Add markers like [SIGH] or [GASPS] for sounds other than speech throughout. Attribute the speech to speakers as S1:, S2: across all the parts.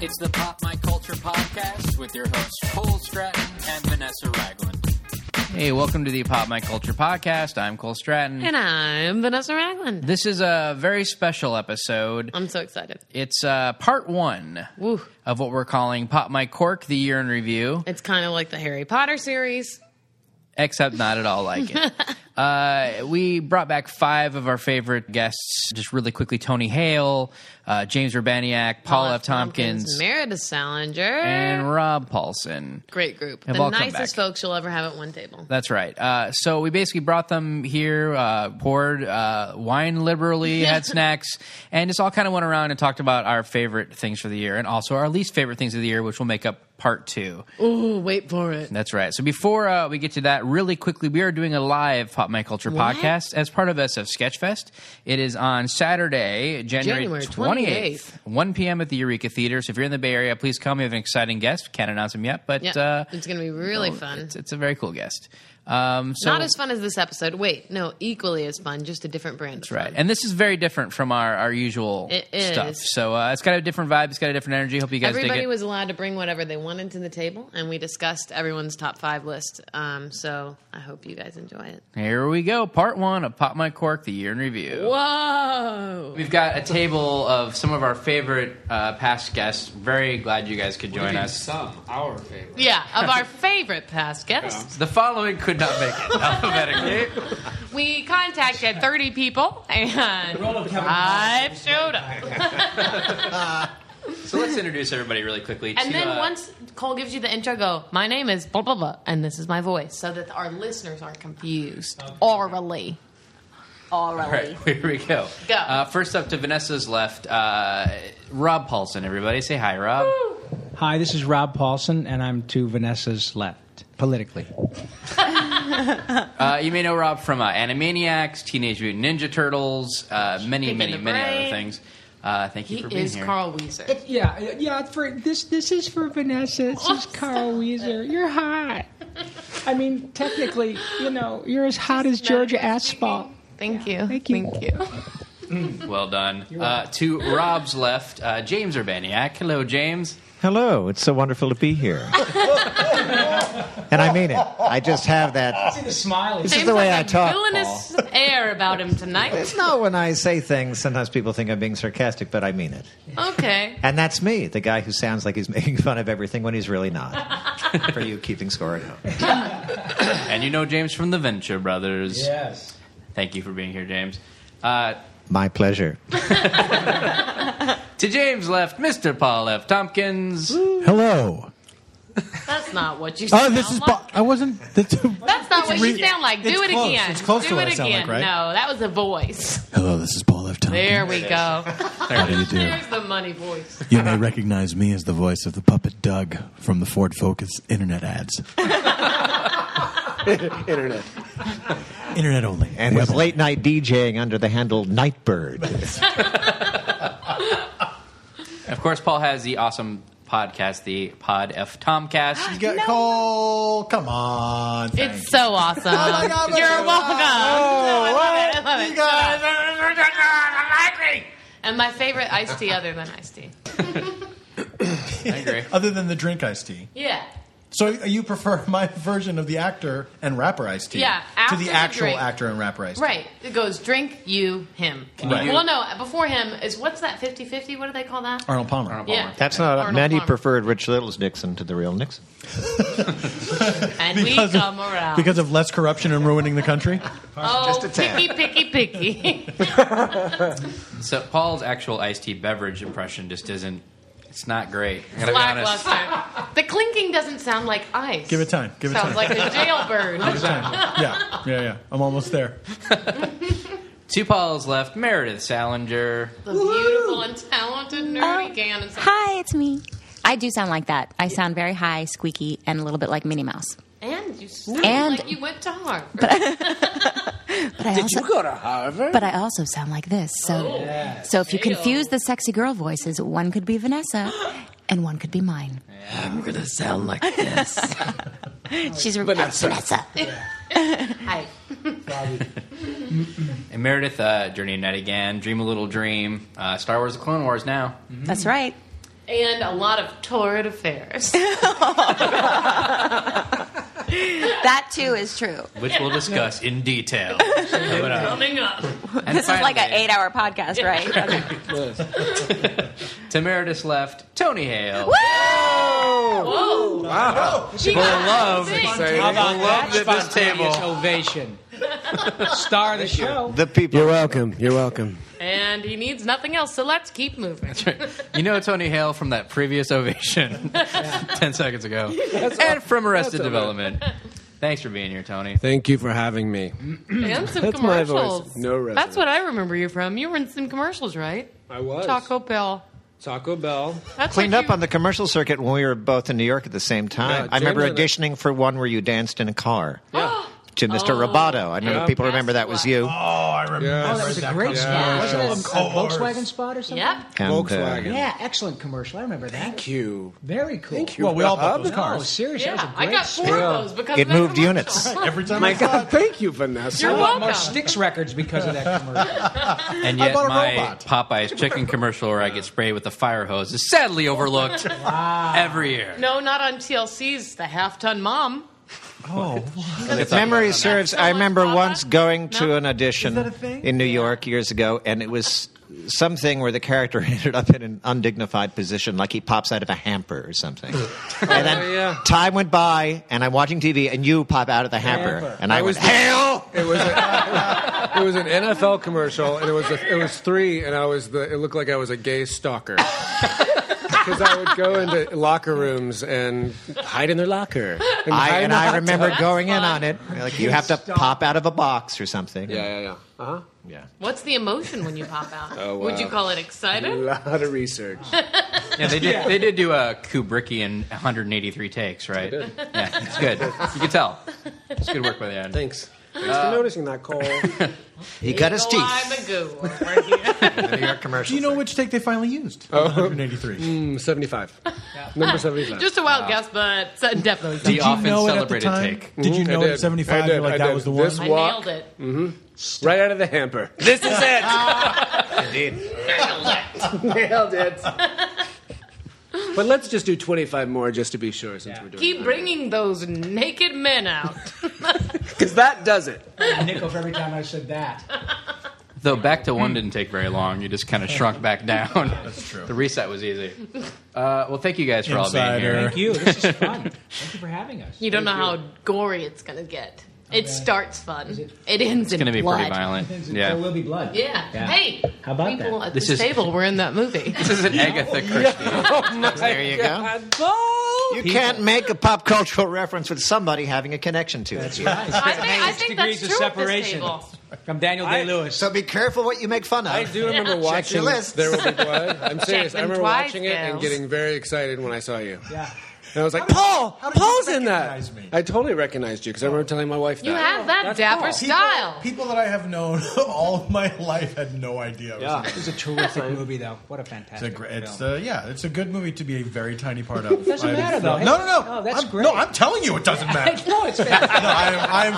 S1: It's the Pop My Culture podcast with your hosts Cole Stratton and Vanessa Ragland.
S2: Hey, welcome to the Pop My Culture podcast. I'm Cole Stratton.
S3: And I'm Vanessa Ragland.
S2: this is a very special episode.
S3: I'm so excited.
S2: It's uh, part one
S3: Woo.
S2: of what we're calling Pop My Cork, the year in review,
S3: It's kind of like the Harry Potter series.
S2: except not at all like it. Uh, we brought back five of our favorite guests, just really quickly Tony Hale, uh, James Urbaniak, Paul F. Tompkins,
S3: Meredith Salinger.
S2: and Rob Paulson.
S3: Great group.
S2: Have
S3: the
S2: all come back.
S3: nicest folks you'll ever have at one table.
S2: That's right. Uh, so we basically brought them here, uh, poured uh, wine liberally, had snacks, and just all kind of went around and talked about our favorite things for the year and also our least favorite things of the year, which will make up part two.
S3: Ooh, wait for it.
S2: That's right. So before uh, we get to that, really quickly, we are doing a live Pop My Culture
S3: What?
S2: podcast as part of SF Sketchfest. It is on Saturday, January,
S3: January
S2: 28th,
S3: 28th,
S2: 1 p.m. at the Eureka Theater. So if you're in the Bay Area, please come. We have an exciting guest. Can't announce him yet, but
S3: Yeah,
S2: uh,
S3: it's going to be really
S2: no,
S3: fun.
S2: It's, it's a very cool guest. Um, so
S3: Not as fun as this episode. Wait, no, equally as fun, just a different brand. That's
S2: Right. And this is very different from our, our usual
S3: It
S2: stuff.
S3: is.
S2: So uh, it's got a different vibe. It's got a different energy. Hope you guys dig
S3: Everybody
S2: it.
S3: was allowed to bring whatever they wanted to the table, and we discussed everyone's top five list. Um, so I hope you guys enjoy it.
S2: Here we go. Part one of Pop My Cork, the year in review.
S3: Whoa!
S2: We've got a table of some of our favorite uh, past guests. Very glad you guys could join us.
S1: Some, our favorite.
S3: Yeah, of our favorite past guests.
S2: The following could not make
S3: [LAUGHS]
S2: it alphabetically.
S3: We contacted 30 people and five showed up.
S2: So let's introduce everybody really quickly.
S3: And
S2: to,
S3: then
S2: uh,
S3: once Cole gives you the intro, go, my name is blah, blah, blah, and this is my voice, so that our listeners aren't confused orally.
S2: All right, [LAUGHS] here we go.
S3: Go.
S2: Uh, first up to Vanessa's left, uh, Rob Paulson, everybody. Say hi, Rob.
S4: Hi, this is Rob Paulson, and I'm to Vanessa's left, politically.
S2: Uh, you may know Rob from uh, Animaniacs, Teenage Mutant Ninja Turtles, uh, many,
S3: Pig in
S2: many,
S3: the
S2: many other
S3: Brain.
S2: things. Uh, thank you
S3: He
S2: for being
S3: is
S2: here.
S3: Carl Weezer.
S4: Yeah, yeah. For this, this is for Vanessa. This
S3: Oh,
S4: is Carl Weezer. You're hot. I mean, technically, you know, you're as hot as Georgia Asphalt.
S3: Thank you.
S4: Thank you.
S3: Thank you.
S2: Well done. Uh, to Rob's left, uh, James Urbaniak. Hello, James.
S5: Hello, it's so wonderful to be here. and I mean it. I just have that.
S4: The smile
S5: This is the way I
S3: has
S5: talk.
S3: a villainous air about him
S6: [LAUGHS]
S3: tonight.
S5: It's not when I say things, sometimes people think I'm being sarcastic, but I mean it.
S3: Okay.
S5: And that's me, the guy who sounds like he's [LAUGHS] making fun of everything when he's
S3: [LAUGHS]
S5: really not. For you keeping score at home.
S2: And you know James from the Venture Brothers.
S4: Yes.
S2: Thank you for being here, James. Uh,
S5: My pleasure.
S2: to James' left, Mr. Paul F. Tompkins.
S6: Hello.
S3: That's not what you
S6: Oh,
S3: sound
S6: this is.
S3: like.
S6: Bo- I wasn't. That's
S3: That's not what you
S6: re-
S3: sound like. Do
S6: it's
S3: it
S6: close.
S3: again.
S6: It's close to
S3: Do
S6: what
S3: it
S6: I sound
S3: again.
S6: like,
S3: No,
S6: right?
S3: that was a
S6: [LAUGHS]
S3: voice.
S6: Hello, this is Paul F. Tompkins.
S3: There we go.
S6: How do you
S3: [LAUGHS]
S6: do?
S3: There's the money voice.
S6: You may recognize me as the voice of the puppet Doug from the Ford Focus internet ads.
S5: [LAUGHS] Internet.
S6: Internet only.
S5: And his
S6: Web
S5: late night DJing under the handle Nightbird.
S2: Of course, Paul has the awesome podcast, the Pod F.
S3: [GASPS]
S2: Tomcast.
S6: only. Cole, come on.
S3: It's so awesome.
S6: Oh God,
S3: You're
S6: that's so
S3: welcome. No, I love it. I love it.
S6: You guys
S3: And my favorite iced tea other than iced tea.
S2: I agree.
S6: Other than the drink iced tea.
S3: Yeah.
S6: So uh, you prefer [LAUGHS] my version of the actor and rapper iced tea
S3: Yeah,
S6: to
S3: after
S6: the
S3: the
S6: actual
S3: drink.
S6: actor and rapper iced tea.
S3: Right. It goes drink, you, him.
S6: Right.
S3: Well, no, before him is what's that 50 50? What do they call that?
S6: Arnold Palmer.
S3: Yeah.
S5: That's not.
S3: Arnold
S5: many
S3: Palmer.
S5: preferred Rich Little's Nixon to the real Nixon.
S3: And we
S6: Because of-
S3: come around.
S6: Because of less corruption and ruining the country?
S3: oh,
S5: just a tad.
S3: picky, picky,
S6: [LAUGHS]
S3: picky.
S2: So Paul's actual iced tea beverage impression just isn't. It's not great. I gotta be honest.
S3: Lackluster. the clinking doesn't sound like ice.
S6: Give it time. Give it
S3: Sounds
S6: time.
S3: like a
S6: [LAUGHS]
S3: jailbird.
S6: yeah, yeah, yeah. I'm almost there.
S2: To Paul's left, Meredith Salinger.
S3: the beautiful and talented nerdy
S7: Oh.
S3: Gannon.
S7: Hi, it's me. I do sound like that. I sound very high, squeaky, and a little bit like Minnie Mouse.
S3: And you sound
S7: And-
S3: like you went to Harvard.
S7: But I also,
S8: go to Harvard?
S7: But I also sound like this. So, so if you
S3: Hey-o.
S7: confuse the sexy girl voices, one could be Vanessa, and one could be mine.
S8: I'm going to sound like this.
S7: She's Vanessa. Vanessa.
S3: Hi.
S2: And Meredith, uh, Journey of Night Again, Dream a Little Dream, uh, Star Wars The Clone Wars now.
S7: That's right.
S3: and a lot of torrid affairs. [LAUGHS]
S9: That too is true.
S2: which we'll discuss in detail. Coming up.
S3: Coming up.
S2: And
S9: This is like an
S2: finally,
S9: eight-hour podcast, right? Okay.
S2: [LAUGHS] Temeritus left Tony Hale.
S3: Whoa. Wow. She
S2: For
S3: got
S2: love,
S3: six.
S2: for love that this table.
S1: [LAUGHS]
S4: ovation. Star of the show.
S5: The people.
S1: You're welcome. You're welcome.
S3: And he needs nothing else, so let's keep moving.
S2: You know Tony Hale from that previous ovation [LAUGHS] 10 seconds ago. and from Arrested Development. Thanks for being here, Tony.
S1: Thank you for having me.
S3: [LAUGHS] And some
S1: That's my voice.
S3: commercials.
S1: No resonance.
S3: That's what I remember you from. You were in some commercials, right?
S1: I was
S3: Taco Bell.
S1: Taco Bell.
S3: That's
S5: Cleaned
S3: what
S5: up
S3: you-
S5: on the commercial circuit when we were both in New York at the same time.
S1: Yeah,
S5: I remember
S1: Jim and
S5: auditioning for one where you danced in a car
S1: Yeah.
S5: to Mr.
S3: Oh,
S5: Roboto. I know
S1: yeah.
S5: people remember that was you.
S4: Oh, that was a great spot. Wasn't it a, a Volkswagen spot or something?
S3: [GASPS] Yep.
S5: And, uh,
S1: Volkswagen.
S4: Yeah, excellent commercial. I remember that. Thank
S1: you.
S4: Very cool. Thank
S6: Well, we all bought
S1: Bob.
S6: those
S4: Oh,
S6: cars.
S4: seriously,
S3: Yeah,
S4: that was a
S3: I
S4: great
S3: got four
S4: spot.
S3: of those because
S5: It
S3: of that
S5: moved
S3: commercial. [LAUGHS]
S5: units.
S6: Every time
S1: My
S6: I saw
S1: God, thank you, Vanessa.
S3: You're
S4: I bought more
S3: welcome.
S4: Styx records because of [LAUGHS] that commercial.
S2: And yet,
S6: bought a
S2: my
S6: robot.
S2: Popeye's chicken commercial where I get sprayed with a fire hose is sadly overlooked every year.
S3: No, not on TLC's The Half Ton Mom.
S5: If memory serves, I
S3: Someone's
S5: remember
S3: Papa?
S5: once going to
S3: No?
S5: an audition
S6: Is that a thing?
S5: in New York years ago, and it was something where the character [LAUGHS] ended up in an undignified position, like he pops out of a hamper or something. and then
S1: yeah.
S5: time went by, and I'm watching TV, and you pop out of the hamper,
S4: Hamper.
S5: and I,
S1: I
S5: was
S1: was the-
S5: hell.
S1: It was a, [LAUGHS] it was an NFL commercial, and it was a, it was three, and I was the. It looked like I was a gay stalker because I would go into locker rooms and hide in their locker. And
S5: I,
S1: hide
S5: and
S1: in
S5: I
S1: the-
S5: remember
S3: That's
S5: going in
S3: fun.
S5: on it. Like you have to pop out of a box or something.
S1: Yeah, yeah, yeah. Uh huh.
S3: What's the emotion when you pop out?
S1: Oh, wow.
S3: Would you call it
S1: A
S3: excited?
S1: lot of research.
S2: Yeah, they did. They did do a Kubrickian 183 takes, right? Yeah, it's good. You can tell. It's good work by the end.
S1: Thanks. Thanks for noticing that, Cole.
S5: He cut his
S3: Eagle Eye
S5: teeth.
S3: Magoo over here.
S5: New York commercial.
S6: Do you know which take they finally used? 183.
S1: Mm, seventy-five. Number seventy-five.
S3: Just a wild guess, but it's definitely.
S2: The
S6: Did you
S2: often
S6: know it at the
S2: celebrated
S6: time?
S2: take.
S6: Did you
S1: Mhm, I
S6: know it
S1: did.
S6: at
S1: I
S6: 75?
S1: did,
S6: You're like,
S1: I
S6: that
S1: did.
S6: was the
S1: This-
S6: one?
S3: I nailed
S1: walk.
S3: it.
S1: right out of the hamper.
S2: This is it.
S1: [LAUGHS] Nailed it. But let's just do 25 more just to be sure since we're doing
S3: Keep bringing those naked men out.
S1: Because that does it.
S4: I nickel for every time I said that.
S2: Though back to one didn't take very long. You just kind of shrunk back [LAUGHS] down. That's
S6: true.
S2: The reset was easy. Uh, well, thank you guys for all being
S6: Insider.
S2: here.
S4: Thank you. This is fun. Thank you for having us.
S3: You don't know how gory it's going to get. It starts fun. It, ends
S2: It's going to
S3: in
S2: be
S3: blood.
S2: pretty violent.
S4: There
S2: Yeah.
S4: will be blood.
S3: Yeah.
S4: Yeah.
S3: Hey,
S4: How about
S3: people
S4: that?
S3: at
S2: This
S3: this
S2: is-
S3: table were in that
S4: [LAUGHS]
S3: movie.
S2: This is an Agatha Christie.
S5: there you go. You can't make a pop cultural reference with somebody having a connection to it.
S3: I think, I think that's
S4: degrees
S3: true at
S4: of
S3: this
S4: separation
S3: table.
S4: from Daniel Day Lewis.
S5: So be careful what you make fun of.
S1: I do remember watching
S5: your lists.
S1: There
S5: [LAUGHS]
S1: Will Be Blood. I'm serious. I
S3: them
S1: remember
S3: twice,
S1: watching it and
S3: girls.
S1: getting very excited when I saw you.
S4: yeah.
S1: And I was like,
S6: did-
S1: Paul!
S6: how did
S1: Paul's
S6: you
S1: in that!
S6: recognize me?
S1: I totally recognized you because I remember telling my wife that.
S3: You have that dapper style.
S6: People that I have known [LAUGHS] all of my life had no idea. I was
S1: Yeah.
S6: in it.
S4: It was a terrific movie, though. What a
S6: It's a
S4: fantastic
S6: gr-
S4: film.
S6: it's uh, yeah, it's a good movie to be a very tiny part of.
S4: Doesn't
S6: I-
S4: matter, though.
S6: No, no, no.
S4: Oh, that's
S6: I'm,
S4: great.
S6: No, I'm telling you, it
S4: [LAUGHS]
S6: doesn't matter.
S4: no, it's fantastic.
S6: No, I am, I am,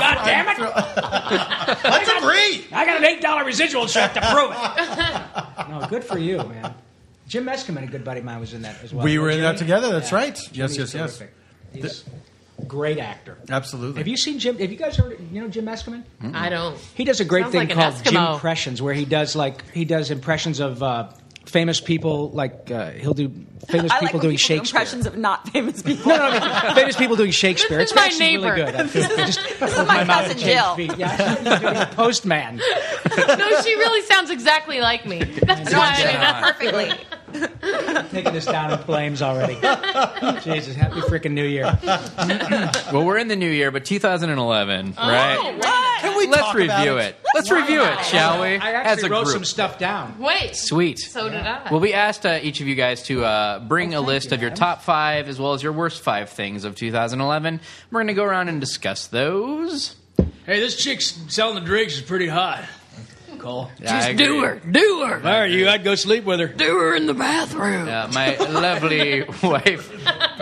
S4: damn
S6: God it! [LAUGHS] Let's agree.
S4: I got an eight dollar residual check to prove it. [LAUGHS] no, good for you, man. Jim Eskeman, a good buddy of mine, was in that as well.
S6: We were in that
S4: Jimmy?
S6: together. That's right. Yes,
S4: Jimmy's
S6: yes, yes.
S4: terrific. He's a great actor.
S6: Absolutely.
S4: Have you seen Jim? Have you guys heard? You know Jim Eskeman?
S6: Hmm?
S3: I don't.
S4: He does a great
S3: Sounds
S4: thing
S3: like an
S4: called Jim
S3: Eskimo.
S4: impressions, where he does like he does impressions of uh, famous people. Like uh, he'll [LAUGHS] do famous
S7: I
S4: people
S7: like when
S4: doing
S7: people do
S4: Shakespeare.
S7: impressions of not famous people.
S4: no, no, no, famous people [LAUGHS] doing Shakespeare.
S3: This
S4: it's
S3: is my
S4: actually really
S3: neighbor.
S4: good. I feel. Just-
S7: This is my cousin Jill.
S4: Yeah, I should have been doing postman.
S3: [LAUGHS] No, she really sounds exactly like me. That's why I
S7: She
S3: do that.
S7: did that
S4: [LAUGHS] [LAUGHS]
S7: perfectly.
S4: Taking this down in flames [LAUGHS] already. Jesus, happy freaking New Year.
S2: well, we're in the new year, but 2011, right?
S7: What?
S6: Can we
S2: Let's
S6: talk
S2: review
S6: about
S2: it. Let's review it, shall we?
S4: I
S2: As a
S4: actually wrote
S2: group.
S4: some stuff down.
S3: Wait.
S2: Sweet.
S3: So did I.
S2: Well, we asked uh, each of you guys to uh, bring
S4: Oh,
S2: a list of your top five as well as your worst five things of 2011. We're going to go around and discuss those.
S10: Hey, this chick's selling the drinks is pretty hot. Cole.
S2: I
S10: Just
S2: agree.
S10: do her.
S1: Do her!
S10: If I were you, I'd go sleep with her.
S1: Do her in the bathroom!
S2: Uh,
S4: [LAUGHS]
S2: my lovely wife,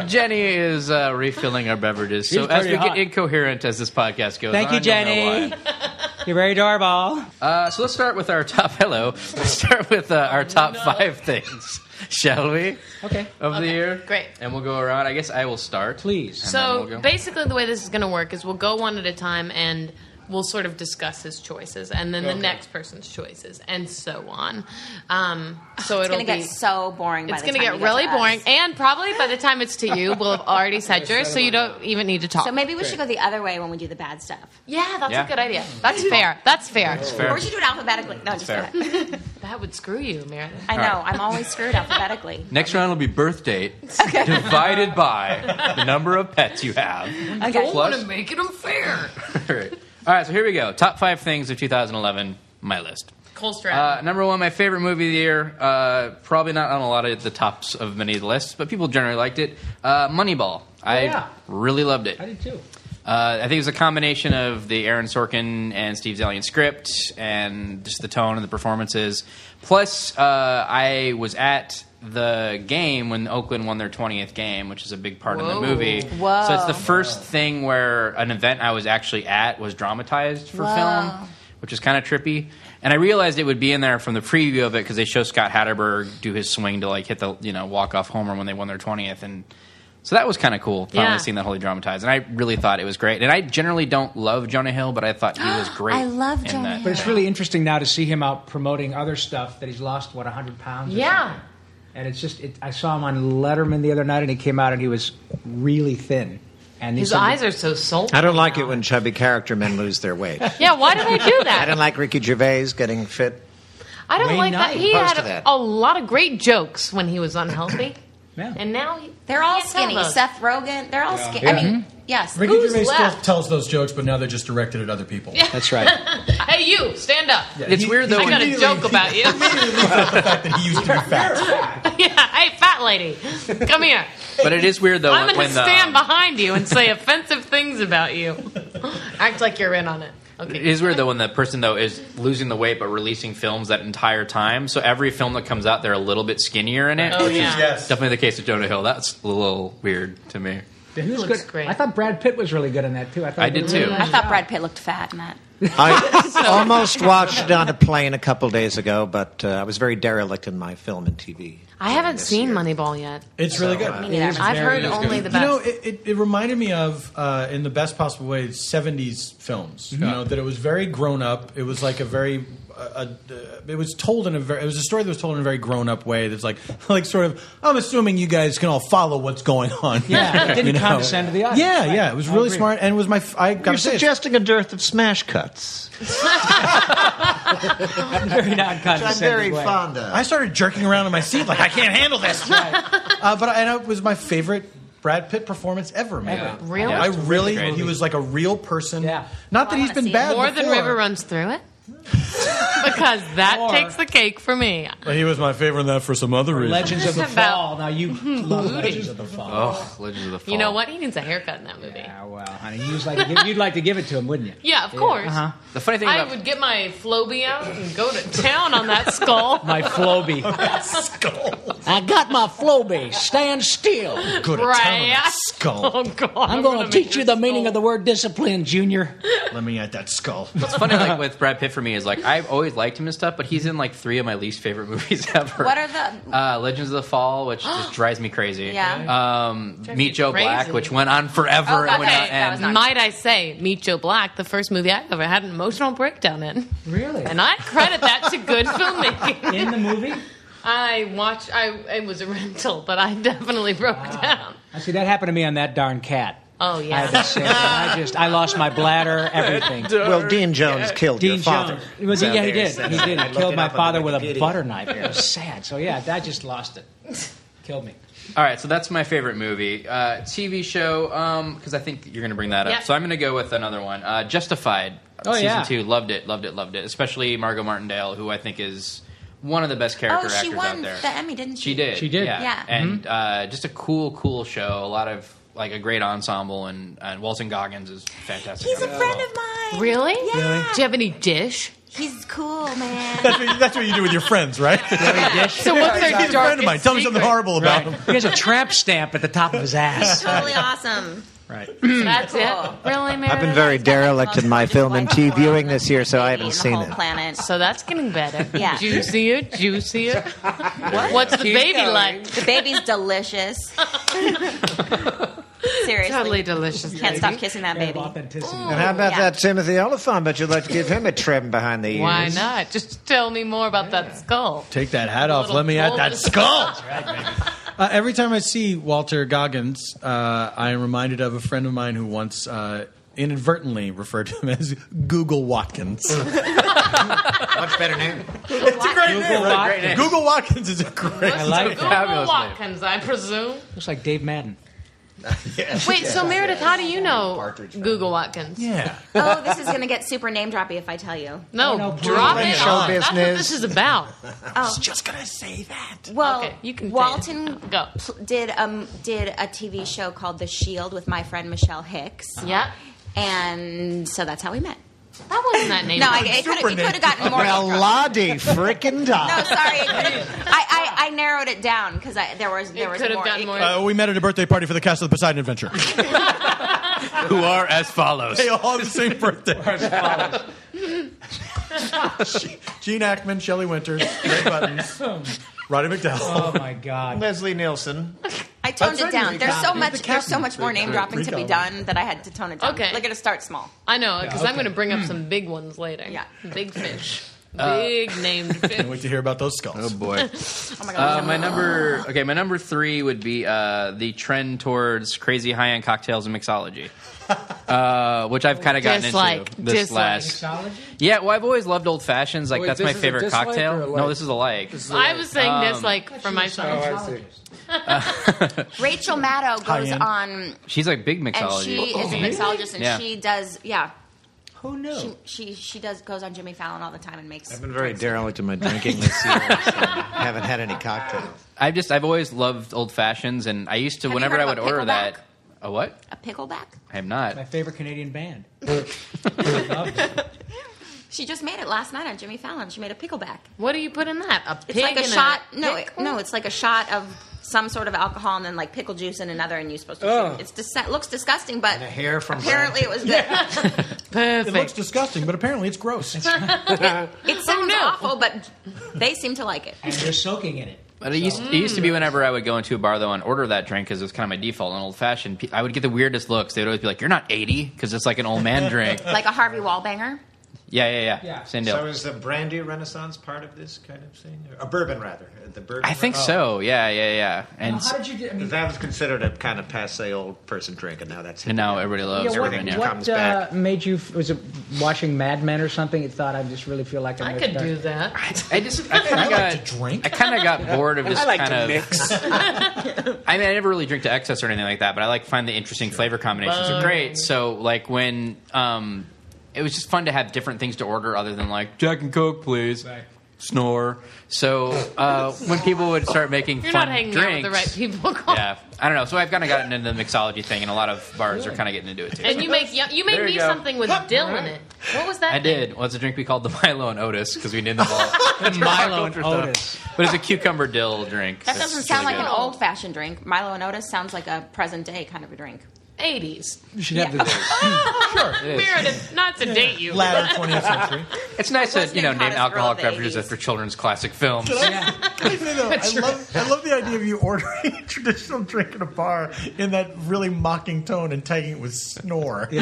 S2: Jenny, is uh, refilling our beverages. So
S10: She's
S2: as
S10: pretty
S2: we
S10: hot.
S2: get incoherent as this podcast goes
S4: Thank
S2: on,
S4: you,
S2: you'll know
S4: Jenny.
S2: why.
S4: You ready, Doorball?
S2: Uh, so let's start with our top. [LAUGHS] Hello. Let's start with uh, our top five things, shall we?
S4: Okay.
S2: Of the year.
S3: Great.
S2: And we'll go around. I guess I will start. Please.
S3: So basically, the way this is going to work is we'll go one at a time and we'll sort of discuss his choices, and then
S2: Okay.
S3: the next person's choices, and so on. Um, so
S7: It's
S3: it'll
S7: gonna get
S3: be-
S7: so boring. by
S3: It's
S7: the
S3: going to
S7: time
S3: get
S7: you
S3: really
S7: to us.
S3: boring, and probably by the time it's to you, we'll have already said yours, so you don't even need to talk.
S7: So maybe we should go the other way when we do the bad stuff.
S3: Yeah, that's
S7: Yeah.
S3: a good idea. That's fair. That's fair. That's
S7: Or we should do it alphabetically. No, just
S2: fair.
S7: go ahead.
S3: [LAUGHS] That would screw you, Mary.
S7: I
S2: All
S7: know.
S2: right.
S7: I'm always screwed alphabetically.
S2: Next round will be birth date divided by the number of pets you
S4: [LAUGHS]
S2: have.
S3: I don't want
S2: Plus-
S3: to make it unfair.
S2: All right. All right, so here we go. Top five things of 2011, my list.
S3: Cole
S2: Uh, number one, my favorite movie of the year. Uh, probably not on a lot of the tops of many of the lists, but people generally liked it. Uh, Moneyball. I
S4: Oh, yeah.
S2: really loved it.
S4: I did too.
S2: Uh, I think it was a combination of the Aaron Sorkin and Steve Zalian script and just the tone and the performances. Plus, uh, I was at the game when Oakland won their 20th game, which is a big part of
S4: Whoa.
S2: the movie.
S4: Whoa.
S2: So it's the first thing where an event I was actually at was dramatized for film which is kind of trippy. And I realized it would be in there from the preview of it because they show Scott Hatterberg do his swing to like hit the you know walk off homer when they won their twentieth, and so that was kind of cool. Finally
S11: Yeah.
S2: seeing that wholly dramatized, and I really thought it was great. And I generally don't love Jonah Hill, but I thought he
S3: [GASPS]
S2: was great. in that.
S4: But it's really interesting now to see him out promoting other stuff that he's lost what 100 pounds. or
S3: Yeah.
S4: And it's just, it, I saw him on Letterman the other night, and he came out and he was really thin. And he
S3: His
S4: said-
S3: eyes are so salty.
S5: I don't like it when chubby character men lose their weight.
S3: Yeah, why did they do that?
S5: I don't like Ricky Gervais getting fit.
S3: I don't
S5: Wayne
S3: like that.
S5: Knight.
S3: He
S5: Opposed
S3: had a,
S5: to that.
S3: a lot of great jokes when he was unhealthy. And now he,
S7: They're all
S3: can't tell
S7: skinny.
S3: those.
S7: Seth Rogen. They're all
S6: Yeah.
S7: skinny.
S6: Yeah.
S7: I mean,
S6: Mhm.
S2: Mm-hmm.
S7: yes.
S6: Ricky
S7: Who's
S6: Gervais still
S7: left?
S6: tells those jokes, but now they're just directed at other people. [LAUGHS]
S3: Yeah.
S6: That's
S3: [LAUGHS] hey, you stand up.
S6: Yeah, It's he- weird, though,
S3: I
S6: when-
S3: got a joke about
S6: [LAUGHS]
S3: you. [LAUGHS] yeah. Hey, fat lady, come here.
S2: But it is weird though
S3: I'm
S2: when uh,
S3: going to
S2: the
S3: stand behind you and say offensive things about you. Act like you're in on it. Okay.
S2: It is weird though when the person though is losing the weight but releasing films that entire time. So every film that comes out, they're a little bit skinnier in it.
S3: Oh,
S2: which is
S3: yeah.
S4: Yes.
S2: definitely the case of Jonah Hill. That's a little weird to me.
S4: He was
S7: looks
S4: good.
S7: great.
S4: I thought Brad Pitt was really good in that too. I, thought
S2: I
S4: he
S2: did,
S4: a really
S2: too.
S4: nice
S7: I thought
S4: job.
S7: Brad Pitt looked fat in that.
S5: I almost watched it on a plane a couple days ago, but uh, I was very derelict in my film and TV.
S3: I haven't seen Moneyball yet.
S6: It's really good.
S4: uh,
S3: Me neither. I've heard only the best.
S6: You know, it, it, it reminded me of, uh, in the best possible way, 70s films. You
S4: Mhm.
S6: know, that it was very grown up. It was like a very. Uh, uh, it was told in a very. It was a story that was told in a very grown up way. That's like, [LAUGHS] like sort of. I'm assuming you guys can all follow what's going on.
S4: Yeah, it didn't
S6: [LAUGHS] You know?
S4: condescend to the audience.
S6: Yeah,
S4: Right.
S6: yeah, it was
S4: I
S6: really
S4: agree.
S6: smart, and it was my. f- I got
S5: You're suggesting a dearth of smash cuts.
S4: [LAUGHS] very not
S5: condescending way. fond of.
S6: I started jerking around in my seat like I can't handle this. uh, but I, and it was my favorite Brad Pitt performance ever,
S3: Ever.
S6: man.
S3: Really?
S6: I
S3: Yeah.
S6: really.
S3: Great
S6: He was like a real person. Yeah.
S3: I
S6: Not that
S3: wanna
S6: he's been
S3: see it.
S6: bad
S3: More
S6: before.
S3: than River Runs Through It? because that
S4: Or-
S3: takes the cake for me.
S6: But he was my favorite in that for some other
S3: [LAUGHS]
S6: reason. [LAUGHS]
S4: Legends of the
S3: Just about-
S4: Fall. Now
S3: [LAUGHS]
S4: you love Legends of the Fall.
S2: Oh, Legends of the
S3: You know what? He needs a haircut in that movie. Yeah,
S4: well, honey, you was like, you'd like to give it to him, wouldn't you?
S3: of course.
S2: The funny thing
S3: I
S2: about
S3: would get my Floby out and go to town on that skull.
S4: My Floby. I got my Floby. Stand still.
S3: Go to town on that Brad. skull. [LAUGHS] [LAUGHS] Oh, God, I'm
S4: going to teach you the meaning of the word discipline, Junior.
S6: Let me at that skull.
S2: What's
S7: [LAUGHS]
S2: funny like with Brad Pitt for me is like I've always liked him and stuff, but he's in like three of my least favorite [LAUGHS] movies ever.
S7: What are the?
S2: uh, Legends of the Fall, which
S7: [GASPS]
S2: just drives me crazy.
S7: Yeah.
S2: Um,
S7: Drives
S2: Meet
S7: you
S2: Joe Black,
S7: crazy.
S2: which went on forever
S7: Oh,
S2: and would
S7: okay,
S2: not
S7: that
S2: end.
S3: Might I say, Meet Joe Black, the first movie I ever had an emotional breakdown in.
S4: Really?
S3: And I credit that to good filmmaking.
S4: In the movie?
S3: I watched, I, it was a rental, but I definitely broke down.
S4: I see that happened to me on that darn cat.
S3: Oh,
S4: I
S3: yeah.
S4: had to say, I just, I lost my
S5: [LAUGHS]
S4: bladder, everything.
S5: Well, Dean Jones killed
S4: Dean
S5: your father.
S4: Jones. It was-
S5: So
S4: yeah, he
S5: there you
S4: did.
S5: said
S4: He
S5: it.
S4: did.
S5: I
S4: He
S5: looked
S4: killed
S5: it
S4: my
S5: up on
S4: father with a
S5: Wikipedia.
S4: butter knife. It was sad. So yeah, I just lost it. Killed me.
S2: All right, so that's my favorite movie. Uh, TV show, because I think you're going to bring that up.
S4: Yeah.
S2: So I'm going to go with another one. Uh, Justified,
S4: Oh,
S2: season
S4: yeah.
S2: two. Loved it, loved it, loved it. Especially Margot Martindale, who I think is one of the best character
S7: Oh, she
S2: actors out
S7: won
S2: there.
S7: the Emmy, didn't she?
S2: She did. Yeah.
S7: Yeah.
S2: And uh, just a cool, cool show. A lot of like a great ensemble, and, and Walton Goggins is fantastic. He's a friend of
S7: mine.
S3: Really?
S7: Yeah.
S3: Do you have any dish?
S7: He's cool, man.
S6: [LAUGHS] That's what, you, that's what you do with your
S3: [LAUGHS]
S6: friends, right?
S3: So what's their
S6: He's a friend of
S3: darkest
S6: mine. Tell me something
S3: secret?
S6: horrible about
S3: [LAUGHS]
S4: He has a tramp stamp at the top of his ass.
S7: He's totally awesome. [CLEARS THROAT]
S6: Right.
S3: That's it. Really,
S5: I've been
S3: Meredith?
S5: very derelict in my film and TV viewing this year, so I haven't seen it.
S3: planet. So that's getting better.
S7: Yeah.
S3: Juicier, juicier. What's the
S7: Keep
S3: baby
S7: going.
S3: like?
S7: The baby's delicious. Seriously.
S3: Totally delicious.
S7: Can't stop kissing that baby.
S5: And how about
S7: Yeah.
S5: that Timothy Oliphant? But you'd like to give him a trim behind the ears.
S3: Why not? Just tell me more about that skull.
S6: Take that hat off.
S3: Little
S6: Let me at
S3: bowl
S6: that
S3: of-
S6: skull. Uh, every time I see Walter Goggins, uh, I am reminded of a friend of mine who once uh, inadvertently referred to him as Google Watkins.
S5: Much better name.
S3: It's a
S6: great name. Great name. Google Watkins is a great.
S3: I
S4: like it.
S3: Google
S4: Fabulous name.
S3: Watkins, I presume.
S4: Looks like Dave Madden.
S3: Wait, so Meredith, how do you know Google Watkins?
S6: Yeah.
S7: Oh, this is going to get super name droppy if I tell you.
S3: No, drop
S7: please.
S3: it.
S7: Show
S3: on. That's what
S7: business.
S3: this is about.
S7: I was
S6: just going to say that.
S7: Well,
S3: Okay, you can
S7: Walton pl- did um did a TV show called The Shield with my friend Michelle Hicks.
S3: Yeah.
S7: And so that's how we met.
S3: That wasn't that name.
S7: No, I, it could have gotten more.
S5: Well, Ladi frickin' da.
S7: No, sorry, it could've- I, I I narrowed it down because there was there was
S3: could've
S7: more.
S3: gotten more.
S6: Uh, we met at a birthday party for the cast of the
S3: [LAUGHS]
S6: Poseidon Adventure.
S12: Who are as follows.
S6: They all have the
S3: [LAUGHS]
S6: same birthday. Gene Ackman, Shelley Winters, Ray Buttons, Roddy McDowell.
S4: Oh my
S3: [LAUGHS]
S4: God.
S6: Leslie Nielsen.
S7: I toned
S3: That's
S7: it
S3: right,
S7: down.
S3: he's
S7: There's
S3: the
S7: so
S3: captain.
S7: much.
S3: He's the
S7: There's so
S3: captain.
S7: much more name
S3: Right,
S7: dropping to be
S3: Rico.
S7: done that I had to tone it down. Okay, we're gonna start small.
S3: I know because
S6: Yeah,
S3: I'm
S6: okay.
S3: going to bring up some big ones later. Yeah, big fish, big named fish.
S6: Can't wait to hear about those skulls. Oh
S2: boy.
S3: my
S2: Uh, my number okay, my number three would be uh, the trend towards crazy high end cocktails and
S3: [LAUGHS]
S2: mixology, uh, which I've kind of gotten
S3: Dislike.
S2: into this
S3: Dislike.
S2: last. Yeah, well, I've always loved old fashions. Like
S3: Wait,
S2: that's
S3: this
S2: my
S3: is a
S2: favorite
S3: dislike or a
S2: cocktail.
S3: like?
S2: No, this is a like.
S3: I was saying
S2: Um,
S3: this like for myself.
S7: Rachel Maddow goes
S2: High-end.
S7: on,
S2: She's like big
S7: and
S2: mixology.
S7: she is a mixologist, and
S2: Yeah.
S7: she does. Yeah.
S4: Who knew?
S7: She, she she does goes on Jimmy Fallon all the time and makes.
S5: I've been very derelict in my drinking this year. So I haven't had any cocktails.
S2: I've just I've always loved old fashions, and I used to
S7: Have you
S2: whenever
S7: heard
S2: I
S7: of
S2: would
S7: a
S2: order
S7: pickleback?
S2: that. A what?
S7: a pickleback.
S2: I am not.
S4: My favorite
S3: [LAUGHS]
S4: Canadian band.
S7: She just made it last night on Jimmy Fallon. She made a pickleback.
S3: What do you put in that? A
S7: It's
S3: pig
S7: like a
S3: and a
S7: shot. no, it-
S3: pickle?
S7: no, it's like a shot of some sort of alcohol and then like pickle juice in another, and you're supposed to.
S2: Oh.
S6: Ugh.
S7: shoot. It's dis- looks disgusting, but
S6: hair from
S7: apparently it was
S2: [LAUGHS]
S7: good.
S6: It looks disgusting, but apparently it's gross.
S7: It
S2: Oh,
S7: sounds awful, but they seem to like it.
S4: And you're soaking in it.
S2: But it used, it used to be whenever I would go into a bar though and order that drink because it was kind of my default. An old fashioned, pe- I would get the weirdest looks. They would always be like, "You're not 80 because it's like an old
S3: [LAUGHS]
S2: man drink."
S7: Like a Harvey Wallbanger.
S2: Yeah, yeah, yeah. Same deal.
S5: So is the brandy renaissance part of this kind of thing? A bourbon, rather. The bourbon
S2: I think
S5: re-
S2: so. Yeah, yeah, yeah. And
S4: how did you? do- I mean,
S5: that was considered a kind of passe old person drink, and now that's
S2: and now everybody loves
S4: yeah, what
S2: everything.
S4: what, uh, made you? Was it watching Mad Men or something? It thought I just really feel like I'm
S3: I
S4: a-
S3: could do that.
S2: I just I kinda got- I kind of
S4: [LAUGHS]
S2: got bored of
S4: I
S2: just
S4: like to
S2: kind of. I mean, I never really drink to excess or anything like that, but I like to find the interesting flavor combinations are
S3: Bone.
S2: great. So, like when um, it was just fun to have different things to order other than like Jack and Coke, please. Snore. So uh, when people would start making
S3: You're
S2: fun
S3: not hanging out with
S2: drinks,
S3: the right people. Carl.
S2: yeah, I don't know. So I've kind of gotten into the mixology thing, and a lot of bars are kind of getting into it too.
S3: And you make you made
S2: There you
S3: me
S2: go.
S3: something with dill in it. What was that?
S2: I did. Well, it's a drink we called the Milo and Otis because we named them all
S4: Milo and
S2: Culture stuff.
S4: Otis.
S2: But it's a cucumber dill drink.
S7: That
S2: It's
S7: doesn't sound
S2: really
S7: like an
S2: good.
S7: old fashioned drink. Milo and Otis sounds like a present day kind of a drink.
S3: 80s.
S4: You should have the
S3: [LAUGHS]
S2: It is.
S3: Meredith, not to date you.
S2: Latter 20th century. It's nice to you know name
S3: hottest girl
S2: alcoholic
S3: of the
S2: beverages after children's classic films.
S5: [LAUGHS]
S6: I love, I love the idea of you ordering a traditional drink at a bar in that really mocking tone and tagging it with snore. Yeah.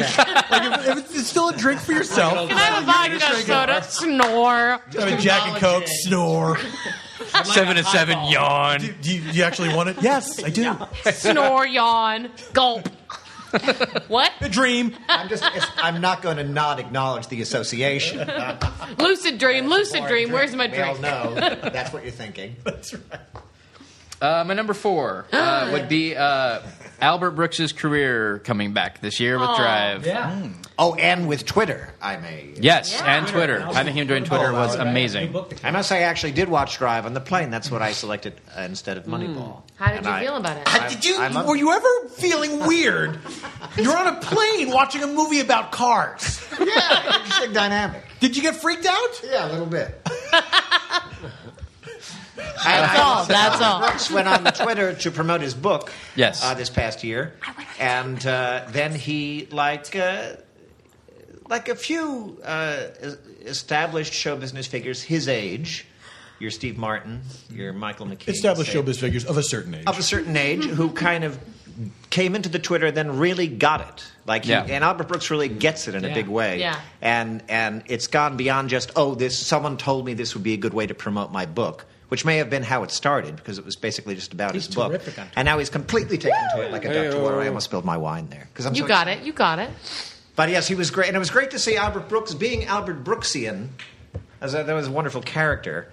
S6: like if, if it's- it's still a drink for yourself.
S3: Can I have a vodka
S6: you're just drinking-
S3: soda? Snore.
S6: I mean, Jack and Coke, snore.
S2: seven and seven, yawn.
S6: Do, do you, do you actually want it? Yes, I do.
S3: Snore, yawn, gulp. what?
S6: A dream.
S5: I'm just. It's, I'm not going to not acknowledge the association. I
S3: Lucid dream, lucid [LAUGHS] dream. Where's my
S5: we all
S3: drink?
S5: know [LAUGHS] that's what you're thinking.
S2: Uh, my number four uh, would be uh, Albert Brooks's career coming back this year with Drive.
S5: [LAUGHS]
S6: Mm.
S5: Oh, and with Twitter, I may.
S2: Yes, and Twitter. Having him join Twitter was amazing.
S5: I must say, I actually did watch Drive on the plane. That's what I selected uh, instead of Moneyball.
S2: Hmm.
S3: How did
S5: And
S3: you
S5: I-
S3: feel about it?
S5: I-
S6: Did you?
S5: I loved
S6: were
S5: it.
S6: you ever feeling weird? You're on a plane watching a movie about cars.
S5: Yeah, interesting dynamic.
S6: Did you get freaked out?
S5: Yeah, a little bit.
S3: uh,
S6: all.
S5: all.
S13: That's all.
S5: [LAUGHS] Brooks went on Twitter to promote his book.
S2: Yes.
S5: uh, this past year, and uh, then he like uh, like a few uh, es- established show business figures his age. Your Steve Martin, your Michael McKean.
S6: Established
S5: say-
S6: showbiz figures of a certain age.
S5: of a certain age who kind of came into the Twitter, then really got it. Like, he,
S6: Yeah.
S5: and Albert Brooks really gets it in
S6: Yeah.
S5: a big way.
S6: Yeah.
S5: And and it's gone beyond just oh, this someone told me this would be a good way to promote my book. Which may have been how it started because it was basically just about
S14: He's
S5: his book,
S14: terrific on Twitter.
S5: and now he's completely taken to it like a duck to water. I
S14: Hey-o.
S5: almost spilled my wine there because I'm
S13: You
S5: so
S13: got it. You got it.
S5: but yes, he was great, and it was great to see Albert Brooks being Albert Brooksian. As a, that was a wonderful character,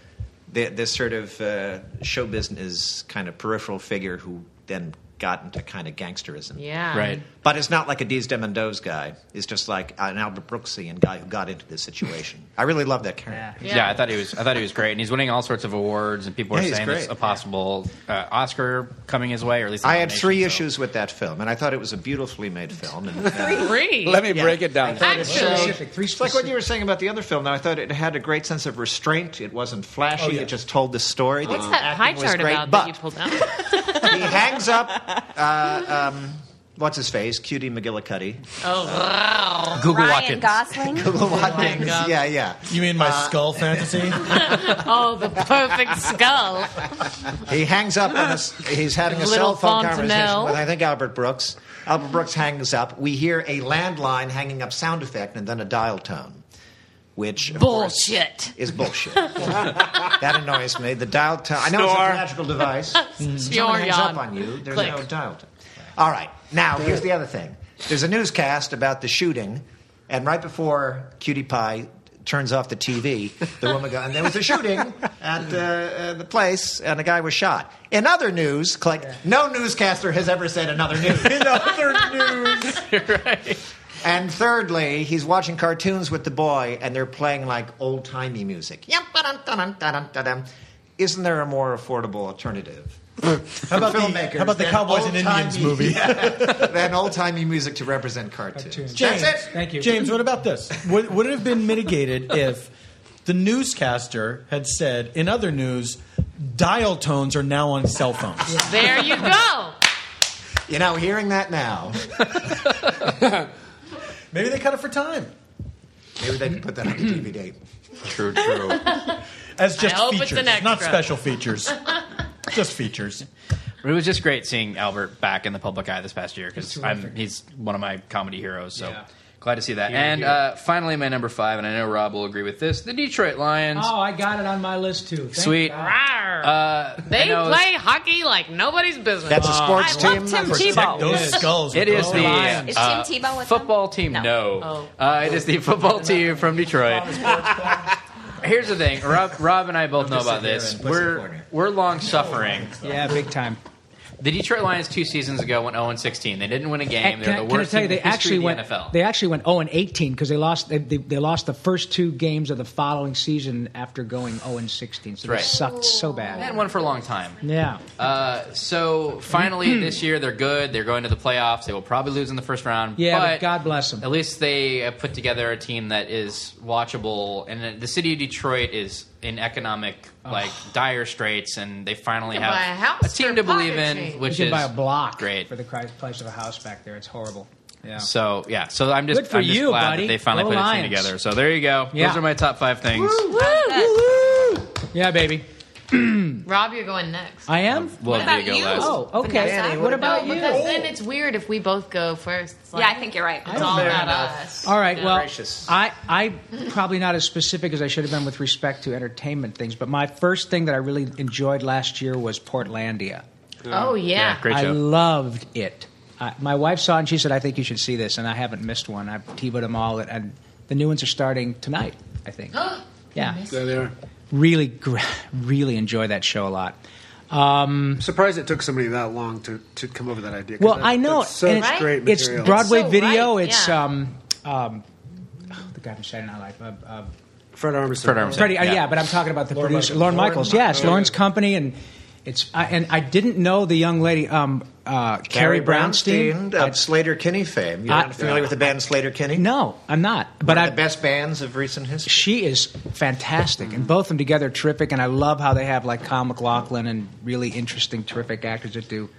S5: Th this sort of uh, show business kind of peripheral figure who then got into kind of gangsterism.
S13: Yeah. Right.
S5: But it's not like a Deez Demondos guy. It's just like an Albert Brooksian guy who got into this situation. I really love that character.
S2: Yeah. I thought he was. I thought he was great, and he's winning all sorts of awards, and people are
S5: Yeah, he's
S2: saying it's
S5: great.
S2: a possible uh, Oscar coming his way, or at least
S5: I had
S2: nomination.
S5: three issues with that film, and I thought it was a beautifully
S13: [LAUGHS]
S5: made film. And,
S13: Three.
S5: Let me break it down.
S4: Specific, three
S5: It's like what you were saying about the other film. Now I thought it had a great sense of restraint. It wasn't flashy.
S13: Oh, yeah.
S5: It just told the story.
S13: What's
S5: the
S13: that pie
S5: acting was
S13: chart
S5: great,
S13: about
S5: But
S13: that you pulled out?
S5: he hangs up. Uh, um, what's his face? Cutie McGillicuddy.
S13: Oh, wow.
S5: Google
S7: Ryan
S5: Watkins.
S7: Gosling.
S5: Google Watkins. Yeah, yeah.
S6: You mean my
S5: Uh, [LAUGHS]
S6: skull fantasy?
S13: oh, the perfect skull.
S5: He hangs up on us. He's having a
S13: Little
S5: cell phone
S13: Fontenelle.
S5: conversation with, I think, Albert Brooks. Albert Brooks hangs up. We hear a landline hanging up sound effect and then a dial tone, which of course,
S13: Bullshit.
S5: is bullshit. [LAUGHS] that annoys me. The dial tone. I know it's
S13: Snore.
S5: a magical device. Someone
S13: Snore,
S5: hangs up
S13: yawn.
S5: on you. There's
S13: Click.
S5: no dial tone. All right. Now here's the other thing. There's a newscast about the shooting, and right before Cutie Pie turns off the TV, the woman goes, "And there was a shooting at uh, uh, the place, and a guy was shot." In other news, click. No newscaster has ever said another [LAUGHS] news.
S6: In other news.
S5: [LAUGHS] And thirdly, he's watching cartoons with the boy, and they're playing like old timey music. Yum, ba-dum, da-dum, da-dum, da-dum. Isn't there a more affordable alternative?
S6: How about, the,
S5: filmmakers
S6: how about the
S5: than
S6: Cowboys and Indians
S5: old-timey- [LAUGHS]
S6: movie?
S5: than old timey music to represent cartoons.
S6: James,
S5: That's it.
S6: Thank you. James, what about this? Would, would it have been mitigated [LAUGHS] if the newscaster had said, in other news, dial tones are now on cell phones?
S13: [LAUGHS] There you go.
S5: You know, hearing that now.
S6: [LAUGHS] Maybe they cut it for time.
S5: Maybe they could put that on the DVD.
S2: True, true.
S6: As
S13: I
S6: just
S13: hope it's
S6: features,
S13: an
S6: not
S13: extra.
S6: special features. just features.
S2: But it was just great seeing Albert back in the public eye this past year because I'm he's one of my comedy heroes. So glad to see that.
S4: Here,
S2: and
S4: here.
S2: Uh, finally, my number five, and I know Rob will agree with this: the Detroit Lions.
S4: Oh, I got it on my list too. Thank
S2: Sweet.
S4: God.
S2: Uh,
S13: They
S2: I know it's-
S13: play hockey like nobody's business.
S2: That's
S3: Uh,
S2: a sports
S13: I
S2: team.
S13: Love Tim
S2: Protect
S13: Tebow.
S2: those Yes. skulls It with is those the, lines. Is Tim uh, Tebow
S13: with
S2: football team. No,
S4: Oh.
S2: Uh, it is the football team from Detroit. Here's the thing, Rob, Rob and I both know
S4: just
S2: about
S4: sit here
S2: this.
S4: and pussy
S2: We're we're long suffering.
S4: Yeah, big time.
S2: The Detroit Lions two seasons ago went 0 16. They didn't win a game.
S4: And
S2: They're the
S4: I-
S2: worst team
S4: I tell you,
S2: in
S4: they
S2: the history
S4: actually
S2: of the
S4: went.
S2: NFL.
S4: They actually went 0 and 18 because they lost. They, they, they lost the first two games of the following season after going 0 and 16. So
S2: Right.
S4: they sucked so bad.
S2: They hadn't won for a long time.
S4: Yeah.
S2: Uh, so
S4: [CLEARS THROAT]
S2: finally this year they're good. They're going to the playoffs. They will probably lose in the first round.
S4: Yeah, but
S2: but
S4: God bless them.
S2: At least they uh, put together a team that is watchable, and uh, the city of Detroit is in economic like dire straits, and they finally
S4: You can buy a
S2: have
S4: house
S2: team to believe in, which
S4: you
S2: is
S4: can buy a block
S2: great.
S4: for the cri- price of a house back there. It's horrible. Yeah.
S2: So yeah, so I'm just,
S4: Good for
S2: I'm just
S4: you,
S2: glad
S4: buddy.
S2: that they finally
S4: Go
S2: put a team
S4: Lions.
S2: together. So there you go.
S4: Yeah.
S2: Those are my top five things.
S4: Yeah, baby.
S13: Rob, you're going next.
S4: I am.
S2: Well,
S13: What about you?
S4: Oh, Uh, okay. what about
S13: no,
S4: you?
S13: Because then it's weird if we both go first. yeah, I think you're right. It's all
S4: Fair
S13: about
S4: enough.
S13: us.
S4: All right.
S13: Yeah.
S4: Well, I I probably not as specific as I should have been with respect to entertainment things, but my first thing that I really enjoyed last year was Portlandia.
S13: Oh, yeah. Yeah, great
S4: I
S13: show.
S4: loved it. I, my wife saw it and she said, "I think you should see this," and I haven't missed one. I've TiVo'd them all, and the new ones are starting tonight. I think. Yeah.
S1: There they are.
S4: Really, gr- really enjoy that show a lot. Um,
S1: Surprised it took somebody that long to, to come over that idea. 'cause
S4: Well,
S1: that-
S4: I know
S1: that's such
S4: and it's,
S1: great
S4: it's
S1: material.
S4: Broadway video. It's um, um, oh, the guy from Saturday Night Live. Uh, uh,
S1: Fred Armisen.
S4: Freddie, uh, yeah. but I'm talking about the producer, Lauren Michaels. Yes, Lauren's company and It's I, and I didn't know the young lady, um, uh, Carrie Brownstein.
S5: of Slater Kinney fame. You're
S4: I-
S5: not familiar with the band Slater Kinney?
S4: No, I'm not. But
S5: One
S4: I,
S5: of the best bands of recent history.
S4: She is fantastic, and both of them together are terrific. And I love how they have like Kyle McLaughlin and really interesting, terrific actors that do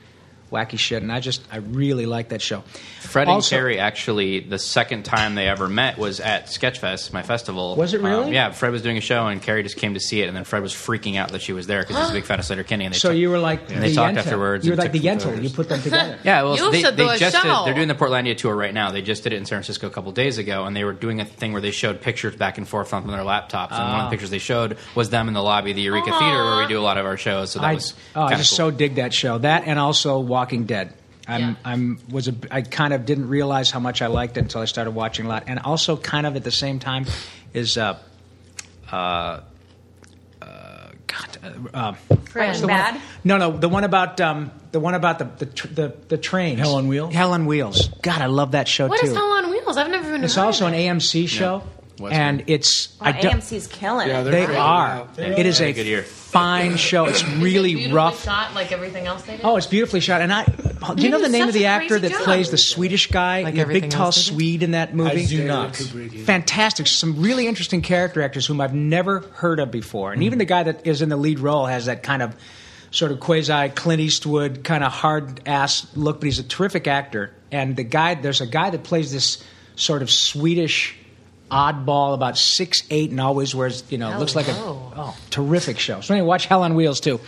S4: wacky shit. And I just, I really like that show.
S2: Fred and
S4: Also-
S2: Carrie actually the second time they ever met was at Sketchfest, my festival. Um,
S4: Was it really?
S2: yeah, Fred was doing a show and Carrie just came to see it, and then Fred was freaking out that she was there because he's a
S4: [GASPS]
S2: big fan of Slater Kinney. And they
S4: So
S2: took-
S4: you were like,
S2: and they
S4: the
S2: talked
S4: Yentl.
S2: afterwards.
S4: You were
S2: and
S4: like the
S2: took some
S4: Yentl. You put them together.
S2: Yeah, well,
S4: You
S2: they,
S4: should
S2: they
S4: do a
S2: just did,
S4: show.
S2: they're doing the Portlandia tour right now. They just did it in San Francisco a couple days ago, and they were doing a thing where they showed pictures back and forth on their laptops. And one of
S4: Ah.
S2: the pictures they showed was them in the lobby of the Eureka Theater, where we do a lot of our shows. So that
S4: I,
S2: was
S4: oh, I
S2: kinda
S4: just
S2: cool.
S4: so dig that show. That and also Walking Dead. I'm, I'm was a, I kind of didn't realize how much I liked it until I started watching a lot. And also, kind of at the same time, is uh, uh, uh, God, uh, um,
S7: Breaking
S4: the one-
S7: Bad?
S4: No, no, the one about um, the one about the the tr- the, the trains. Hell on Wheels. Hell on Wheels. God, I love that show
S3: What
S4: too.
S3: is Hell on Wheels? I've never even
S4: it's
S3: heard
S4: also
S3: of
S4: an
S3: it.
S4: AMC show, and it's
S7: Well,
S4: I don't-
S7: AMC's killing it.
S4: they are. It is a fine show. It's really rough.
S3: shot like everything else they did.
S4: Oh, it's beautifully shot. And I, do you know
S3: They
S4: the
S3: do
S4: name of
S3: such
S4: the
S3: a
S4: actor
S3: crazy
S4: that
S3: job.
S4: plays the Swedish guy, the
S3: everything
S4: big tall
S3: else they do?
S4: Swede in that movie?
S6: I do not. Kubrick, yeah.
S4: Fantastic. Some really interesting character actors whom I've never heard of before. And
S6: Hmm.
S4: even the guy that is in the lead role has that kind of sort of quasi Clint Eastwood kind of hard ass look, but he's a terrific actor. And the guy, there's a guy that plays this sort of Swedish oddball about six eight and always wears you know
S3: Oh,
S4: looks like a
S3: no.
S4: oh terrific show so anyway watch hell on wheels too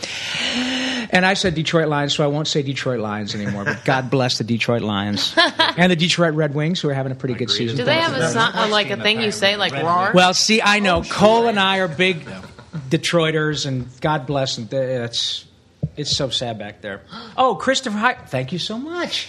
S4: and I said Detroit Lions, so I won't say Detroit Lions anymore. But God bless the
S3: [LAUGHS]
S4: Detroit Lions and the Detroit Red Wings, who are having a pretty good season.
S3: Do they have Oh, a song, uh, like a thing you say like roar?
S4: Well, see, I know Cole and I are big Detroiters, and God bless them. They- It's it's so sad back there. Oh, Christopher, Hy- thank you so much.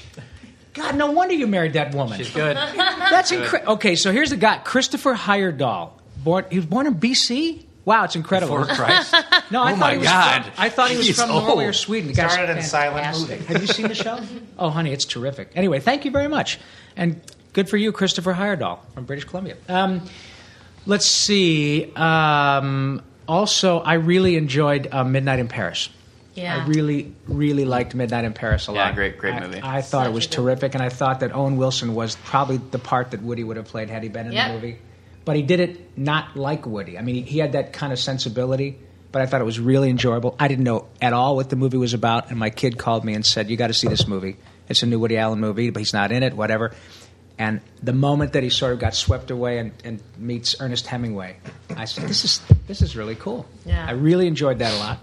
S4: God, no wonder you married that woman. She's [LAUGHS]
S2: good.
S4: That's
S2: Good.
S4: incredible. Okay, so here's the guy, Christopher Heyerdahl. Born, he was born in BC. Wow, it's incredible.
S2: Before Christ?
S4: [LAUGHS] No, I
S2: Oh
S4: thought
S2: my
S4: he was
S2: God. Oh.
S4: From, I thought he was
S2: He's
S4: from Norway or
S2: old.
S4: Sweden. The guy's
S5: Started in silent
S4: fantastic.
S5: movie.
S4: Have you seen the
S5: [LAUGHS]
S4: show? Oh, honey, it's terrific. Anyway, thank you very much, and good for you, Christopher Heyerdahl from British Columbia. Um, let's see. Um, also, I really enjoyed uh, Midnight in Paris.
S3: Yeah.
S4: I really, really liked Midnight in Paris a
S2: Yeah,
S4: lot.
S2: great- great
S4: I-
S2: movie.
S4: I thought it was terrific, and I thought that Owen Wilson was probably the part that Woody would have played had he been in
S3: Yep.
S4: the movie. But he did it not like Woody. I mean, he, he had that kind of sensibility. But I thought it was really enjoyable. I didn't know at all what the movie was about, and my kid called me and said, "You got to see this movie. It's a new Woody Allen movie, but he's not in it. Whatever." And the moment that he sort of got swept away and, and meets Ernest Hemingway, I said, "This is this is really cool.
S3: Yeah.
S4: I really enjoyed that a lot."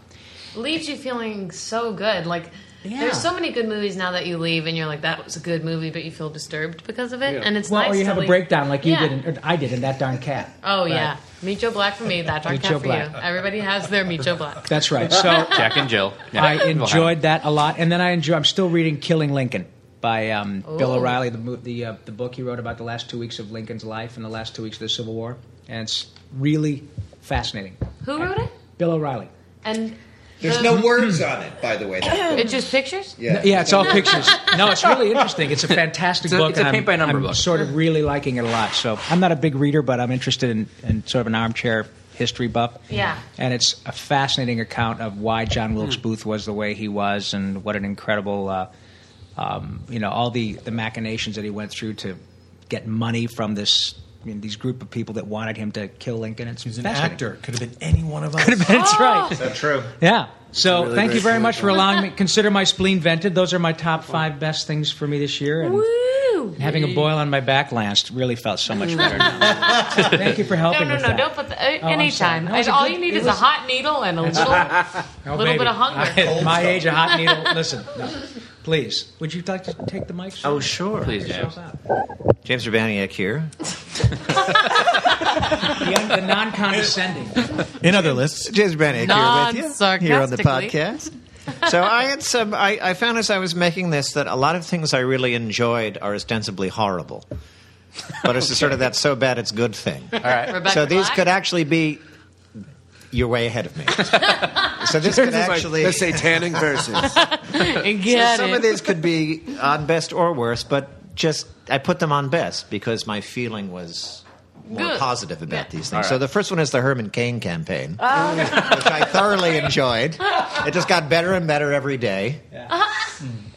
S3: leaves you feeling so good. Like
S4: Yeah.
S3: there's so many good movies now that you leave and you're like, that was a good movie, but you feel disturbed because of it. And it's
S4: well,
S3: nice.
S4: or you
S3: to
S4: have a
S3: leave-
S4: breakdown like you
S3: Yeah.
S4: did, in, or I did in that darn cat.
S3: Oh
S4: Right.
S3: yeah, Meet Joe Black for me. That dark
S4: Meet
S3: cat
S4: Joe
S3: for you.
S4: Black.
S3: Everybody has their Meet Joe
S4: [LAUGHS]
S3: Black. [LAUGHS]
S4: That's right. So
S2: Jack and Jill. Yeah.
S4: I
S2: [LAUGHS] We'll have
S4: enjoyed that a lot, and then I enjoy. I'm still reading Killing Lincoln by um, Bill
S3: Ooh.
S4: O'Reilly, the mo- the uh, the book he wrote about the last two weeks of Lincoln's life and the last two weeks of the Civil War, and it's really fascinating.
S3: Who wrote it?
S4: Bill O'Reilly.
S3: And
S5: There's
S3: the-
S5: no words on it, by the way.
S3: [COUGHS] It's just pictures.
S4: Yeah, yeah, it's all pictures. No, it's really interesting. It's a fantastic
S2: It's a-
S4: book.
S2: it's a
S4: and I'm-
S2: paint-by-number
S4: I'm
S2: book.
S4: Sort of really liking it a lot. So I'm not a big reader, but I'm interested in, in sort of an armchair history buff.
S3: Yeah.
S4: and it's a fascinating account of why John Wilkes Booth was the way he was, and what an incredible, uh, um, you know, all the the machinations that he went through to get money from this. I mean, these group of people that wanted him to kill Lincoln. It's
S6: He's an
S4: fascinating.
S6: actor. Could have been any one of us.
S4: Could have been. [LAUGHS] That's right.
S5: That's true.
S4: Yeah. So
S6: really
S4: thank you
S6: great
S4: very
S6: food.
S4: much for
S6: [LAUGHS]
S4: allowing me. Consider my spleen vented. Those are my top five best things for me this year. And
S3: Woo!
S4: having a boil on my back last really felt so much better. now.
S3: [LAUGHS]
S4: thank you for
S3: No,
S4: helping
S3: no,
S4: with
S3: no!
S4: that.
S3: Don't put the, uh,
S4: Oh, I'm
S3: anytime.
S4: sorry. No, it's a
S3: all
S4: good-
S3: you need
S4: it
S3: is a
S4: was-
S3: hot needle and a
S4: [LAUGHS]
S3: little.
S4: No,
S3: Little bit of hunger.
S4: Oh, I- at my age, a hot needle. Listen, no. please. Would you like to take the mic? sir?
S5: Oh, sure. Please,
S4: Yourself
S5: James.
S4: out.
S5: James Urbaniak here.
S4: The, un- the non-condescending.
S5: In other lists, James Urbaniak here with you here on the podcast.
S4: Non-sarcastically.
S5: so I had some. I, I found as I was making this that a lot of things I really enjoyed are ostensibly horrible, but it's sort of that so bad it's good thing. All
S2: right.
S3: Rebecca
S5: so these
S3: Black?
S5: could actually be. You're way
S3: [LAUGHS]
S5: ahead of me. so
S1: James
S5: this could
S1: is like,
S5: actually
S1: "Let's say tanning versus."
S5: So
S3: Get
S5: some
S3: it.
S5: of these could be on best or worst, but just I put them on best because my feeling was more
S13: Good.
S5: positive about these things.
S13: All right.
S5: So the first one is the Herman Cain campaign,
S13: Oh.
S5: which I thoroughly enjoyed. It just got better and better every day. [LAUGHS]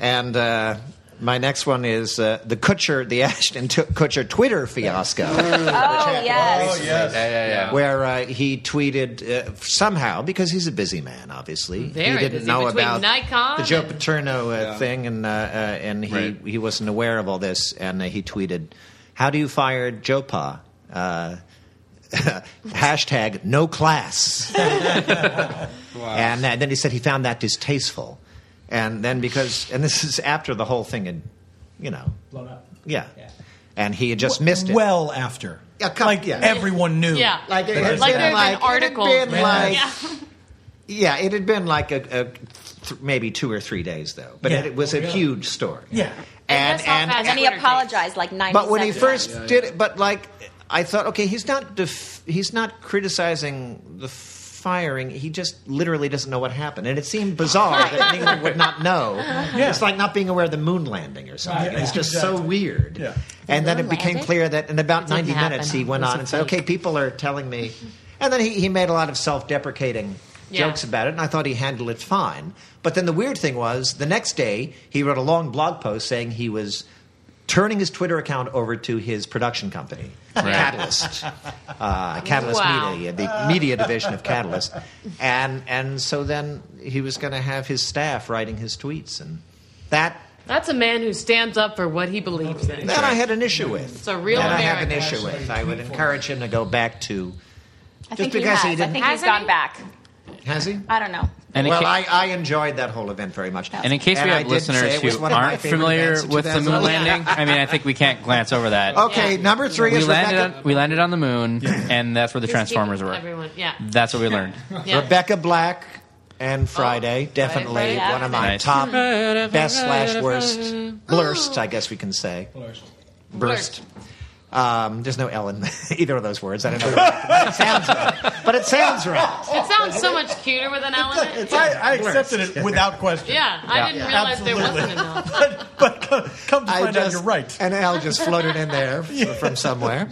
S5: And uh, my next one is uh, the Kutcher, the Ashton T- Kutcher Twitter fiasco.
S7: Oh yes.
S5: yes. Where uh, he tweeted uh, somehow because he's a busy man. Obviously,
S13: Very
S5: he didn't
S13: busy.
S5: know
S13: Between
S5: about
S13: Nikon
S5: the Joe
S13: and-
S5: Paterno uh, thing, and uh, uh, and he
S13: Right.
S5: he wasn't aware of all this, and uh, he tweeted, "How do you fire Joe Pa?" Uh, [LAUGHS] hashtag no class. And uh, then he said he found that distasteful. And then because, and this is after the whole thing had, you know,
S6: Blown up.
S5: yeah. And he had just missed it.
S6: Well after.
S5: Yeah, come, like yeah.
S6: everyone knew.
S13: Yeah.
S5: Like, it
S6: Like
S5: had
S6: there's
S5: been
S6: been
S5: like,
S13: articles.
S5: It had been
S6: Yeah.
S5: like,
S6: Yeah.
S5: yeah. [LAUGHS] it had been like a, a th- maybe two or three days though, but
S6: Yeah. Oh,
S5: it, was a huge story.
S6: Yeah.
S5: And and,
S7: and then he apologized like ninety.
S5: but when he
S7: seconds.
S5: first did it, but like I thought, okay, he's not def- he's not criticizing the firing. He just literally doesn't know what happened, and it seemed bizarre that England would
S6: [LAUGHS]
S5: not know. It's like not being aware of the moon landing or something.
S6: Right,
S5: It's
S6: yeah,
S5: just so
S6: exactly.
S5: weird. And then it
S6: moon
S5: became
S6: landing?
S5: clear that in about
S6: didn't
S5: ninety minutes
S6: happen.
S5: he went
S6: It's
S5: on
S6: a
S5: and said, okay, people are telling me, and then he, he made a lot of self deprecating.
S6: Yeah.
S5: Jokes about it, and I thought he handled it fine. But then the weird thing was, the next day he wrote a long blog post saying he was turning his Twitter account over to his production company, Catalyst,
S13: [LAUGHS]
S5: uh, Catalyst
S6: Wow.
S5: Media, the media division of Catalyst, and and so then he was going to have his staff writing his tweets, and that
S13: That's a man who stands up for what he believes in.
S5: that I had an issue with.
S13: It's a real
S5: that I have an
S13: American.
S5: issue with. I would encourage him to go back to.
S7: I
S5: Just
S7: think
S5: because
S7: he
S5: he
S7: has. I
S5: didn't-
S7: think he's
S5: Hasn't
S7: gone back.
S5: Has he?
S7: I don't know.
S2: And it
S5: well,
S2: ca-
S5: I, I enjoyed that whole event very much.
S2: And in case we
S5: I
S2: have
S5: did say
S2: listeners
S5: it was
S2: who
S5: one of my
S2: aren't
S5: favorite
S2: familiar
S5: events of
S2: with the
S5: [LAUGHS]
S2: moon
S5: 2011.
S2: landing, I mean, I think we can't glance over that.
S5: Okay, number three
S2: we
S5: is
S2: landed
S5: Rebecca.
S2: on, we landed on the moon, and that's where the Transformers were.
S13: Everyone, yeah.
S2: That's what we
S5: [LAUGHS]
S2: learned.
S13: Yeah.
S5: Rebecca Black and Friday, definitely
S13: Friday, Friday.
S5: one of my
S2: Nice.
S5: [LAUGHS] top best slash worst blurst, I guess we can say. Blurst. Burst. Um, there's no L in [LAUGHS] either of those words. I don't [LAUGHS] know. it sounds right. But it sounds right.
S13: It sounds so much cuter with an element.
S6: I, I accepted it without question.
S13: Yeah, I
S5: Yeah.
S13: didn't
S5: Yeah.
S13: realize there wasn't
S6: Absolutely.
S13: enough.
S6: Come to
S5: I
S6: find out,
S5: just-
S6: you're right.
S5: And L just floated in
S6: [LAUGHS]
S5: there f- from somewhere.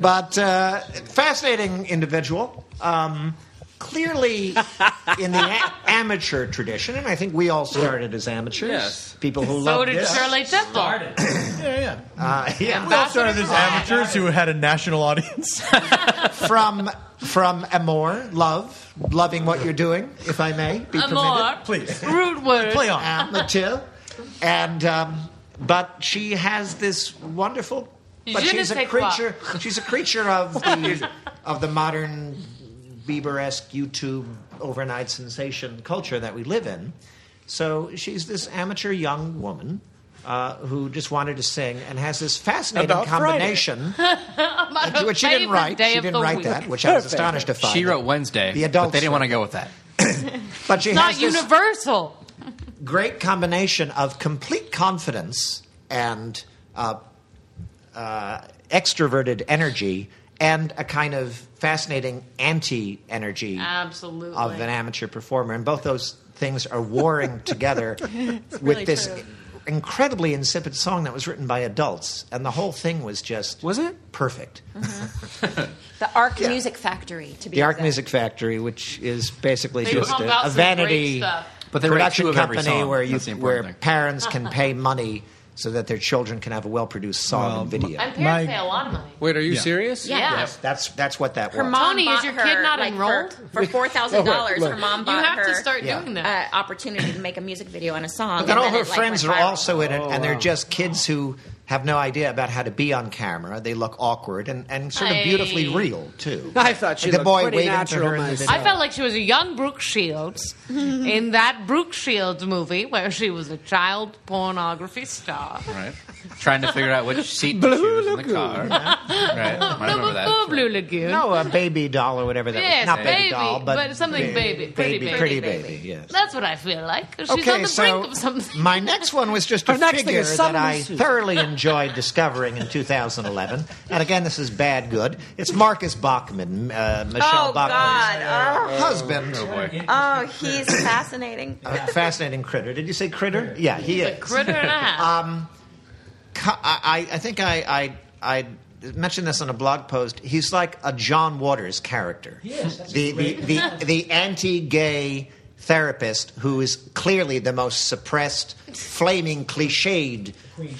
S5: But uh, fascinating individual. Um, clearly in the a- amateur tradition, and I think we all started as amateurs.
S6: Yes.
S5: People who
S13: So
S5: love
S13: did
S5: this.
S13: Shirley Temple.
S6: Yeah, yeah.
S5: Uh,
S13: [LAUGHS]
S5: yeah.
S6: We all started as amateurs who had a national audience.
S5: from from amour, love, loving what you're doing, if I may be
S13: Amor.
S5: permitted.
S6: Please.
S13: Root word.
S6: Play on.
S5: Amateur, and um, but she has this wonderful. But
S13: Je ne
S5: she's a
S13: sais quoi.
S5: creature. She's a creature
S13: [LAUGHS]
S5: of the of the modern Bieber-esque YouTube overnight sensation culture that we live in. So she's this amateur young woman uh, who just wanted to sing and has this fascinating
S6: About Friday.
S5: combination.
S13: My [LAUGHS]
S5: Which she didn't
S13: favorite
S5: write.
S13: day
S5: She
S13: of
S5: didn't
S13: the
S5: write
S13: week.
S5: that, which I was astonished to find.
S2: She wrote Wednesday,
S5: The
S2: but
S5: adults
S2: they didn't want
S5: wrote
S2: to go with that.
S5: But she
S13: It's not
S5: has this
S13: universal.
S5: great combination of complete confidence and uh, uh, extroverted energy and a kind of fascinating anti-energy
S13: Absolutely.
S5: of an amateur performer, and both those things
S13: [LAUGHS]
S5: are warring together with this
S13: true.
S5: incredibly insipid song that was written by adults, and the whole thing was just was it perfect?
S7: The Arc Music Factory, to be
S5: The Arc
S7: exact.
S5: Music Factory, which is basically
S13: They
S5: just
S13: pump
S5: a,
S13: out
S5: a
S13: some great
S5: vanity
S13: stuff.
S2: But they write two
S5: production
S2: of every
S5: company
S2: song.
S5: where you
S2: That's the important
S5: where
S2: thing. [LAUGHS]
S5: parents can pay money so that their children can have a well-produced song and video.
S13: And parents pay a lot of money.
S1: Wait, are you [LAUGHS] serious?
S13: Yeah.
S5: Yes, that's that's what that
S7: Her
S5: was.
S7: mom
S13: Tony,
S7: bought
S13: is your
S7: her,
S13: kid not
S7: like,
S13: enrolled?
S7: for, for four thousand dollars? Her mom
S13: You
S7: bought
S13: have to
S7: her,
S13: start
S5: Yeah.
S13: doing that.
S7: uh, opportunity to make a music video and a song.
S5: But then
S7: and
S5: all
S7: then
S5: her
S7: it, like,
S5: friends
S7: went
S5: are
S7: viral.
S5: also in it, and
S2: Oh.
S5: they're just kids who have no idea about how to be on camera. They look awkward and, and sort of beautifully
S13: Aye.
S5: real
S2: [LAUGHS]
S5: too.
S15: I thought she
S5: the
S15: looked
S5: boy
S15: pretty
S5: waiting for
S15: natural
S5: her. in the
S15: myself.
S5: video.
S13: I felt like she was a young Brooke [LAUGHS] Shields in that Brooke Shields movie where she was a child pornography star.
S2: Right? Trying to figure out which seat to choose in the car. Right? I remember
S13: Oh,
S2: that.
S13: Blue Lagoon.
S5: no, a baby doll or whatever that
S13: Yes,
S5: was. Not baby,
S13: baby,
S5: doll, but,
S13: but something baby, pretty baby.
S5: pretty baby. Yes.
S13: That's what I feel like. She's on the brink of something.
S5: my next one was just
S15: Her
S5: a
S15: next thing
S5: figure
S15: is
S5: that
S15: Suddenly
S5: I
S15: Susan.
S5: thoroughly enjoyed discovering in 2011. And again, this is bad good. It's Marcus Bachman, uh, Michelle
S7: Oh
S5: Bachman's
S7: God! Oh,
S5: husband.
S7: oh, he's fascinating.
S5: A fascinating critter. Did you say critter? Yeah, he is.
S13: Critter and a half.
S5: Um, co- I, I I think I, I, I mentioned this on a blog post. He's like a John Waters character.
S16: Yes, that's
S5: the, the,
S16: great.
S5: the, the anti-gay therapist who is clearly the most suppressed, flaming, cliched,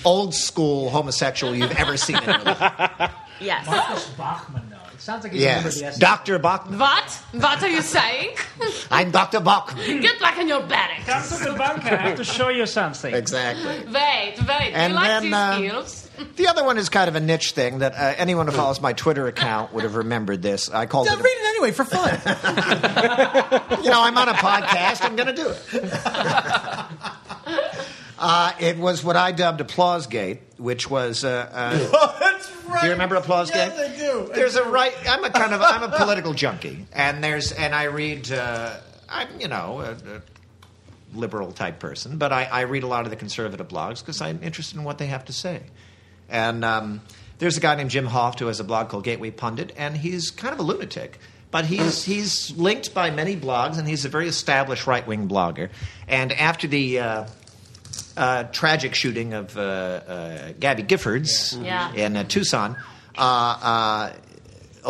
S5: old school homosexual you've ever seen
S16: [LAUGHS]
S5: in your life.
S7: Yes.
S4: Marcus Bachman, though. It sounds like he's a member of the
S5: Yes. Dr. Bachman.
S13: What? What are you saying? [LAUGHS]
S5: I'm Dr. Bachman.
S13: Get back in your barracks.
S15: Come to the bunker. I have to show you something.
S5: Exactly.
S13: Wait, wait.
S5: And
S13: you like
S5: then,
S13: these
S5: uh,
S13: heels?
S5: The other one is kind of a niche thing that uh, anyone who follows my Twitter account would have remembered this. I called it.
S6: Read it anyway for [LAUGHS] fun.
S5: [LAUGHS] you know, I'm on a podcast. I'm going to
S6: [LAUGHS]
S5: do it. uh, it was what I dubbed Applause Gate, which was. Uh, uh,
S6: [LAUGHS] That's right.
S5: Do you remember Applause
S6: Yes,
S5: Gate?
S6: I do.
S5: There's a right. I'm a kind of. I'm a political junkie, and there's and I read. Uh, I'm you know uh, a, a liberal type person, but I, I read a lot of the conservative blogs because I'm interested in what they have to say. And um, there's a guy named Jim Hoft who has a blog called Gateway Pundit, and he's kind of a lunatic. But he's he's linked by many blogs, and he's a very established right wing blogger. And after the uh, uh, tragic shooting of uh, uh, Gabby Giffords
S16: Yeah. Yeah.
S5: in uh, Tucson, uh, uh,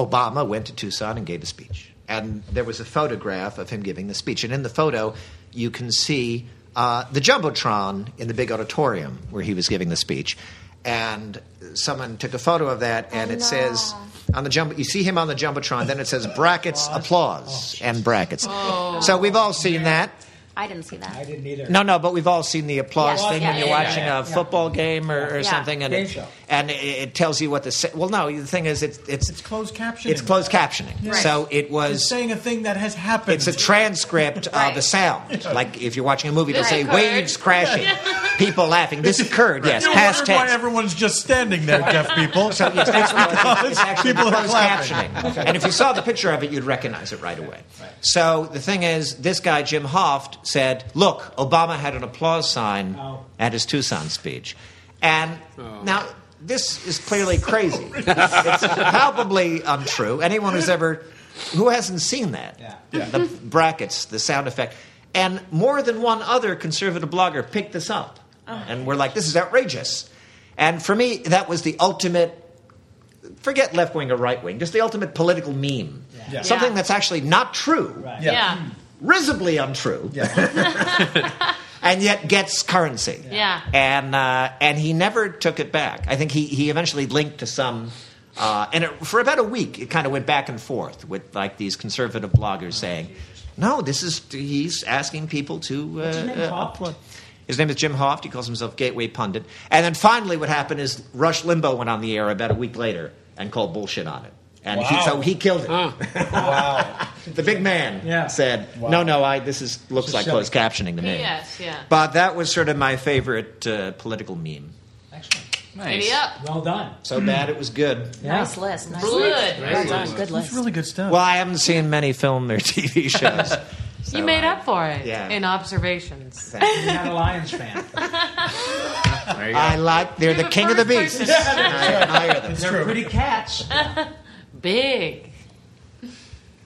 S5: Obama went to Tucson and gave a speech. And there was a photograph of him giving the speech. And in the photo, you can see uh, the Jumbotron in the big auditorium where he was giving the speech. And someone took a photo of that, and it says on the jumbo, you see him on the Jumbotron, then it says brackets, applause, and brackets.
S7: Oh.
S5: so we've all seen that.
S7: I didn't see that. I didn't either.
S5: No, no, but we've all seen the applause
S7: Yes,
S5: thing
S7: yeah,
S5: when you're
S7: yeah, yeah,
S5: watching
S7: yeah,
S5: a
S7: yeah.
S5: football game or, or
S7: Yeah.
S5: something, and
S7: Game
S5: it,
S7: show.
S5: and it, it tells you what the se- well, no, the thing is, it's it's it's
S6: closed captioning.
S5: It's closed captioning,
S6: Yeah.
S5: so it was
S6: It's saying a thing that has happened.
S5: it's a transcript of the sound.
S6: Yeah.
S5: Like if you're watching a movie, they'll
S6: This
S5: say
S6: occurred.
S5: waves crashing, people laughing. This occurred, yes.
S6: You
S5: Past
S6: wondered why
S5: tense.
S6: everyone's just standing
S5: [LAUGHS]
S6: there, deaf people.
S5: So it's actually,
S6: [LAUGHS]
S5: it's actually
S6: people are
S5: closed
S6: clapping.
S5: captioning. And if you saw the picture of it, you'd recognize it right away. So the thing is, this guy, Jim Hoft, said, Look, Obama had an applause sign at his Tucson speech. And now, this is clearly crazy. it's palpably untrue. Anyone who's ever, who hasn't seen that? The brackets, the sound effect. And more than one other conservative blogger picked this up. And we're like, this is outrageous. And for me, that was the ultimate forget left wing or right wing, just the ultimate political meme.
S16: Yeah.
S5: Something
S16: Yeah.
S5: that's actually not true,
S16: Yeah. Yeah.
S6: Mm.
S5: risibly untrue, [LAUGHS] and yet gets currency.
S13: Yeah.
S5: And, uh, and he never took it back. I think he, he eventually linked to some. Uh, and it, for about a week, it kind of went back and forth with like these conservative bloggers saying, "No, this is he's asking people to." Uh,
S16: What's his name,
S5: uh,
S16: Hoft?
S5: applaud." His name is Jim Hoft. He calls himself Gateway Pundit. And then finally, what happened is Rush Limbaugh went on the air about a week later and called bullshit on it. And he,
S16: Wow.
S5: so he killed it. wow. the big man said, "No, no, I this is looks
S16: This is
S5: like
S16: silly."
S5: closed captioning to me."
S13: Yes, yeah.
S5: But that was sort of my favorite uh, political meme.
S13: Giddy up.
S5: Well done. So bad it was good.
S7: Nice list. Nice
S13: Good. Nice
S7: list. Well
S13: list.
S7: done. Good list.
S5: really good stuff.
S6: [LAUGHS]
S5: Well, I haven't seen many film or TV shows.
S13: you made up for it
S5: yeah.
S13: in observations.
S5: Thank
S4: You're not a Lions fan.
S5: I like they're the king of the beasts.
S13: person.
S5: I admire them.
S4: They're pretty cats.
S13: Big.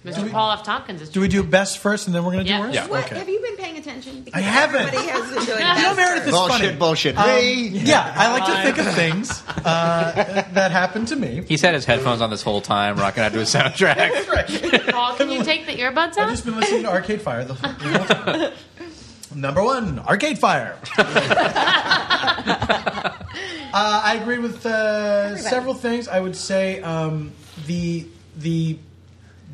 S13: Mr. Paul F. Tompkins is.
S6: Do we do best first and then we're going to do ours?
S7: What, Have you been paying attention? Because
S6: I haven't.
S7: Everybody has been doing
S6: You know,
S7: that.
S6: Meredith is
S5: Bullshit,
S6: funny.
S5: bullshit.
S6: Um,
S5: Hey.
S6: yeah, I like to think of things uh, that happened to me.
S17: He's had his headphones on this whole time, rocking out to his soundtrack.
S5: [LAUGHS]
S13: Paul, can you take the earbuds out?
S6: I've just been listening to Arcade Fire the whole, the whole time. Number one, Arcade Fire. uh, I agree with uh, several things. I would say um, the the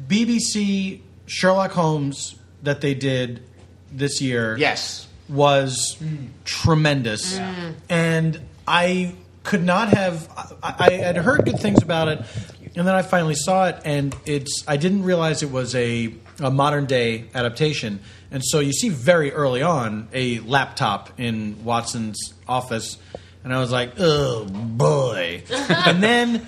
S6: BBC Sherlock Holmes that they did this year.
S5: Yes,
S6: was tremendous,
S16: Yeah. Mm.
S6: and I could not have. I, I had heard good things about it, and then I finally saw it, and it's. I didn't realize it was a, a modern day adaptation, and so you see very early on a laptop in Watson's office. And I was like, "Oh boy!" and then,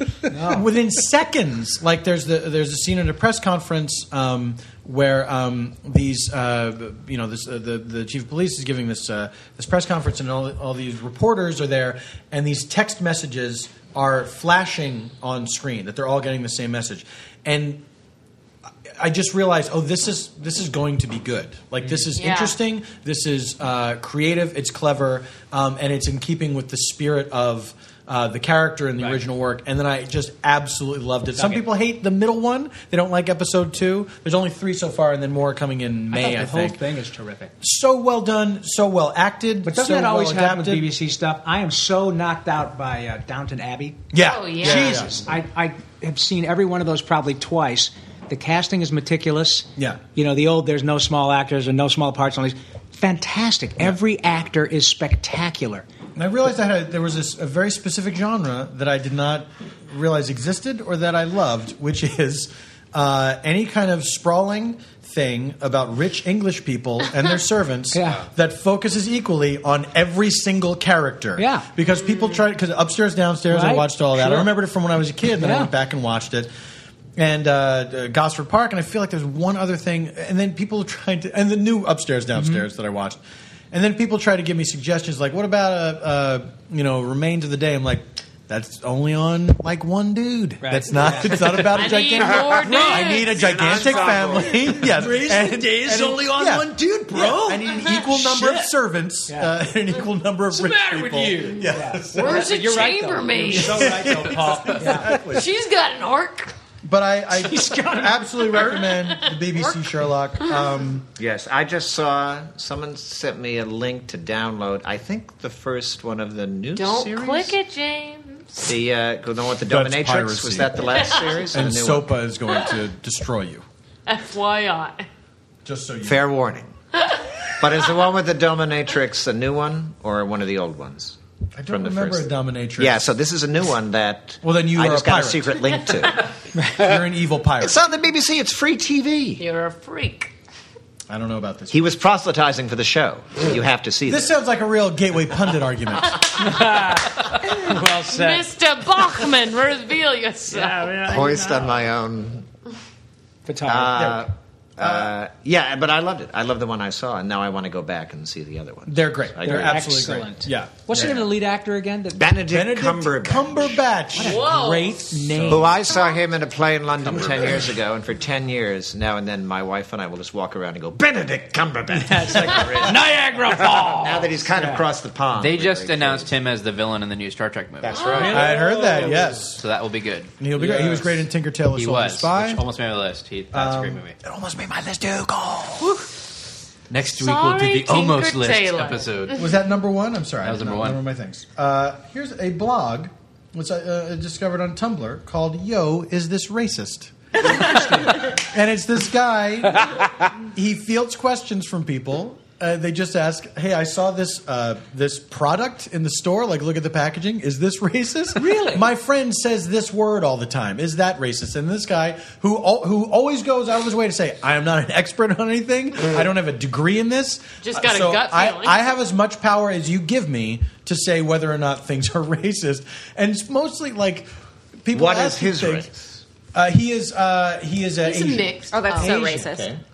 S6: within seconds, like there's the there's a scene in a press conference um, where um, these uh, you know this, uh, the the chief of police is giving this uh, this press conference, and all all these reporters are there, and these text messages are flashing on screen that they're all getting the same message, and I just realized, oh, this is this is going to be good. Like this is
S16: Yeah.
S6: interesting. This is uh, creative. It's clever, um, and it's in keeping with the spirit of uh, the character in the original work, and then I just absolutely loved it. Some people hate the middle one; they don't like episode two. There's only three so far, and then more coming in May. I,
S4: the whole
S6: think.
S4: thing is terrific.
S6: So well done, so well acted.
S4: But doesn't
S6: so
S4: that always
S6: well
S4: happen with
S6: adapted.
S4: BBC stuff? I am so knocked out by uh, Downton Abbey.
S6: Yeah. Oh, yeah.
S4: Jesus. I, I have seen every one of those probably twice. The casting is meticulous.
S6: Yeah.
S4: You know, the old there's no small actors and no small parts, only fantastic. Every actor is spectacular.
S6: And I realized I had a, there was this, a very specific genre that I did not realize existed or that I loved, which is uh, any kind of sprawling thing about rich English people
S4: [LAUGHS]
S6: and their servants that focuses equally on every single character.
S4: Yeah.
S6: Because people try because upstairs, downstairs, I
S4: Right.
S6: watched all that. I
S4: Sure.
S6: remembered it from when I was a kid. Then I
S4: Yeah.
S6: went back and watched it. And uh, uh, Gosford Park, and I feel like there's one other thing. And then people [LAUGHS] tried to, and the new upstairs, downstairs
S18: Mm-hmm.
S6: that I watched. And then people try to give me suggestions like, "What about uh, uh, you know remains of the day?" I'm like, "That's only on like one dude. That's not.
S18: Yeah.
S6: It's not about
S18: [LAUGHS] I
S6: a
S18: need
S6: gigantic.
S18: more
S6: [LAUGHS] I
S18: dudes.
S6: need a
S18: It's an
S6: gigantic
S18: ensemble.
S6: family. [LAUGHS] yes,
S18: Remains of the Day is only on one dude, bro.
S6: Yeah. I need an
S18: [LAUGHS]
S6: equal number of
S18: Shit.
S6: servants, uh, [LAUGHS] an equal number of rich
S18: matter with
S6: people.
S18: you?
S6: Yes. [LAUGHS]
S13: Where's a chambermaid? She's got an arc.
S6: But I, I absolutely recommend the BBC Sherlock. Um,
S5: Yes, I just saw someone sent me a link to download. I think the first one of the new
S13: Don't
S5: series.
S13: click it, James.
S5: The uh, the one with the
S6: That's
S5: dominatrix
S6: piracy.
S5: was that the last series?
S6: and
S5: the new
S6: SOPA is going to destroy you.
S13: FYI.
S6: Just so you.
S5: Fair warning. but is the one with the dominatrix a new one or one of the old ones?
S6: I don't remember a dominatrix.
S5: Yeah, so this is a new one that
S6: Well, then you
S5: I
S6: are
S5: just
S6: a
S5: got a
S6: pirate.
S5: secret link
S6: [LAUGHS]
S5: to.
S6: You're an evil pirate.
S5: It's on the BBC. It's free TV.
S13: You're a freak.
S6: I don't know about this.
S5: He was proselytizing for the show. You have to see
S6: This sounds like a real gateway pundit argument.
S2: well
S13: Mr. Bachman, reveal yourself.
S5: Hoist on my own.
S6: Photography.
S5: Uh, uh, yeah, but I loved it. I loved the one I saw, and now I want to go back and see the other one.
S6: They're great.
S5: I
S6: They're
S5: agree.
S6: absolutely great.
S5: Excellent.
S6: Yeah.
S4: What's
S5: Yeah.
S4: the name of the lead actor again? The-
S5: [LAUGHS] Benedict,
S6: Benedict
S5: Cumberbatch.
S6: Cumberbatch.
S13: Whoa.
S4: Great name.
S5: Who I saw him in a play in London ten years ago, and for ten years now and then, my wife and I will just walk around and go Benedict Cumberbatch.
S2: Niagara Falls.
S5: [LAUGHS] now that he's kind of crossed the pond,
S2: They just announced him as the villain in the new Star Trek movie.
S5: That's right.
S6: I had heard that, yes.
S2: So that will be good.
S6: And he'll be great. He was great in Tinker Tailor
S2: He
S6: Soldier
S2: was,
S6: Spy.
S2: which almost made my list. He, that's a great movie.
S6: Um, It almost made my list too. Go.
S2: Next
S13: week we'll do Sorry, the Tinker almost list Tailor. [LAUGHS]
S2: episode.
S6: [LAUGHS] Was that number one? I'm sorry.
S2: That
S6: I
S2: was
S6: did
S2: number
S6: not
S2: one.
S6: Remember my things. Uh, here's a blog which I uh, discovered on Tumblr called "Yo, is this racist?" [LAUGHS] and it's this guy. He fields questions from people. Uh, they just ask, "Hey, I saw this uh, this product in the store. Like, look at the packaging. Is this [LAUGHS] racist? Really? My friend says this word all the time. Is that racist?" And this guy who al- who always goes out of his way to say, "I am not an expert on anything. I don't have a degree in this. Uh,
S13: Just got a
S6: so
S13: gut
S6: I-
S13: feeling.
S6: I have as much power as you give me to say whether or not things are [LAUGHS] racist, and it's mostly like people.
S5: What is
S6: ask you
S5: his
S6: things.
S5: race?
S6: Uh, he is. Uh, he is. Uh,
S13: He's a
S6: Asian.
S13: mix.
S7: Oh, that's so
S6: Asian.
S7: racist.
S6: It's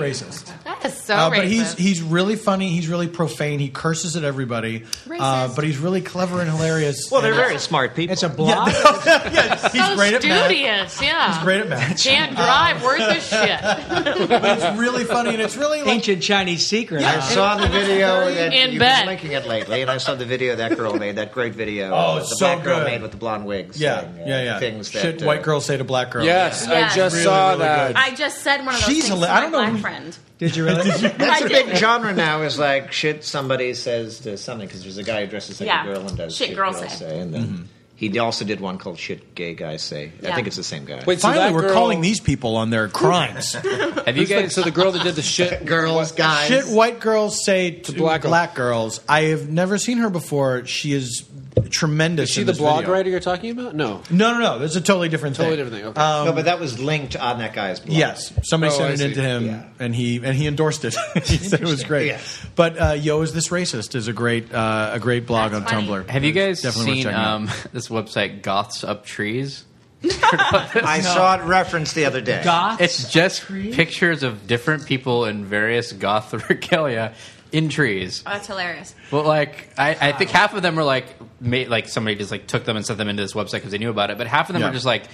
S13: Right?
S6: racist.
S13: That is so
S6: Uh,
S13: racist.
S6: but he's he's really funny. He's really profane. He curses at everybody. Uh,
S13: Racist.
S6: but he's really clever and hilarious.
S5: Well, they're
S6: And-
S5: very smart people.
S4: It's a blog.
S6: yeah, he's
S13: so
S6: great at math.
S13: studious, yeah.
S6: He's great at math.
S13: Can't drive worth a shit.
S6: [LAUGHS] But it's really funny, and it's really like
S4: Ancient Chinese secret.
S5: I saw the video that
S13: In
S5: you've
S13: bed.
S5: been linking it lately, and I saw the video that girl made, that great video.
S6: Oh,
S5: with
S6: it's
S5: the
S6: so
S5: black girl
S6: good.
S5: made with the blonde wigs.
S6: yeah,
S5: saying, uh,
S6: yeah, yeah.
S5: Things that
S6: Shit
S5: uh,
S6: white girls say to black girls. [LAUGHS]
S5: [LAUGHS]
S1: Yes,
S7: Yes.
S1: I just
S6: Really,
S1: saw
S6: really
S1: that.
S6: good.
S7: I just said one of those
S6: She's a
S7: things
S6: li-
S7: to
S6: I
S7: my
S6: don't know-
S7: black friend.
S4: Did you
S6: [LAUGHS]
S4: really?
S5: That's
S7: I
S5: a
S7: did.
S5: big genre now. Is like shit. Somebody says to something because there's a guy who dresses like
S7: Yeah.
S5: a girl and does
S7: Shit girl
S5: girl
S7: say.
S5: and then
S6: Mm-hmm.
S5: he also did one called "Shit Gay Guy Say." I
S7: Yeah.
S5: think it's the same guy.
S1: Wait, so
S6: Finally,
S1: that
S6: we're
S1: girl-
S6: calling these people on their
S5: [LAUGHS]
S6: crimes.
S2: Have you guys?
S1: so the girl that did [LAUGHS] the shit
S5: girls, guys,
S6: Shit, white girls say to, black,
S1: black girl.
S6: girls. I have never seen her before. She is tremendous.
S1: Is she
S6: in
S1: the
S6: this
S1: blog
S6: video.
S1: writer you're talking about? No.
S6: No, no, no. That's a totally different
S1: Totally
S6: thing.
S1: different thing. Okay.
S6: Um,
S5: no, but that was linked on that guy's blog.
S6: Yes, somebody
S1: Oh,
S6: sent
S1: I
S6: it
S1: see.
S6: in to him,
S5: Yeah.
S6: and he and he endorsed it. [LAUGHS] he said it was great.
S5: Yes.
S6: But uh, yo, is this racist? Is a great uh, a great blog
S7: That's
S6: on
S7: funny.
S6: Tumblr.
S2: Have you guys
S6: It's definitely worth
S2: seen
S6: checking out.
S2: um, [LAUGHS] this website, Goths Up Trees?
S6: [LAUGHS]
S5: I saw it referenced the other day.
S4: Goth?
S2: It's just pictures of different people in various goth [LAUGHS] regalia in trees.
S7: Oh, that's hilarious.
S2: But like, I, I think half of them were like, made, like somebody just like took them and sent them into this website because they knew about it. But half of them
S6: Yeah.
S2: were just like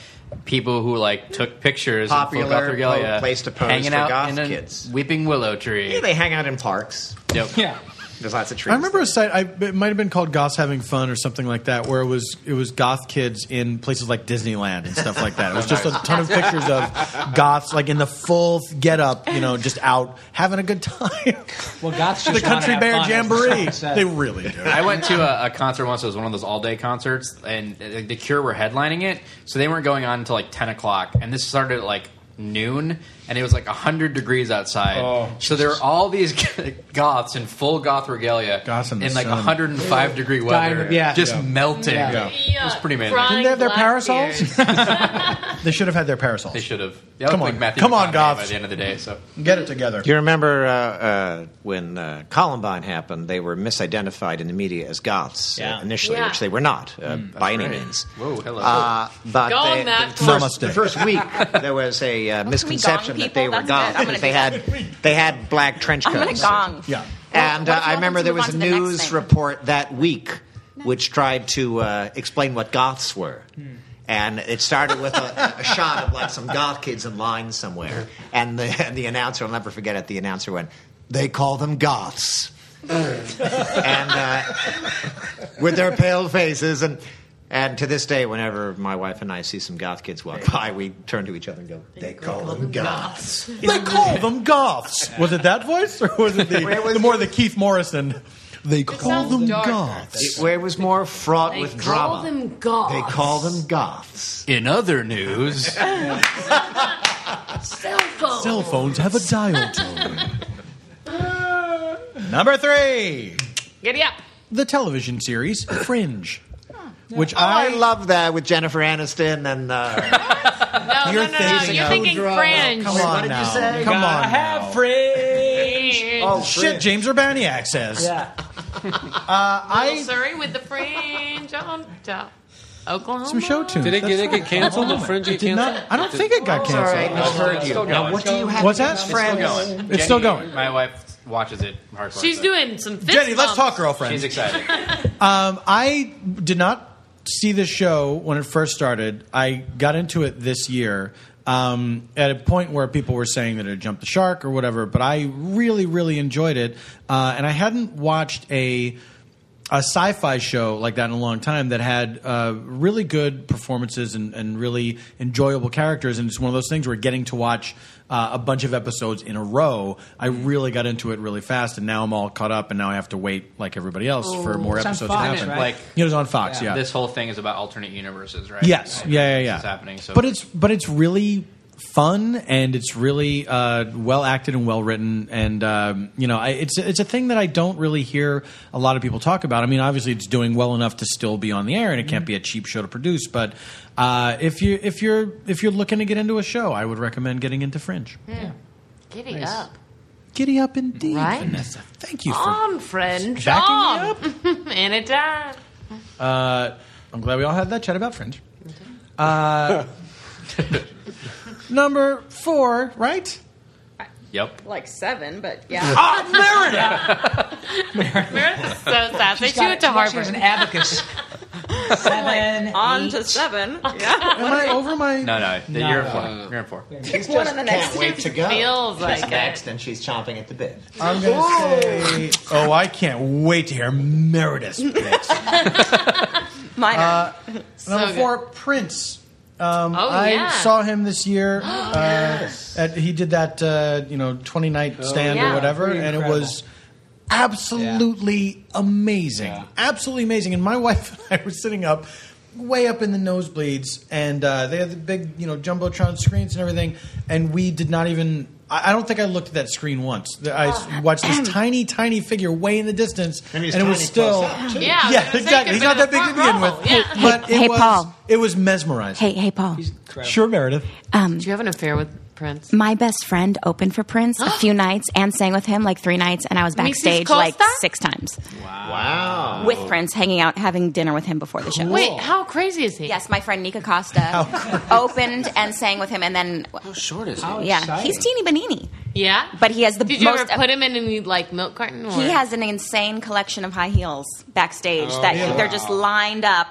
S2: people who like took pictures, in full
S5: Popular
S2: goth regalia,
S5: place to pose
S2: hanging
S5: for
S2: out
S5: goth
S2: in a
S5: kids.
S2: weeping willow tree.
S5: Yeah, they hang out in parks.
S2: Yep.
S4: Yeah.
S5: There's lots of trees.
S6: I remember a site. I, it might have been called Goths Having Fun or something like that, where it was it was goth kids in places like Disneyland and stuff like that. It was just a ton of pictures of goths like in the full get up, you know, just out having a good time.
S4: Well, goths
S6: the
S4: just wanna
S6: Country
S4: have
S6: Bear
S4: fun, as the
S6: Jamboree.
S4: song says.
S6: They really do.
S2: I went to a, a concert once. It was one of those all day concerts, and uh, the Cure were headlining it, so they weren't going on until like ten o'clock. And this started at like noon, and it was like hundred degrees outside.
S19: Oh,
S2: so there were all these [LAUGHS] goths in full goth regalia, in,
S19: the
S2: like
S19: sun.
S2: hundred and five degree weather,
S6: Dying- yeah.
S2: just
S6: Yeah.
S2: melting.
S6: Yeah.
S2: It
S3: uh,
S2: was pretty amazing.
S6: Didn't they have their parasols? [LAUGHS] they should have had their parasols. They
S2: should have.
S6: Come on, come
S2: Goth. By
S6: on, goths.
S2: the end of the day, so
S6: Get it together.
S5: Do you remember uh, uh, when uh, Columbine happened? They were misidentified in the media as Goths uh,
S2: Yeah.
S5: initially,
S2: Yeah.
S5: which they were not uh,
S6: Mm.
S5: by any means.
S2: Whoa, hello.
S5: Uh, but
S2: Gone
S5: they,
S2: that
S5: the,
S2: far.
S5: first,
S2: Namaste.
S5: the
S20: [LAUGHS]
S5: first week there was a uh, misconception that they were
S20: people? That's good. I'm
S5: Goths.
S20: gonna
S5: because They
S20: do
S5: had they had black trench
S20: I'm
S5: coats.
S20: gonna gong.
S5: Yeah, and uh, I remember there
S20: move
S5: was
S20: on
S5: a
S20: to the next
S5: news
S20: thing?
S5: report that week which tried to uh, explain what Goths were. And it started with a, a shot of like some goth kids in line somewhere, and the and the announcer. I'll never forget it. The announcer went, "They call them goths," and uh, with their pale faces and. And to this day, whenever my wife and I see some goth kids walk by, we turn to each other and go, "They call them goths."
S6: They call them goths. Was it that voice, or was it the, the more the Keith Morrison? They call
S5: sounds
S6: them
S5: darker.
S6: goths.
S5: It- where it was more fraught
S6: They
S5: with drama.
S6: call them
S5: goths. They call them goths.
S2: [LAUGHS] In other news,
S21: Cell phone.
S6: Cell phones have a dial tone. Number three,
S3: Giddy up.
S6: the television series Fringe, which
S5: Oh, I, love that with Jennifer Aniston and uh,
S3: No,
S5: You're
S3: no, no, no.
S5: thinking
S3: You're
S5: of-
S3: thinking French.
S5: Come on now. Come on
S6: I have fringe.
S3: Oh,
S6: shit, James Urbaniak says.
S3: Yeah.
S6: Uh,
S3: I Surrey Oh, with the fringe on top. Oklahoma.
S6: Some show tunes.
S1: Did it- did it get canceled? Did Fringe
S6: It
S1: get
S6: did not-
S1: canceled?
S6: I don't think it got
S1: Oh, it's all
S6: canceled.
S1: right. Misheard you. Now, what do you have
S6: What's that?
S1: against Friends?
S6: It's still going. It's
S2: Jenny-
S6: still going.
S2: My wife watches it hardcore.
S3: She's doing some fist
S6: Jenny, let's
S3: bumps.
S6: talk, girlfriend.
S2: She's excited.
S6: Um, I did not see the show when it first started. I got into it this year um, at a point where people were saying that it had jumped the shark or whatever, but I really, really enjoyed it. Uh, and I hadn't watched a a sci-fi show like that in a long time that had uh, really good performances and, and really enjoyable characters and it's one of those things where getting to watch uh, a bunch of episodes in a row i really got into it really fast and now i'm all caught up and now i have to wait like everybody else for
S2: Ooh.
S6: more
S2: It's on
S6: episodes
S2: Fox,
S6: to happen
S2: right? Like-
S6: it was on fox yeah,
S2: This whole thing is about alternate universes, right?
S6: yes
S2: Like,
S6: yeah yeah
S2: this
S6: yeah
S2: is happening. So,
S6: but it's but it's really fun and it's really uh, well acted and well written and um, you know I, it's it's a thing that I don't really hear a lot of people talk about. I mean, obviously it's doing well enough to still be on the air and it
S2: Mm-hmm.
S6: can't be a cheap show to produce. But uh, if you if you're if you're looking to get into a show, I would recommend getting into Fringe.
S2: Mm.
S3: Yeah. Giddy
S6: Nice.
S3: up.
S6: Giddy up indeed,
S3: Right? Oh,
S6: Vanessa. Thank you for
S3: on, French.
S6: backing
S3: on. Anytime.
S6: Uh, I'm glad we all had that chat about Fringe. Uh, [LAUGHS] number four, right?
S2: Yep.
S20: Like seven, but yeah.
S6: Ah, Merida!
S3: Meredith is so sad. They
S20: She's
S3: do
S20: got-
S3: it to
S20: well,
S3: Harvard.
S20: she was
S13: [LAUGHS]
S20: an
S3: abacus.
S20: Seven. on to
S7: [LAUGHS]
S20: seven. Yeah.
S6: Am I over my?
S2: no, no, you're in four. You're in four.
S5: She's
S20: One
S5: just
S20: on the
S5: can't
S20: next.
S5: wait to go.
S20: Feels
S5: she's
S20: like it.
S5: next, and she's chomping at the bit.
S6: I'm gonna say. Oh, I can't wait to hear Meredith's picks.
S20: Minor.
S6: Uh,
S20: So
S6: number
S20: good.
S6: four, Prince. Um,
S20: Oh,
S6: I
S20: yeah.
S6: saw him this
S5: [GASPS]
S6: year. uh,
S20: Yes.
S6: at, he did that, uh, you know, twenty night
S5: Oh,
S6: stand
S20: yeah.
S6: or whatever,
S20: Pretty
S6: and it
S20: incredible.
S6: was absolutely amazing, absolutely amazing. And my [LAUGHS] wife and I were sitting up, way up in the nosebleeds, and uh, they had the big, you know, jumbotron screens and everything, and we did not even. I I don't think I looked at that screen once. The- I
S5: Oh,
S6: s-
S5: [CLEARS THROAT]
S6: watched this tiny, tiny figure way in the distance, and,
S5: he's
S6: it was
S5: tiny
S6: still
S5: close up, too. Yeah, I
S6: yeah,
S5: was gonna say,
S6: exactly.
S5: he
S6: He's
S5: could've
S6: not that
S5: been in
S6: big to
S5: a
S6: begin with,
S5: front row, yeah.
S6: but it
S7: Hey,
S6: was
S7: Paul.
S6: it was mesmerizing.
S7: Hey, hey, Paul.
S6: Sure, Meredith.
S7: Um,
S3: Did you have an affair with Prince?
S7: My best friend opened for Prince [GASPS] a few nights and sang with him like three nights, and I was
S3: Mrs.
S7: backstage
S3: Costa?
S7: like six times.
S5: Wow.
S7: With
S6: Oh.
S7: Prince, hanging out, having dinner with him before the show.
S20: Wait,
S3: how crazy is he?
S7: Yes, my friend
S6: [LAUGHS]
S7: Nika Costa opened and sang with him, and then how
S2: short is
S3: he? How
S7: Yeah,
S3: exciting.
S7: he's teeny benini,
S3: Yeah.
S7: but he has the
S3: Did you
S7: most.
S3: ever put him in any like milk carton? Or?
S7: he has an insane collection of high heels backstage
S3: Oh,
S7: that
S3: yeah.
S7: they're just
S6: [LAUGHS]
S7: lined up,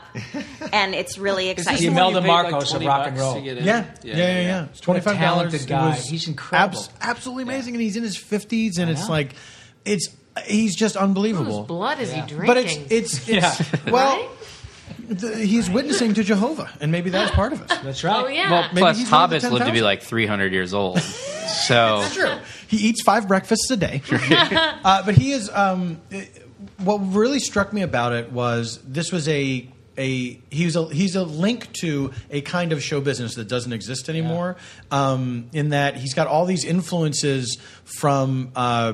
S7: and it's really exciting.
S4: Marcos of rock and roll.
S6: Yeah. Yeah, yeah, yeah. It's
S4: What a
S6: $25.
S4: talented
S6: It
S4: guy.
S6: was
S4: He's incredible.
S6: abs- absolutely amazing. And he's in his 50s, and
S4: I
S6: it's
S4: know.
S6: like, it's he's just unbelievable.
S13: Whose blood is he drinking?
S6: But it's it's, it's well, the, he's witnessing to Jehovah, and maybe that's part of it.
S4: That's
S6: right.
S13: Oh, yeah.
S17: Well,
S6: Maybe
S17: plus
S6: he's one of the
S17: hobbits live to be
S6: 10,000.
S17: like 300 years
S6: [LAUGHS]
S17: old. So
S6: That's true. He eats five breakfasts a day. [LAUGHS] uh, but he is. Um, eh, what really struck me about it was this was a a he's a he's a link to a kind of show business that doesn't exist anymore. Um, in that he's got all these influences from. Uh,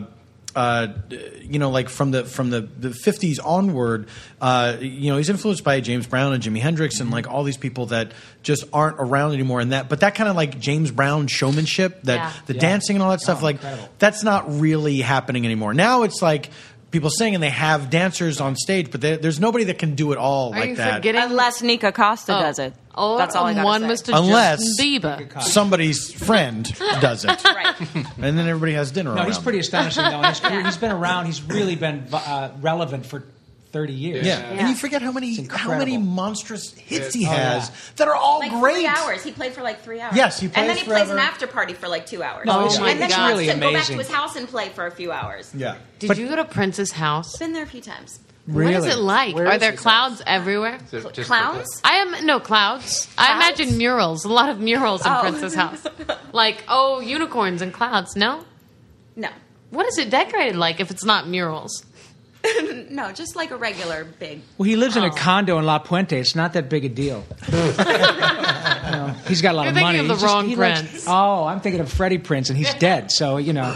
S6: uh, d- you know, like from the from the, the 50s onward, uh, you know, he's influenced by James Brown and Jimi Hendrix and like all these people that just aren't around anymore. And that, but that kind of like James Brown showmanship, that
S22: Yeah.
S6: the
S22: Yeah.
S6: dancing and all that
S4: Oh,
S6: stuff, like
S22: incredible.
S6: that's not really happening anymore. Now it's like people sing and they have dancers on stage, but there- there's nobody that can do it all like that.
S7: Unless Nika Costa does it.
S13: Or
S7: That's all I gotta
S13: one
S7: say. [LAUGHS]
S13: Mr.
S6: Unless
S13: Justin Bieber.
S6: somebody's friend does it,
S7: [LAUGHS]
S6: and then everybody has dinner.
S4: No,
S6: around.
S4: he's pretty astonishing though. in His career, he's been around. He's really been uh, relevant for thirty years.
S6: Yeah. and you forget how many how many monstrous hits he
S4: Oh, yeah.
S6: has that are all
S7: like
S6: Oh, great.
S7: three hours. He played for like three hours.
S6: Yes, he
S7: And then
S6: plays
S7: he plays an
S6: forever.
S7: after party for like two hours.
S6: No, it's-
S7: and
S6: Oh my
S7: then he
S6: God.
S7: wants
S6: really
S7: to go back to
S6: amazing.
S7: his house and play for a few hours.
S6: Yeah.
S13: Did you go to Prince's house?
S7: Been there a few times.
S13: What is it like? Are there clouds everywhere?
S7: Is it just Clowns?
S13: I am no clouds. I imagine murals. A lot of murals in
S7: Oh.
S13: Prince's house. Like oh, unicorns and clouds. No,
S7: no,
S13: What is it decorated like if it's not murals?
S7: no, just like a regular big.
S4: Well, he lives in
S13: Oh.
S4: a condo in La Puente. It's not that big
S13: [LAUGHS]
S4: a deal. No, he's got a lot
S13: You're
S4: of
S13: thinking
S4: money.
S13: of the
S4: He's just-
S13: wrong
S4: he likes-
S13: Prince.
S4: oh, I'm thinking of Freddie Prince,
S13: [LAUGHS]
S4: and he's dead. So you know,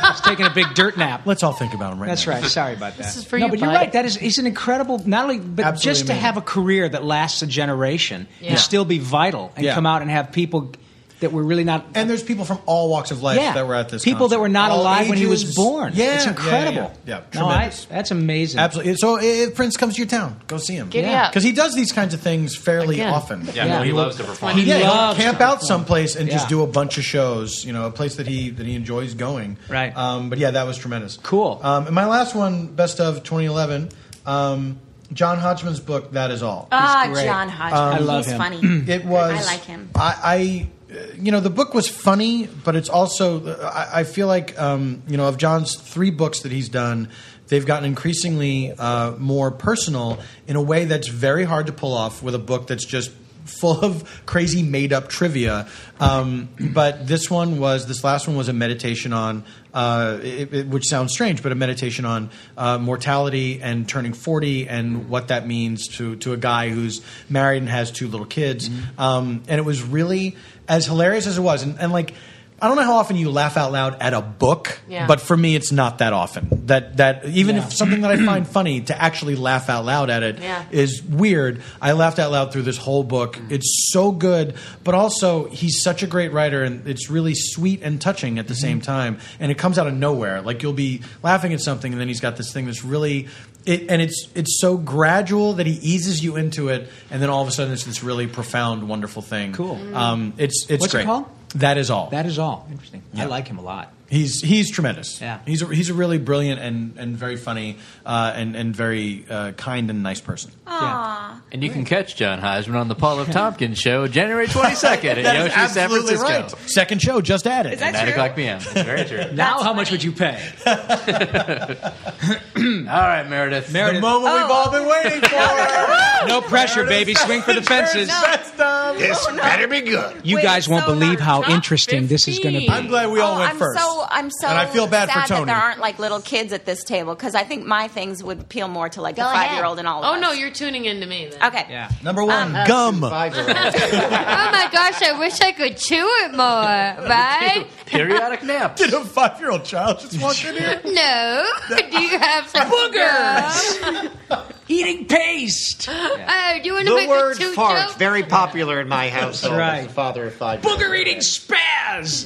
S4: he's taking a big dirt nap.
S6: Let's all think about him right
S4: That's
S6: now. [LAUGHS]
S4: right. Sorry about that.
S6: This is for
S4: no,
S6: you,
S4: but you're
S6: bud.
S4: right. That is, he's an incredible. Not only, but
S6: Absolutely
S4: just to
S6: amazing.
S4: have a career that lasts a generation
S6: Yeah.
S4: and still be vital and
S6: Yeah.
S4: come out and have people that were really not.
S6: And there's people from all walks of life
S4: Yeah.
S6: that were at this.
S4: People that
S6: concert.
S4: were not
S6: All
S4: alive when he was
S6: ages.
S4: born.
S6: Yeah,
S4: It's
S6: yeah,
S4: incredible.
S6: Yeah, yeah,
S4: No, I-
S6: tremendous.
S4: that's amazing.
S6: Absolutely. So i- if Prince comes to your town, go see him.
S4: Giddy Yeah. up.
S6: because he does these kinds of things fairly
S4: Again.
S6: often.
S4: Yeah, no, he
S6: will-
S4: loves to perform. He
S6: yeah, he'll
S4: loves
S6: camp
S4: to
S6: out
S4: perform.
S6: someplace and just
S4: Yeah.
S6: do a bunch of shows. You know, a place that he that he enjoys going. Right. Um, but yeah, that was tremendous. Cool. Um, and my last one, best of 2011, um, John Hodgman's book. That is all.
S7: Ah, John Hodgman.
S6: Um,
S7: I love He's
S6: [LAUGHS]
S7: him. funny.
S6: it was.
S7: I like him.
S6: I, I, uh, you know, the book was funny, but it's also. uh, I, I feel like um, you know of John's three books that he's done. They've gotten increasingly uh, more personal in a way that's very hard to pull off with a book that's just full of [LAUGHS] crazy made up trivia. Um, but this one was, this last one was a meditation on, uh, it, it- which sounds strange, but a meditation on uh, mortality and turning 40 and what that means to, to a guy who's married and has two little kids. Um, and it was really as hilarious as it was. And, and like, I don't know how often you laugh out loud at a book,
S22: Yeah.
S6: but for me, it's not that often. That that even if something that I
S4: [CLEARS THROAT]
S6: find funny to actually laugh out loud at it is
S22: Yeah.
S6: weird. I laughed out loud through this whole book.
S4: Mm.
S6: It's so good, but also he's such a great writer, and it's really sweet and touching
S4: Mm-hmm.
S6: at the same time. And it comes out of nowhere. Like you'll be laughing at something, and then he's got this thing that's really. It, and it's it's so gradual that he eases you into it, and then all of a sudden it's this really profound, wonderful thing. Cool. Um, it's it's
S4: What's it
S6: great.
S4: called?
S6: That is all.
S4: That is all. Interesting. I like him a lot.
S6: He's he's tremendous.
S4: Yeah.
S6: he's a, he's a really brilliant and and very funny uh, and and very uh, kind and nice person.
S7: Aw.
S17: And you can catch John Hodgman on the Paul F. Tompkins show January
S6: [LAUGHS]
S17: 22nd at
S6: That is
S17: Yoshi, San
S6: absolutely
S17: Francisco.
S6: right. Second show just added.
S17: At 9 o'clock
S6: [LAUGHS]
S17: p.m. That's very true.
S4: Now, how much would you pay?
S17: All right, Meredith.
S4: Meredith.
S6: moment we've all been waiting for.
S4: no pressure, baby. Swing
S6: [LAUGHS]
S4: for the fences.
S5: This better be good.
S4: You
S7: Wait,
S4: guys won't
S7: so
S4: believe how interesting this is going to be.
S6: I'm glad we all
S7: Oh,
S6: went
S7: I'm
S6: first.
S7: so I'm so
S6: And I feel bad for
S7: sad
S6: Tony.
S7: that there aren't like little kids at this table because I think my things would appeal more to like
S13: Go
S7: the
S13: ahead.
S7: five year old and all.
S13: Oh
S7: of
S13: no,
S7: us.
S13: you're tuning in to me. Then.
S7: okay.
S6: Yeah. Number one, gum.
S3: Oh my gosh, I wish I could chew it more, right?
S17: Periodic
S6: [LAUGHS]
S17: naps.
S6: Did a [LAUGHS] five-year-old child just [LAUGHS] walk in here?
S3: No. Do you have some
S6: Boogers!
S3: gum?
S4: Eating paste.
S3: Oh, do you want to
S5: The
S3: make
S5: word
S3: a tooth
S5: fart,
S3: joke?
S5: very popular in my household.
S4: right.
S5: as a Father of five.
S4: Booger eating spaz.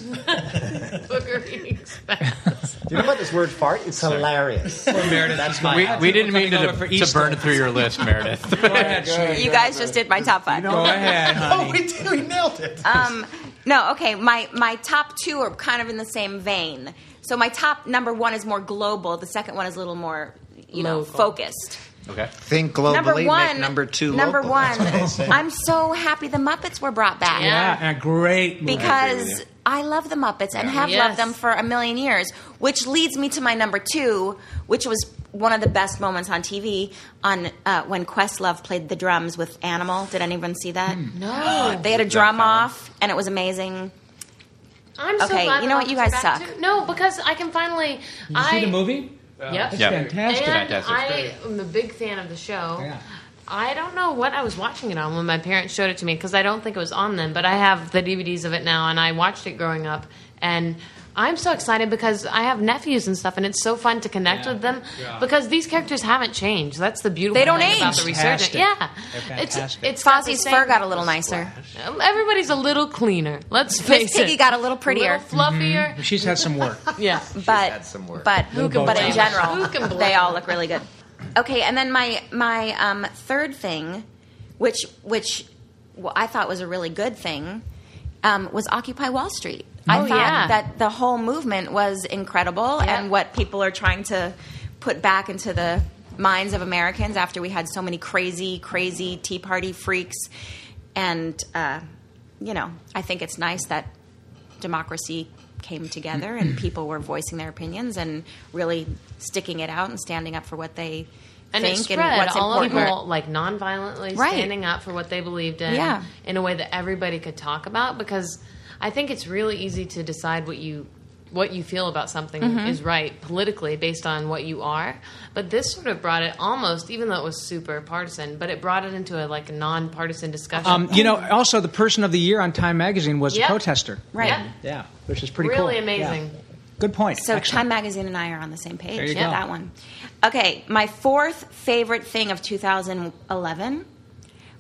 S13: Booger eating
S7: [LAUGHS]
S5: Do you know about this word fart? It's [LAUGHS] hilarious.
S4: Meredith,
S5: That's
S17: We, we didn't mean to, to burn through your
S6: [LAUGHS]
S17: list, Meredith.
S7: You guys just did my top five.
S17: Go ahead,
S5: [LAUGHS]
S17: honey.
S6: Oh, we did. We nailed it.
S7: Um, no, okay. My my top two are kind of in the same vein. So my top number one is more global. The second one is a little more, you know,
S5: Local.
S7: focused.
S5: Okay. Think globally.
S7: Number
S5: Make
S7: one,
S5: number two.
S7: Number
S5: local.
S6: [LAUGHS]
S7: one, I'm so happy the Muppets were brought back.
S4: Yeah, and a great movie.
S7: because I love the Muppets and
S22: Yeah.
S7: have
S22: Yes.
S7: loved them for a million years, which leads me to my number two, which was one of the best moments on TV on uh, when Questlove played the drums with Animal. Did anyone see that?
S3: Hmm. No.
S7: [GASPS] they had a
S3: That
S7: drum off, and it was amazing.
S3: I'm so
S7: Okay,
S3: glad.
S7: you
S3: that
S7: know what?
S3: all
S7: You
S3: comes
S7: guys
S3: back
S7: suck.
S3: to- no, because I can finally.
S6: Did you
S3: I,
S6: see the movie?
S3: Yep.
S6: It's fantastic.
S3: And
S6: Fantastic.
S3: I am a big fan of the show.
S6: Yeah.
S3: I don't know what I was watching it on when my parents showed it to me because I don't think it was on then, but I have the DVDs of it now and I watched it growing up and I'm so excited because I have nephews and stuff and it's so fun to connect with them
S7: Yeah.
S3: because these characters haven't changed. That's the beautiful
S7: They don't
S3: thing about
S7: age.
S3: the resurgence.
S7: Fantastic.
S3: Yeah.
S7: They're
S3: It's
S7: fantastic.
S3: it's got the
S7: Fozzie's
S3: same-
S7: fur got a little nicer.
S3: Um, Everybody's a little cleaner. Let's
S7: Miss
S3: face it.
S7: Piggy got a little prettier.
S3: little
S7: Mm-hmm.
S3: fluffier.
S4: She's had some work.
S3: Yeah.
S7: But
S4: some
S7: But but in general,
S3: Who can blame
S7: they all look really good. Okay, and then my my um, third thing, which which well, I thought was a really good thing, um, was Occupy Wall Street. I
S3: Oh,
S7: thought
S3: yeah.
S7: that the whole movement was incredible, and what people are trying to put back into the minds of Americans after we had so many crazy, crazy Tea Party freaks, and uh, you know, I think it's nice that democracy came together and people were voicing their opinions and really sticking it out and standing up for what they
S3: and
S7: think
S3: it spread
S7: and what's
S3: all
S7: important.
S3: of people like nonviolently
S7: Right.
S3: standing up for what they believed in
S7: Yeah.
S3: in a way that everybody could talk about because I think it's really easy to decide what you what you feel about something
S7: Mhm.
S3: is right politically based on what you are but this sort of brought it almost even though it was super partisan but it brought it into a like a non-partisan discussion
S4: Um, you know, also the person of the year on Time Magazine was
S3: Yep.
S4: a protester.
S3: Right. Yep.
S4: Yeah, which is pretty
S7: Really
S4: cool.
S7: amazing.
S4: Yeah. Good point.
S7: So
S4: Excellent.
S7: Time Magazine and I are on the same page.
S4: There you
S7: Yeah,
S4: go.
S7: that one. Okay, my fourth favorite thing of 2011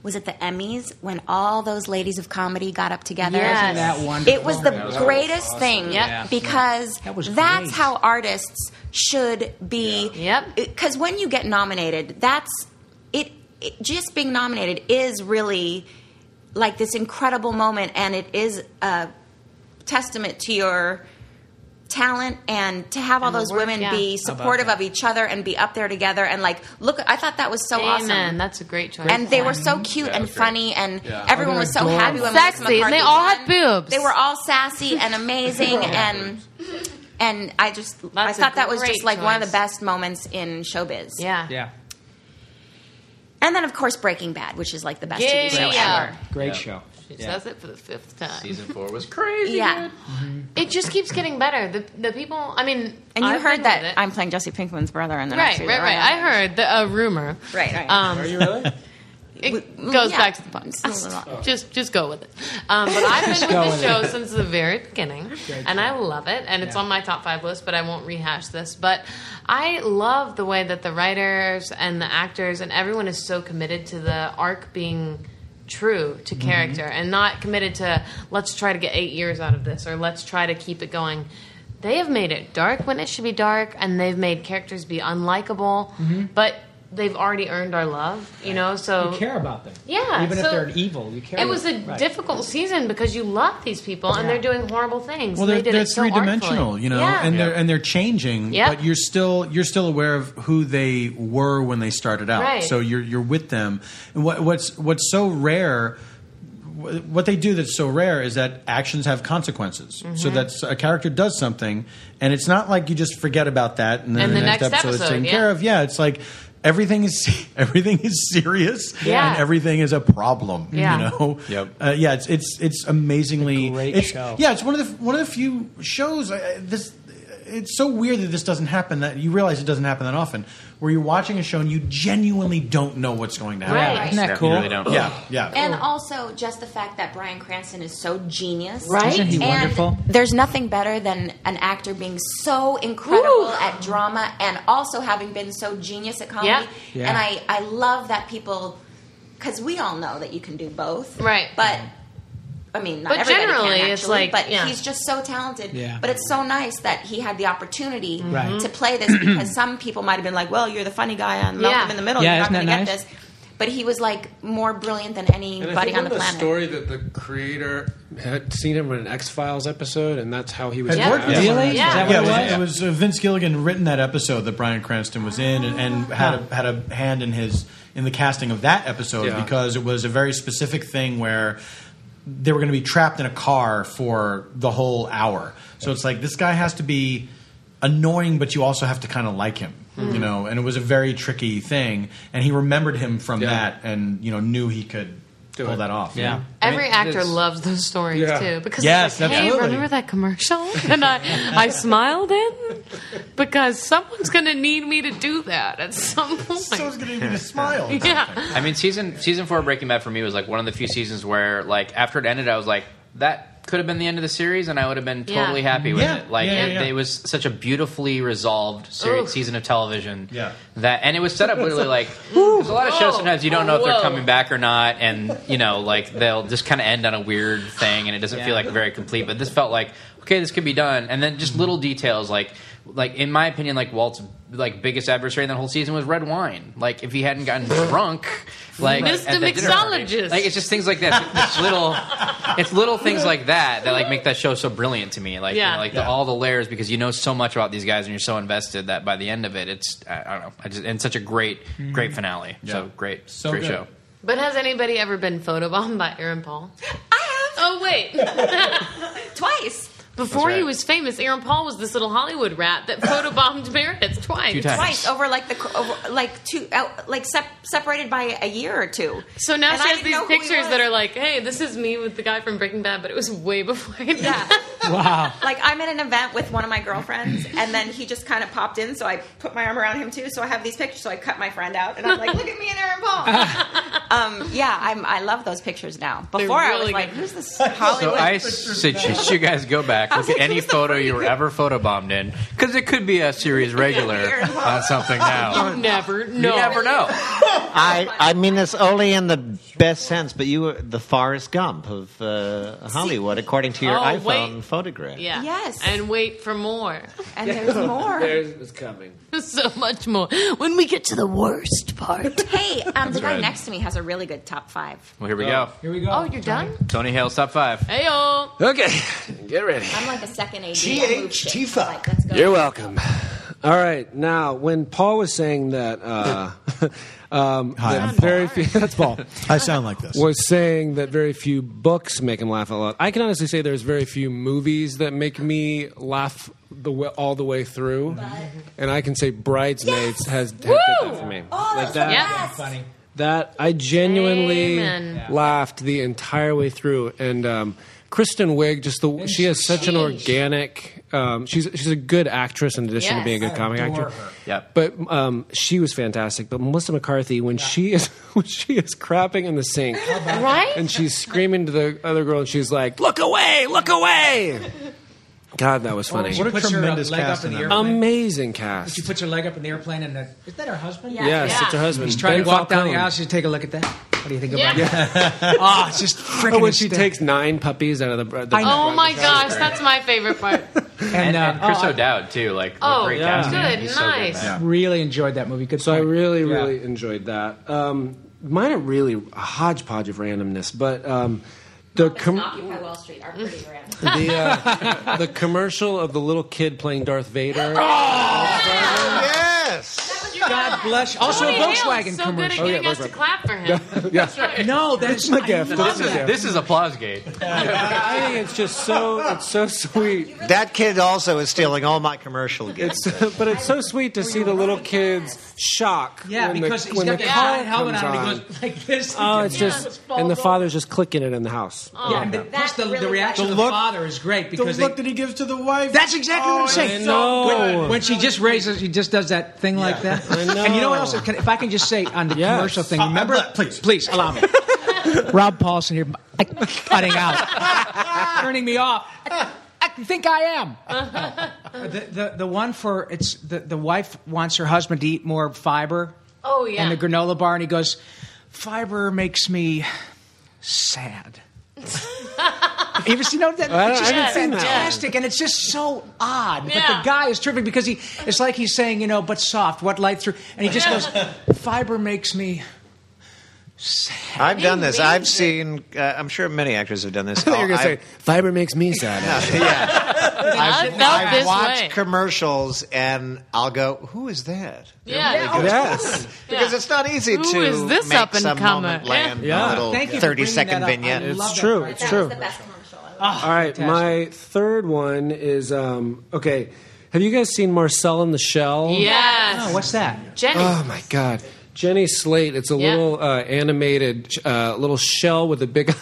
S7: was at the Emmys when all those ladies of comedy got up together.
S3: Yes. Wasn't that wonderful?
S7: It was the
S3: That was
S7: greatest
S3: awesome. Yep.
S7: thing
S3: Yeah.
S7: because
S3: That was
S7: that's
S3: great.
S7: how artists should be. Yep. Because when you get nominated, that's it, it. Just being nominated is really like this incredible moment, and it is a testament to your talent and to have all
S3: And the
S7: those
S3: work,
S7: women
S3: yeah.
S7: be
S3: How about
S7: supportive of each other and be up there together and like look i thought that was so
S3: Amen.
S7: awesome
S3: that's a great choice
S7: and they were so cute
S3: Yeah,
S7: and
S3: that's great.
S7: funny and
S3: Yeah.
S7: everyone
S3: Oh, they
S7: was
S3: were
S7: so happy when
S3: adorable.
S7: Melissa
S3: Sexy, and they
S7: McCarthy
S3: all had
S7: won.
S3: boobs.
S7: they were all
S3: [LAUGHS]
S7: sassy and amazing and and i just
S3: That's
S7: i
S3: a
S7: thought that was
S3: great
S7: just like one of
S3: choice.
S7: the best moments in showbiz
S3: yeah
S4: Yeah.
S7: and then of course breaking bad which is like the best tv show
S3: Yeah.
S7: ever
S4: Great
S3: Yeah.
S4: show.
S3: she
S4: Yeah.
S3: says it for the fifth time
S17: Season four was crazy.
S7: yeah
S3: it just keeps getting better the, the people i mean
S7: and you
S3: I've been
S7: heard
S3: with it.
S7: that i'm playing jesse pinkman's brother in the
S3: right,
S7: next
S3: right,
S7: season,
S3: right, I heard the, a rumor.
S7: Right, right.
S3: Um,
S7: Are you
S3: really? It goes
S7: mm, yeah.
S3: back to the
S7: It's a
S3: podcast.
S7: lot.
S3: Just, just go with it. Um, but I've been
S7: Just
S3: with
S7: go
S3: the
S7: with
S3: show
S7: it.
S3: since the very beginning,
S7: Great
S3: and
S7: show.
S3: I love it. And it's
S7: Yeah.
S3: on my top five list, but I won't rehash this. But I love the way that the writers and the actors and everyone is so committed to the arc being true to
S7: Mm-hmm.
S22: Mhm.
S3: character and not committed to let's try to get eight years out of this or let's try to keep it going. They have made it dark when it should be dark, and they've made characters be unlikable,
S7: Mm-hmm.
S3: but they've already earned our love, you know. So
S4: you care about them.
S3: Yeah,
S4: Even
S3: so-
S4: if they're evil, you care.
S3: It was a
S4: about them. Right.
S3: difficult season because you love these people and they're doing horrible things.
S6: Well,
S3: and
S6: they're,
S3: they did
S6: they're
S3: it so
S6: three dimensional,
S3: artfully.
S6: you know,
S3: Yeah.
S6: and they're and they're changing,
S3: Yep.
S6: but you're still you're still aware of who they were when they started out.
S3: Right.
S6: So you're you're with them, and what what's what's so rare. wh- What they do that's so rare is that actions have consequences. So
S3: Mhm.
S6: that's a character does something, and it's not like you just forget about that and then
S3: And
S6: the,
S3: the
S6: next,
S3: next
S6: episode, is
S3: episode,
S6: taken
S3: yeah.
S6: care of. Yeah, it's like everything is [LAUGHS] everything is serious,
S3: Yeah.
S6: and everything is a problem.
S3: Yeah.
S6: You know, yep. uh, yeah, it's it's it's amazingly great
S4: show.
S6: Yeah, it's one of the one of the few shows. Uh, this it's so weird that this doesn't happen. That you realize it doesn't happen that often. Where you're watching a show and you genuinely don't know what's going to happen.
S7: Right. Isn't that
S6: Yeah,
S7: cool?
S6: you really don't. Yeah, yeah.
S7: And also just the fact that Brian Cranston is so genius.
S6: Right? Isn't he
S7: And
S6: wonderful?
S7: there's nothing better than an actor being so incredible at drama and also having been so genius at comedy.
S3: Yeah.
S22: Yeah.
S7: And I, I love that people, because we all know that you can do both.
S3: Right.
S7: But, I mean, not
S3: But
S7: everybody can,
S3: generally, it's
S7: actually,
S3: like-
S7: But
S3: yeah.
S7: he's just so talented.
S3: Yeah.
S7: But it's so nice that he had the opportunity
S3: Right.
S7: to play this because some people might have been like, well, you're the funny guy on Malcolm
S3: Yeah.
S7: in the Middle.
S3: Yeah,
S7: Oh, you're not
S3: isn't
S7: going
S3: that
S7: to get
S3: nice?
S7: this but he was like more brilliant than anybody on the planet.
S1: story that the creator had seen him in an X Files episode, and that's how he was.
S6: Had worked with him.
S1: Yeah,
S6: it was, it was uh, Vince Gilligan written that episode that Brian Cranston was in, and, and had a, had a hand in his in the casting of that episode
S1: Yeah.
S6: because it was a very specific thing where they were going to be trapped in a car for the whole hour. So it's like this guy has to be annoying, but you also have to kind of like him,
S23: Mhm.
S6: you know. And it was a very tricky thing, and he remembered him from that, and you know knew he could pull that off.
S23: Yeah.
S6: I mean,
S3: Every actor loves those stories
S6: Yeah.
S3: too because
S6: Yes,
S3: it's like, hey,
S6: absolutely.
S3: remember that commercial? [LAUGHS] And I, I smiled in because someone's going to need me to do that at some point. Someone's
S6: going to need me
S2: to smile.
S3: [LAUGHS] Yeah,
S2: I mean, season season four of Breaking Bad for me was like one of the few seasons where, like, after it ended, I was like, that could have been the end of the series, and I would have been
S3: Yeah.
S2: totally happy with
S3: Yeah.
S2: it. Like,
S3: Yeah, yeah,
S2: it,
S3: yeah.
S2: it was such a beautifully resolved series,
S3: Oof.
S2: season of television.
S6: Yeah.
S2: That and it was set up literally like there's a lot of shows
S3: Whoa.
S2: sometimes you don't know if
S3: Whoa.
S2: they're coming back or not, and you know like they'll just kind of end on a weird thing, and it doesn't feel like very complete. But this felt like okay, this could be done, and then just little details like like in my opinion, like Walt's like biggest adversary in that whole season was red wine. Like if he hadn't gotten drunk, like
S3: Mr.
S2: at that dinner party.
S3: Mixologist.
S2: like it's just things like that. It's little, it's little things like that that like make that show so brilliant to me. Like you
S3: Yeah.
S2: know, like The,
S3: Yeah.
S2: all the layers because you know so much about these guys and you're so invested that by the end of it, it's I, I don't know, I just and such a great great finale. So great, great show.
S3: But has anybody ever been photobombed by Aaron Paul? Oh wait,
S7: twice.
S3: Before he
S7: That's right.
S3: was famous, Aaron Paul was this little Hollywood rat that photobombed [LAUGHS] Meredith twice.
S7: Twice over like the cr- over, like two out, like sep- separated by a year or two.
S3: So now
S7: And
S3: she
S7: I
S3: has
S7: didn't know
S3: these
S7: who he
S3: pictures
S7: was.
S3: that
S7: [LAUGHS]
S3: are like, [LAUGHS] "Hey, this is me with the guy from Breaking Bad," but it was way [LAUGHS] before that.
S7: Wow. Like I'm at an event with one of my girlfriends, and then he just kind of popped in, so I put my arm around him too. So I have these pictures. So I cut my friend out, and I'm like, look at me and Aaron
S3: [LAUGHS]
S7: Paul. um, yeah, I'm, I love those pictures now.
S3: They're
S7: Before I was
S3: really
S7: like,
S3: good.
S7: who's
S2: [LAUGHS]
S7: this
S2: So
S7: Hollywood?
S2: I suggest you guys go back look at any photo you were ever photobombed in because it could be a series regular on something now.
S3: [LAUGHS] you never
S2: You
S3: know.
S2: never know.
S5: I, I mean this only in the best sense, but you were the Forrest Gump of uh, Hollywood, according to your
S3: Oh, wait.
S5: iPhone photograph.
S3: Yeah.
S7: Yes.
S3: And wait for more. [LAUGHS]
S7: And
S2: [LAUGHS]
S7: there's more.
S3: There's
S1: It's
S7: There's-
S1: coming.
S3: so much more. When we get to the worst part.
S7: Hey, um, the
S2: That's
S7: guy
S2: right.
S7: next to me has a really good top five.
S2: Well, here we go.
S4: Here we go.
S7: Oh, you're done?
S2: Tony Hale's top five.
S3: Heyo.
S1: Okay, get ready.
S7: I'm like a second AD.
S24: GHT
S7: five.
S1: You're welcome. All right, now when Paul was saying
S25: [LAUGHS]
S1: that, uh, um,
S25: Hi,
S1: that
S25: I'm
S1: very few, that's Paul.
S25: I sound like this.
S1: Was saying that very few books make him laugh a lot. I can honestly say there's very few movies that make me laugh the way, all the way through, and I can say Bridesmaids has, has did that for me. like that.
S4: funny.
S1: That I genuinely
S4: Amen. Yeah.
S1: laughed the entire way through, and um, Kristen Wiig just the she has such an organic. Um, she's she's a good actress in addition
S23: Yes.
S1: to being a good
S23: I
S1: comic
S23: adore
S1: actor.
S23: her.
S2: Yep.
S1: But um, she was fantastic. But Melissa McCarthy, when she is [LAUGHS] when she is crapping in the sink,
S3: Right?
S1: and she's screaming to the other girl, and she's like, "Look away! Look away!" God, that was
S4: Oh,
S1: funny.
S4: she What a puts her tremendous leg up cast in Um, in the that airplane. movie.
S1: Amazing
S4: But
S1: cast.
S4: she puts her leg up in the airplane, and the, is that her husband?
S1: Yeah. Yes, it's her husband,
S4: He's trying
S1: Ben
S4: to walk down
S1: Falcone.
S4: the aisle. She's take a look at that. What do you think about
S1: Yeah.
S4: that? [LAUGHS] Ah, it's just freaking.
S1: Oh, when she
S4: hysterical.
S1: takes nine puppies out of the, br- the
S3: oh my gosh, that's my favorite part.
S2: And,
S4: uh,
S2: and Chris
S4: oh, I-
S2: O'Dowd too. Like
S3: Oh,
S2: great
S3: yeah.
S2: casting.
S3: good,
S2: He's so good in
S3: nice.
S2: that.
S4: Really enjoyed that movie. Good.
S1: So I really, really enjoyed that. Um, mine are really a hodgepodge of randomness, but um, the com-
S7: Occupy Wall Street are pretty random.
S1: the, uh, the commercial of the little kid playing Darth
S6: [LAUGHS]
S1: Vader.
S6: Oh!
S5: yes.
S4: God bless. you. Also,
S3: Tony
S4: a Volkswagen
S3: Hale's so
S4: commercial.
S3: good at getting us to clap for him.
S1: yeah.
S4: No, that's
S1: my gift.
S2: This is this is applause gate.
S1: I think it's just so it's so sweet.
S5: That kid also is stealing all my commercial
S1: It's
S5: gifts.
S1: [LAUGHS] but it's so sweet to see the little kids shock.
S4: Yeah,
S1: when
S4: because
S1: the,
S4: he's
S1: when
S4: got
S1: the
S4: that
S1: car
S4: giant helmet
S1: comes
S4: on, and
S1: on.
S4: he goes like this.
S1: Oh, it's just and the father's just clicking it in the house.
S4: Yeah,
S7: Um,
S4: and the, plus the, the reaction
S1: The
S4: of the
S1: look-
S4: father is great because
S6: the look
S4: they,
S6: that he gives to the wife.
S4: That's exactly what
S6: Oh,
S4: I'm saying.
S6: it's so
S4: when,
S6: good.
S4: when she just raises, she just does that thing like that.
S6: know.
S4: And you know what else? Can- If I can just say on the commercial thing, remember, please, please allow me. [LAUGHS] Rob Paulson here, I- cutting out, [LAUGHS] turning me off. I, I think I am. Uh, The, the the one for it's the, the wife wants her husband to eat more fiber.
S3: Oh, yeah.
S4: And the granola bar, and he goes, fiber makes me [LAUGHS] sad. you ever seen that? that
S23: I don't- I
S4: it's just
S23: haven't seen that one.
S4: fantastic, and it's just so odd. But
S23: Yeah.
S4: the guy is terrific because he it's like he's saying, you know, but soft, what light through, and he just
S23: Yeah.
S4: goes, fiber makes me
S26: I've done this. I've seen. Uh, I'm sure many actors have done
S1: [LAUGHS]
S26: this.
S1: [LAUGHS] You're
S5: Oh,
S1: gonna say
S26: I've-
S1: fiber makes me sad.
S5: [LAUGHS]
S26: [LAUGHS] I've,
S1: I felt
S26: I've
S1: this
S26: watched
S1: way.
S26: commercials and I'll go, "Who is that?"
S3: Yeah.
S26: Everybody goes,
S1: Yes.
S26: because it's not easy
S3: Who
S26: to
S3: is this
S26: make
S3: up and
S26: some
S3: comer?
S26: moment land a
S1: Yeah.
S26: little
S1: Thank you for
S26: thirty
S1: bringing
S26: second
S1: that up. I
S26: vignette.
S1: It's love that true, part. it's That was true. the best All right, my third one is um, okay. Have you guys seen Marcel in the Shell?
S3: Yes.
S4: No, what's that?
S3: Jenny.
S1: Oh my god, Jenny Slate. It's a
S3: Yeah.
S1: little uh, animated uh, little shell with a big [LAUGHS]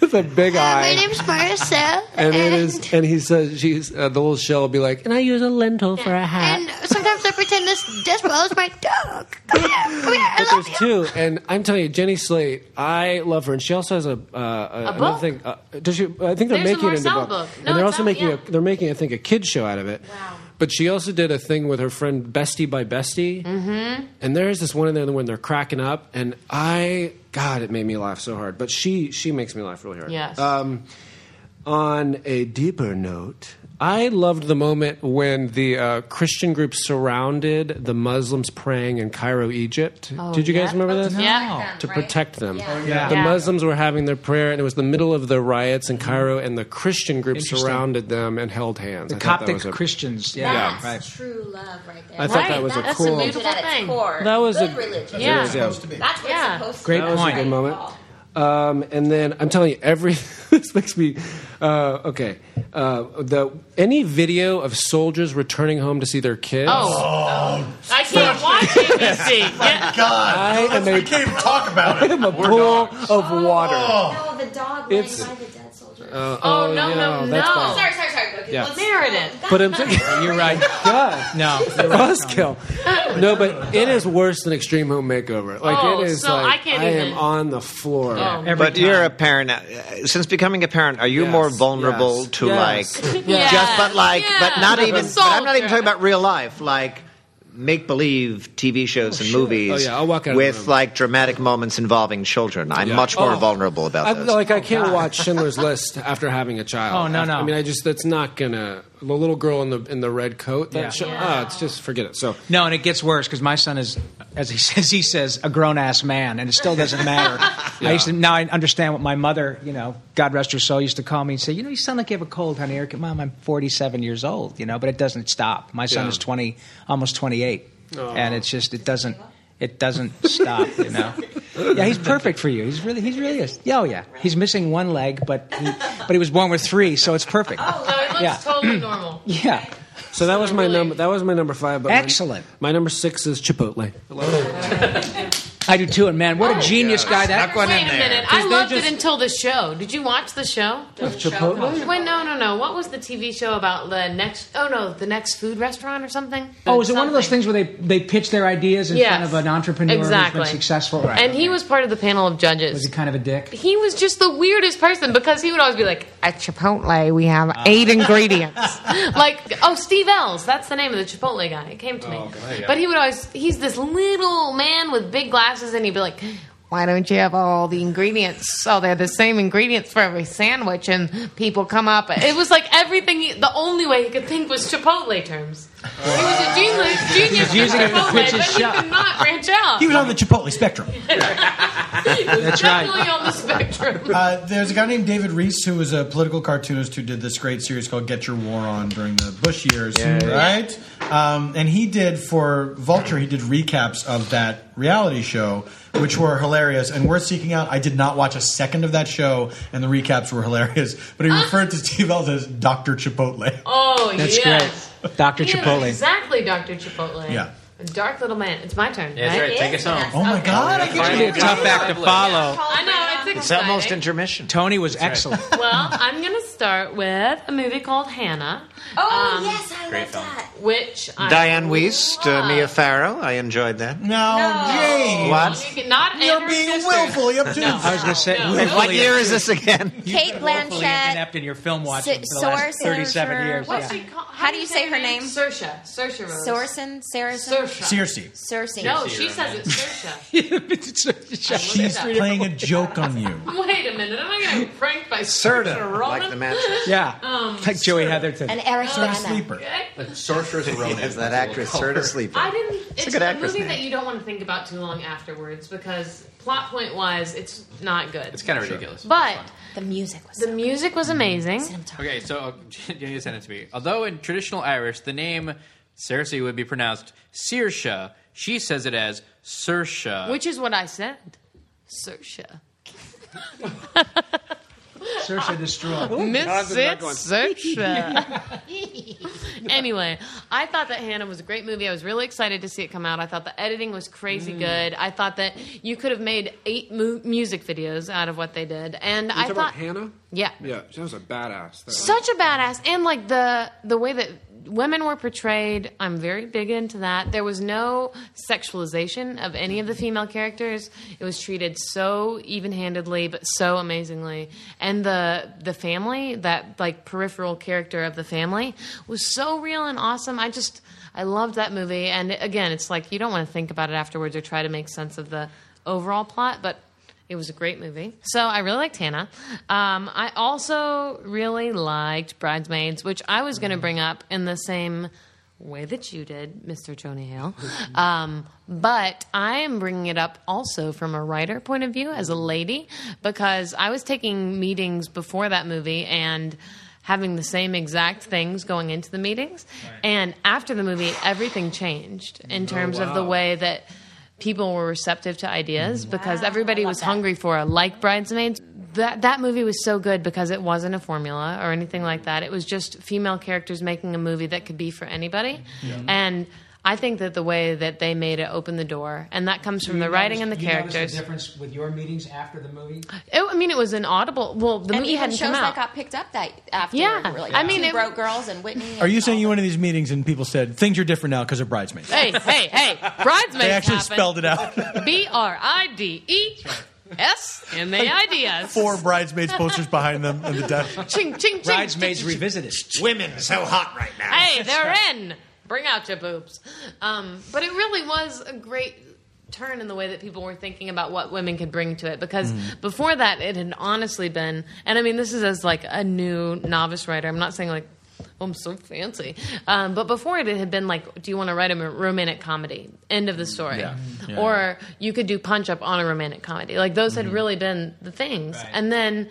S1: with a big eye.
S22: name's Marcel.
S1: And it is, and he says she's uh, the little shell will be like, and I use a lentil for a hat.
S22: And sometimes I pretend this Despo is my dog. Come here, come here. I
S1: But
S22: love
S1: there's two, and I'm telling you, Jenny Slate, I love her, and she also has a, uh, a,
S3: book?
S1: another thing. Uh, does she? I think they're
S3: There's a
S1: making it into
S3: Marcel
S1: book,
S3: book. No,
S1: and they're
S3: it's
S1: also
S3: out,
S1: making
S3: yeah.
S1: a, they're making I think a kid show out of it. Wow! But she also did a thing with her friend Bestie by Bestie,
S3: Mm-hmm.
S1: and there's this one in there when they're cracking up, and I, God, it made me laugh so hard. But she, she makes me laugh really hard.
S3: Yes.
S1: Um, on a deeper note, I loved the moment when the uh, Christian group surrounded the Muslims praying in Cairo, Egypt.
S3: Oh,
S1: Did you guys
S3: yeah.
S1: remember this?
S3: Yeah.
S1: To protect them.
S3: yeah.
S1: Oh. The
S3: Yeah.
S1: Muslims were having their prayer, and it was the middle of the riots in Cairo, and the Christian group
S4: Interesting.
S1: surrounded them and held hands.
S4: The
S1: I thought that
S4: Coptic
S1: was a-
S4: Christians.
S1: Yeah.
S4: Yeah.
S1: Right.
S7: True love, right there.
S1: I thought that was a
S7: That's
S1: cool.
S7: a beautiful
S3: At its
S7: thing.
S3: core.
S1: That was
S7: good
S1: a-
S7: religion.
S1: Yeah. That's what it's supposed to be.
S7: That's what
S3: Yeah.
S7: it's supposed to
S1: Great
S7: be.
S1: that was a good moment. Um, and then I'm telling you, every [LAUGHS] this makes me uh, okay. Uh, the any video of soldiers returning home to see their kids.
S3: Oh. I can't watch
S4: [LAUGHS]
S3: ABC. My
S22: God.
S1: I
S22: [LAUGHS]
S1: am a,
S22: can't even talk about
S1: I am a pool of water.
S22: Oh.
S7: No, the dog
S1: Oh. It's-
S7: laying by the dead soldier.
S1: Uh, oh,
S3: no, no,
S1: that's
S3: no.
S1: bad.
S7: Sorry, sorry, sorry. Okay,
S1: Yeah.
S7: let's-
S3: Meredith.
S1: But I'm
S4: [LAUGHS]
S1: thinking, you're right. God,
S4: no,
S1: buzzkill. No, but it is worse than Extreme Home Makeover. Like
S3: Oh,
S1: it is
S3: so
S1: like
S3: I can't
S1: am
S3: even-
S1: on the floor.
S3: Yeah. Oh.
S26: but you're a parent. uh, Since becoming a parent, are you more vulnerable
S1: yes,
S26: to
S1: yes.
S26: like
S1: Yes.
S26: just but like but
S1: Yeah,
S26: not
S1: like a
S26: even? But I'm not even talking about real life. Like make believe TV shows and movies.
S1: Oh, yeah, I'll walk out of the
S26: with like dramatic moments involving children. I'm much more
S1: Oh.
S26: vulnerable about
S1: [LAUGHS] I,
S26: those. Oh,
S1: like I can't watch Schindler's List after having a child.
S4: Oh, no,
S1: After-
S4: no.
S1: I mean, I just that's not gonna. The little girl in the in the red coat. That
S4: Yeah.
S1: show,
S4: Yeah.
S1: ah, it's just forget it. So
S4: No, and it gets worse because my son is, as he [LAUGHS] says, he says, a grown ass man, and it still doesn't matter.
S1: [LAUGHS] Yeah.
S4: I used to now I understand what my mother, you know, God rest her soul, used to call me and say, you know, you sound like you have a cold, honey. Eric, mom, I'm 47 years old, you know, but it doesn't stop. My son
S1: Yeah.
S4: is 20, almost 28,
S1: Oh.
S4: and it's just it doesn't it doesn't stop, you know. Yeah, he's perfect for you. He's really he's really is. Yeah, oh yeah, he's missing one leg, but he, but he was born with three, so it's perfect.
S3: No, it looks
S4: Yeah. [CLEARS THROAT]
S3: totally normal.
S4: Yeah.
S1: So that was my number. That was my number five. But my-
S4: Excellent.
S1: My, number six is Chipotle.
S4: I do too, and man, what a genius guy that.
S3: Wait a minute. I
S4: Because they
S3: loved
S4: just-
S3: it until the show. Did you watch the show?
S1: Of Chipotle?
S3: Wait, no, no, no. What was the TV show about the next? Oh no, the next food restaurant or something.
S4: Oh, is it one of those things where they, they pitch their ideas in front
S3: Yes.
S4: of an entrepreneur
S3: Exactly.
S4: who's been successful? Right.
S3: and he was part of the panel of judges.
S4: was he kind of a dick?
S3: He was just the weirdest person because he would always be like, "At Chipotle, we have
S6: Ah.
S3: eight
S6: [LAUGHS]
S3: ingredients." like, oh, Steve Ells, that's the name of the Chipotle guy. It came to
S6: Oh,
S3: me,
S22: yeah.
S3: but he would always—he's this little man with big glasses, and he'd be like, "Why don't you have all the ingredients? So they're the same ingredients for every sandwich, and people come up." It was like everything. He, the only way he could think was Chipotle terms. He was a genius, genius
S6: He's using
S3: for
S6: it to
S3: Chipotle,
S6: pitch
S3: but
S6: his
S3: he
S6: shop.
S3: could not branch out.
S6: He was on the
S4: [LAUGHS]
S6: Chipotle spectrum.
S3: That's
S6: right.
S3: Definitely on the spectrum.
S6: [LAUGHS] Uh, there's a guy named David Reese who was a political cartoonist who did this great series called Get Your War On during the Bush years,
S1: Yeah, yeah.
S6: right? Um, and he did for Vulture, he did recaps of that reality show, which were hilarious and worth seeking out. I did not watch a second of that show, and the recaps were [LAUGHS] hilarious.
S4: [LAUGHS]
S6: But he referred to Steve Ells as Doctor Chipotle.
S3: Oh, yes.
S4: great, Doctor
S3: He is Exactly, Dr. Chipotle.
S6: Yeah.
S3: A dark little man. It's my turn.
S6: Yeah, that's right. Take us
S3: home.
S6: Oh my God! I get
S4: It'd be a tough act to follow.
S3: I know. It's,
S26: it's
S3: exciting.
S26: almost intermission.
S4: Tony was excellent.
S3: well, I'm going to start with a movie called Hannah.
S7: Oh, yes, I
S26: Great
S7: love
S26: film.
S7: that.
S3: Which I
S26: Diane Weist, uh, Mia Farrow. I enjoyed that.
S6: No,
S26: Jane. What?
S3: You can- Not You're being willfully
S6: up to
S4: I was going to say,
S26: And what year is this again?
S7: Kate
S4: Fully
S7: Blanchett.
S4: inept in your film watching
S7: S-
S4: for the last
S7: Sorcerer-
S4: 37 years.
S7: What's
S4: yeah.
S7: she called? How do you say her name?
S3: Sersha. Sersha Rose.
S7: Sorsen? Saracen?
S6: Circe.
S7: Circe.
S3: No, she says it's Sersha.
S4: [LAUGHS]
S6: She's playing a joke on you.
S3: [LAUGHS] Wait a minute. Am I going to be pranked by Sersha Ronan?
S4: Yeah.
S3: Um,
S4: like Joey Heatherton.
S7: An Eric
S6: Sarah Sleeper. [LAUGHS]
S26: Sorceress Ronan. yes, that actress, Serta Sleeper.
S3: I didn't. it's
S26: good
S3: a
S26: actress
S3: movie
S26: name.
S3: that you don't want to think about too long afterwards because plot point wise, it's not good.
S17: It's kind of ridiculous.
S3: But
S27: the music was
S3: the music was amazing.
S17: Okay, so [LAUGHS] uh, Jenny sent it to me. Although in traditional Irish, the name Cersei would be pronounced Saoirse, she says it as Sersha.
S3: Which is what I said. Sersha.
S4: Sersha destroyed.
S3: Miss
S1: [LAUGHS]
S3: Sersha.
S22: Sersha.
S3: anyway, I thought that Hannah was a great movie. I was really excited to see it come out. I thought the editing was crazy
S22: Mm.
S3: good. I thought that you could have made eight mu- music videos out of what they did. And
S1: You
S3: I thought
S1: talking about Hannah?
S3: Yeah.
S1: Yeah, she was a badass. That-
S3: such a badass and like the the way that women were portrayed i'm very big into that there was no sexualization of any of the female characters it was treated so even-handedly but so amazingly and the the family that like peripheral character of the family was so real and awesome i just i loved that movie and again it's like you don't want to think about it afterwards or try to make sense of the overall plot but it was a great movie. So I really liked Hannah. Um, I also really liked Bridesmaids, which I was going to bring up in the same way that you did, Mr. Joni
S22: [LAUGHS]
S3: Hale. Um, but I am bringing it up also from a writer point of view as a lady because I was taking meetings before that movie and having the same exact things going into the meetings. And after the movie, everything changed in
S22: Oh,
S3: terms of the
S22: wow.
S3: way that people were receptive to ideas because everybody was hungry for a like bridesmaids that that movie was so good because it wasn't a formula or anything like that it was just female characters making a movie that could be for anybody
S22: Yeah.
S3: and i think that the way that they made it opened the door [LAUGHS] and that comes from the writing and the
S4: You noticed
S3: characters
S4: The difference with your meetings after the movie.
S3: it, i mean it was an audible well the
S7: and
S3: movie
S7: even
S3: hadn't
S7: shows
S3: come
S7: that
S3: out
S7: got picked up that after
S3: Yeah.
S7: were like
S3: I mean,
S7: Two
S3: it-
S7: broke girls and Whitney.
S6: Are you saying you went to these meetings and people said things are different now because of
S3: [LAUGHS]
S6: bridesmaids?
S3: hey hey hey bridesmaids
S6: They actually
S3: happened.
S6: spelled it out.
S3: [LAUGHS] E b-r-i-d-e-s and the ideas
S6: Four bridesmaids posters behind them and the desk.
S3: E ching ching ching
S6: Bridesmaids revisited.
S5: Women so hot right
S22: [LAUGHS]
S5: now.
S3: hey, they're in. Bring out your boobs. Um, but it really was a great turn in the way that people were thinking about what women could bring to it because
S22: Mm.
S3: before that it had honestly been and i mean this is as like a new novice writer i'm not saying like oh, i'm so fancy um, but before it it had been like do you want to write a m- romantic comedy end of the story
S22: Yeah. Yeah. Mm-hmm.
S3: or you could do punch up on a romantic comedy like those had really been the things and then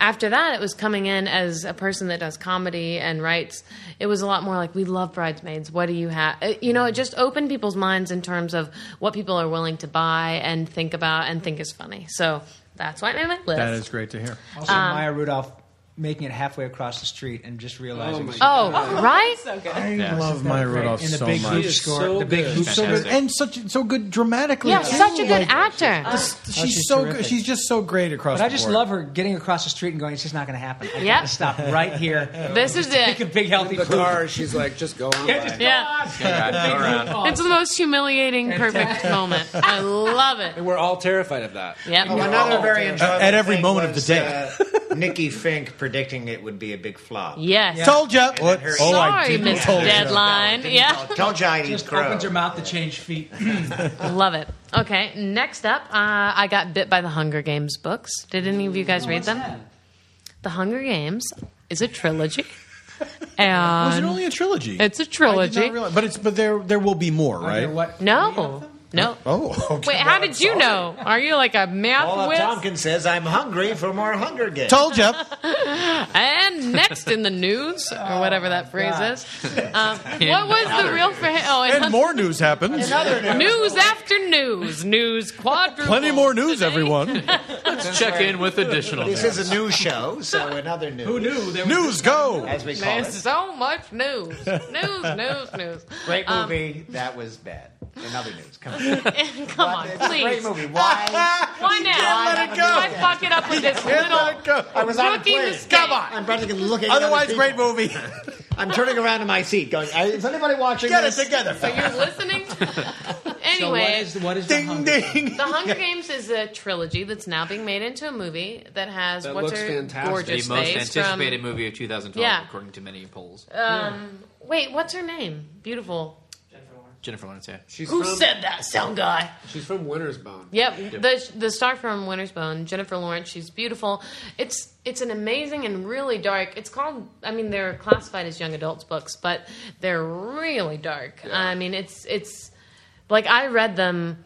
S3: after that, it was coming in as a person that does comedy and writes. It was a lot more like, we love bridesmaids. What do you have? You know, it just opened people's minds in terms of what people are willing to buy and think about and think is funny. So that's why I made my list.
S6: great to hear.
S4: Also,
S3: Um,
S4: Maya Rudolph making it halfway across the street and just realizing.
S3: my
S4: she-
S3: God. Oh, right?
S4: So good.
S6: I love Maya Rudolph
S4: And the
S6: so
S4: big
S6: much.
S4: hoop score, the big hoop
S6: so good, and such so good dramatically.
S3: Yeah,
S6: too.
S3: such a good
S6: Like,
S3: actor.
S6: this-
S4: Oh,
S6: she's,
S4: she's
S6: so
S4: terrific.
S6: good. She's just so great across.
S4: But I
S6: the
S4: just
S6: board.
S4: love her getting across the street and going, "It's just not going to happen." I
S3: Yeah.
S4: gotta stop right here.
S3: [LAUGHS] This is it.
S4: Take a big healthy
S1: the
S4: poop.
S1: car, she's like, just go on. by.
S17: [LAUGHS]
S3: Yeah.
S1: Go around.
S3: It's the most humiliating, perfect moment. I love
S2: [LAUGHS]
S3: it.
S1: And [LAUGHS] we're all terrified of that.
S3: Yep.
S5: Oh, another very enjoyable
S6: At every
S5: thing
S6: moment of
S5: was,
S6: the day.
S5: uh, Nikki Fink predicting it would be a big flop.
S3: Yes. Yeah.
S6: Told ya. What?
S3: Oh, I Sorry, didn't Mr. told ya. Deadline.
S5: No, I didn't
S3: Yeah.
S5: tell- Told you I eat
S4: Just
S5: crow.
S4: opens her mouth to change feet.
S3: Love it. Okay, next up, uh, I got bit by the Hunger Games books. Did any of you guys read them? The Hunger Games is a
S6: [LAUGHS]
S3: trilogy. and
S6: Was it only a trilogy?
S3: It's a
S6: I
S3: trilogy.
S6: did not realize- but it's but there there will be more, right?
S3: No, no.
S6: Oh, okay.
S3: Wait, how did you know? Are you like a math
S5: Paula
S3: whiz?
S5: Tompkins says, I'm hungry for more Hunger Games.
S6: Told you.
S3: and next in the news, or whatever
S6: Oh,
S3: that phrase
S5: God.
S3: is. Um, what was
S6: [LAUGHS]
S3: the real phrase? Oh,
S6: and more news happens.
S3: news. after news, news quadruple.
S6: Plenty more news, [LAUGHS] everyone.
S17: Let's check in with additional
S5: This
S17: news.
S5: is a new show, so Oh, another news.
S6: Who knew? news go. [LAUGHS]
S5: As we call
S3: There's
S5: it.
S3: so much news, news, news,
S6: [LAUGHS]
S3: news. [LAUGHS]
S5: Great
S3: Um,
S5: movie. that was bad. Another news. Come on.
S3: Come on,
S5: It's a
S3: please.
S5: great movie. Why?
S3: Why now?
S5: can't let it go.
S3: Why fuck it up with this
S5: can't
S3: little
S5: let it go. I was on a
S3: rookie
S5: plane.
S3: mistake? Come on.
S5: I'm practically looking.
S6: Otherwise, great [LAUGHS]
S5: movie. I'm turning around in my seat, going, "I- "Is anybody watching?
S6: Get
S5: this?
S6: it together,
S3: So [LAUGHS] you're listening? [LAUGHS]
S5: [LAUGHS]
S3: anyway,
S4: what is
S6: ding ding?
S3: The Hunger Games is a trilogy that's now being made into a movie that has
S17: That
S3: what's
S17: looks
S3: her
S17: fantastic.
S3: gorgeous
S17: the most
S3: face
S17: anticipated
S3: from,
S17: movie of 2012,
S3: Yeah.
S17: according to many polls.
S1: Uh,
S3: Um, Wait, what's her name? Beautiful.
S17: Jennifer Lawrence, yeah.
S1: She's
S3: Who said that, sound guy?
S1: She's from Winter's Bone.
S3: Yep, the the star from Winter's Bone, Jennifer Lawrence. She's beautiful. It's it's an amazing and really dark. It's called. I mean, they're classified as young adults books, but they're really dark. I mean, it's it's Like I read them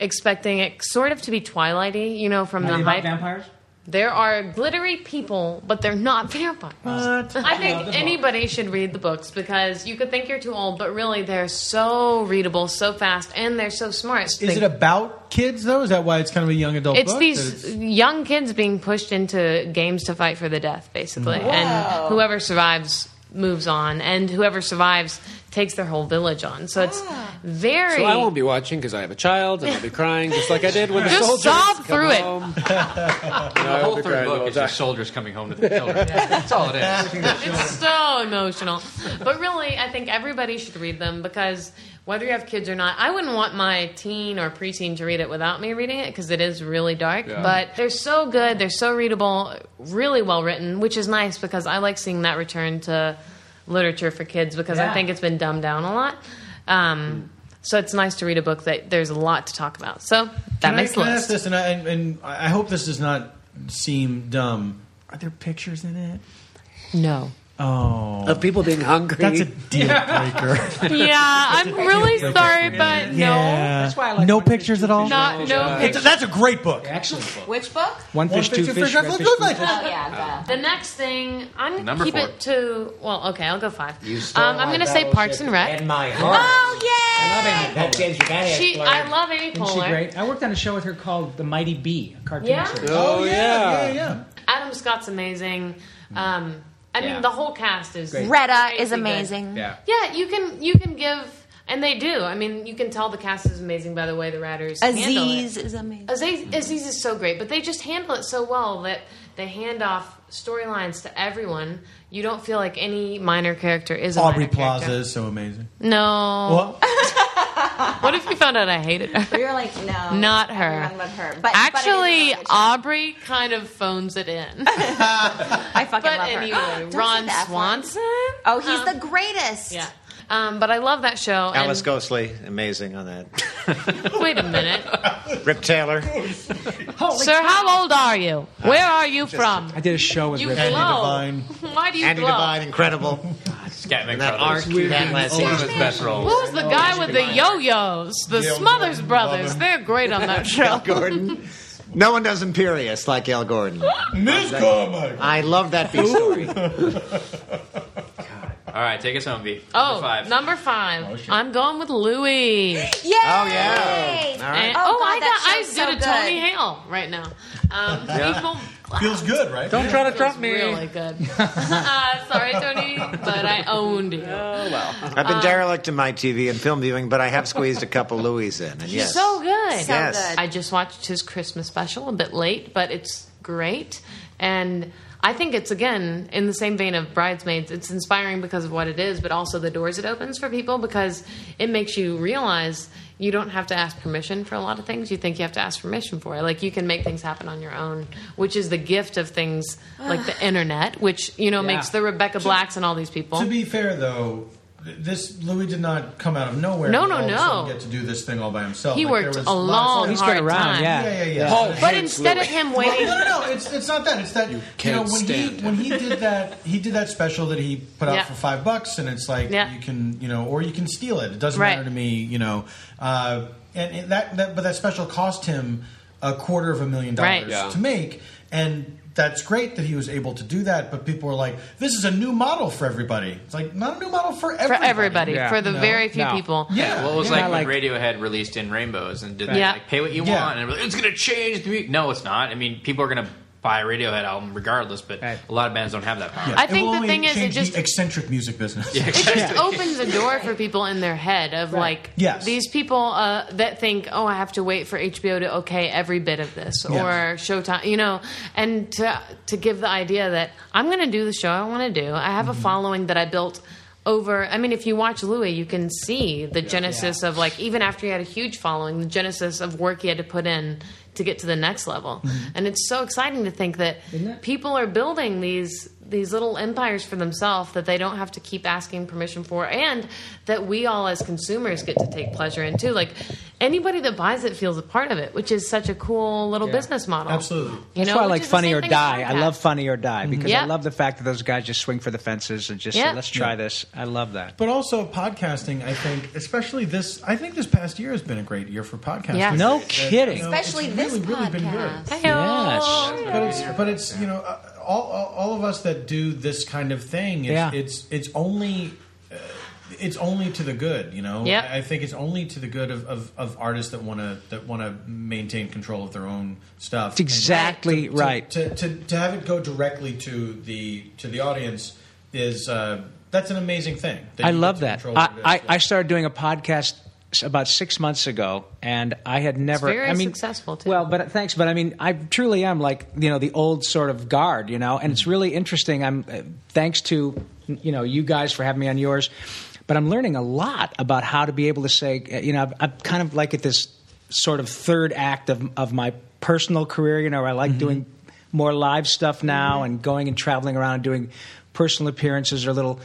S3: expecting it sort of to be Twilighty, you know, from the
S28: Medieval
S3: hype.
S28: vampires?
S3: There are glittery people, but they're not vampires.
S6: Uh,
S28: What?
S3: I
S28: Love the
S3: think
S28: book.
S3: anybody should read the books because you could think you're too old, but really they're so readable, so fast, and they're so smart.
S6: Is it about kids though? Is that why it's kind of a young adult?
S3: it's
S6: book? That
S3: these young kids being pushed into games to fight for the death, basically.
S1: Mm.
S6: Wow.
S3: And whoever survives moves on, and whoever survives takes their whole village on. So it's very.
S1: So I won't be watching because I have a child and I'll be crying just like I did when the
S3: Just
S1: soldiers
S3: sob
S1: come
S3: through it.
S1: home.
S17: the
S1: I
S17: whole
S1: would be
S17: third
S1: crying the
S17: book
S1: whole
S17: is just soldiers coming home to their
S1: [LAUGHS]
S17: children. That's all it is.
S3: it's so emotional. But really, I think everybody should read them because whether you have kids or not, I wouldn't want my teen or preteen to read it without me reading it because it is really dark.
S28: Yeah.
S3: But they're so good, they're so readable, really well written, which is nice because I like seeing that return to literature for kids because
S28: Yeah.
S3: I think it's been dumbed down a lot. Um, so it's nice to read a book that there's a lot to talk about. So that
S6: Can
S3: makes
S6: I, can I
S3: sense.
S6: ask this, and I, and, and I hope this does not seem dumb. Are there pictures in it?
S3: No.
S6: Oh,
S28: Of people being hungry.
S6: That's [LAUGHS] a deal breaker.
S3: [LAUGHS] Yeah, [LAUGHS] I'm really sorry, but no.
S6: Yeah. Uh, no pictures at all.
S3: Not- no
S6: It's-
S3: pictures.
S6: [LAUGHS] That's a great book.
S4: Excellent book.
S3: Which book?
S6: One fish, two fish, red fish, blue fish.
S3: Oh, yeah, the next thing I'm gonna
S6: Number
S3: keep
S6: four.
S3: it to. Well, okay, I'll go five.
S28: You stole
S3: Um, I'm
S28: my
S3: gonna say Parks and Rec.
S4: And my
S28: heart.
S3: Oh
S4: I
S3: yeah!
S4: love Amy.
S3: She- I love Amy
S4: Isn't she
S3: Poehler.
S4: great? I worked on a show with her called The Mighty Bee, a cartoon
S3: Yeah?
S4: series.
S3: Oh,
S28: yeah, yeah,
S3: Adam Scott's amazing. Um, I
S4: Yeah.
S3: mean, the whole cast is.
S4: Mm. Great.
S7: Retta is
S3: crazy good.
S7: amazing.
S4: Yeah.
S3: Yeah, you can you can give, and they do. I mean, you can tell the cast is amazing by the way the writers handle it.
S7: Aziz is amazing.
S3: Aziz, Aziz is so great, but they just handle it so well that they hand off storylines to everyone. You don't feel like any minor character is a
S6: Aubrey
S3: minor
S6: Plaza
S3: character.
S6: is so amazing.
S3: No. What? if you found out I hated her?
S7: We were like, no,
S3: Not her.
S7: everyone But her. But
S3: Actually, Aubrey kind of phones it
S17: [LAUGHS]
S3: in.
S7: I fucking
S3: but
S7: love her.
S3: anyway,
S7: Don't say
S3: Ron
S7: the F word.
S3: Swanson.
S7: Oh, he's the greatest.
S3: Yeah. Um, but I love that show. and-
S26: Alice Ghostly, amazing on
S5: [LAUGHS]
S26: that.
S3: Wait a minute.
S26: Rip Taylor.
S3: Sir, how old are you? Where are you from?
S4: I did a show with
S3: You
S4: Rip.
S3: glow. [LAUGHS] Why do you
S26: Andy
S3: glow?
S26: Devine, incredible.
S17: Scatman
S26: that
S17: Crothers.
S26: arc you had last
S17: One of
S26: season.
S17: his best roles.
S3: Who was the guy with the yo-yos? The
S26: Gil
S3: Smothers Brothers. They're great on that show.
S26: Al Gordon. No one does Imperious like Al Gordon.
S6: [LAUGHS] Miss Carmichael.
S26: I love that beast story.
S17: All right, take us home, V.
S3: Oh,
S17: Number five.
S3: number 5 I'm going with Louis. Yay!
S17: Oh, yeah. All right.
S3: And,
S17: Oh,
S3: oh,
S17: God,
S3: I
S17: that
S3: got I did
S17: show's
S3: a
S17: so
S3: Tony Hale right now. Um,
S17: Yeah.
S3: People
S6: Feels good, right?
S3: Don't try to drop me. Really good. [LAUGHS] uh, sorry, Tony, but I owned you. Oh well.
S26: I've
S5: Uh,
S26: been derelict in my TV and film viewing, but I have squeezed a couple Louis in. And
S3: He's
S26: yes.
S3: so good.
S26: So Yes. good.
S3: I just watched his Christmas special a bit late, but it's great. And I think it's again in the same vein of Bridesmaids. It's inspiring because of what it is, but also the doors it opens for people because it makes you realize you don't have to ask permission for a lot of things you think you have to ask permission for. Like you can make things happen on your own, which is the gift of things like
S26: [SIGHS]
S3: the internet, which, you know,
S6: Yeah.
S3: makes the Rebecca Blacks and all these people.
S6: To be fair, though, th- this Louis did not come out of nowhere.
S3: No,
S6: and
S3: no,
S6: all of a
S3: no.
S6: sudden Get to do this thing all by himself.
S3: He
S6: Like, there
S3: worked
S6: was
S3: a
S6: lots of-
S3: long, He's been hard around, time. yeah.
S6: yeah, yeah, yeah.
S3: Paul But hates instead Louis. of him waiting-
S6: no, no, no. It's it's not that. It's that you,
S3: can't
S6: know when
S3: stand
S6: he when he did that he did that special that he put out
S3: Yeah.
S6: for five bucks, and it's like
S3: Yeah.
S6: you can you know or you can steal it. It doesn't
S3: Right.
S6: matter to me, you know. Uh, and and that, that but that special cost him a quarter of a million dollars
S3: Right. Yeah.
S6: to make, and. That's great that he was able to do that, but people were like, "This is a new model for everybody." It's like not a new model for everybody.
S3: For everybody, for the
S6: You know?
S3: very few
S6: [LAUGHS]
S3: people.
S17: Yeah, well, it was
S6: Yeah.
S17: like, when
S6: Not
S17: Radiohead released "In Rainbows" and did that,
S3: Yeah.
S17: like pay what you
S3: Yeah.
S17: want, and we're like, it's going to change the music. No, it's not. I mean, people are going to buy a Radiohead album regardless, but a lot of bands don't have that power.
S6: Yeah.
S3: I think
S6: will
S3: the
S6: only
S3: thing is, it
S6: change
S3: just-
S6: the eccentric music business.
S17: Yeah,
S3: it just opens a door for people in their head of like
S6: Yes.
S3: these people uh, that think oh i have to wait for hbo to okay every bit of this
S28: Yeah.
S3: or showtime you know and to to give the idea that i'm going to do the show i want to do i have a following that i built over i mean if you watch louis you can see the genesis of like even after he had a huge following the genesis of work he had to put in to get to the next level and it's so exciting to think that people are building these these little empires for themselves that they don't have to keep asking permission for and that we all as consumers get to take pleasure in too like anybody that buys it feels a part of it, which is such a cool little business model.
S6: Absolutely.
S3: You
S4: That's
S3: know,
S4: why I
S3: which
S4: like
S3: is the
S4: Funny
S3: same
S4: or
S3: thing as
S4: Die. I
S3: podcasts.
S4: love Funny or Die because
S3: Yeah.
S4: I love the fact that those guys just swing for the fences and just say,
S3: Yeah.
S4: let's try this. I love that.
S6: But also podcasting, I think, especially this. I think this past year has been a great year for podcasting.
S4: Yes. No kidding.
S7: Especially this podcast.
S4: Yes.
S6: But it's, but it's you know, uh, all, all all of us that do this kind of thing, it's
S4: Yeah.
S6: it's, it's only. uh, It's only to the good, you know.
S3: Yep.
S6: I I think it's only to the good of, of, of artists that want to that want to maintain control of their own stuff.
S4: It's exactly
S6: And to-
S4: right.
S6: To, to, to have it go directly to the to the audience is uh, that's an amazing thing.
S4: I
S6: you get
S4: love
S6: to
S4: that.
S6: control it.
S4: I, I, I started doing a podcast s- about six months ago, and I had never.
S3: very
S4: I mean,
S3: successful too.
S4: Well, but thanks. But I mean, I truly am like you know the old sort of guard, you know,
S6: Mm-hmm.
S4: and it's really interesting. I'm uh, thanks to you know you guys for having me on yours, but I'm learning a lot about how to be able to say uh, you know I'm, I'm kind of like at this sort of third act of of my personal career. You know, where I
S6: Mm-hmm.
S4: like doing more live stuff now and going and traveling around and doing personal appearances or little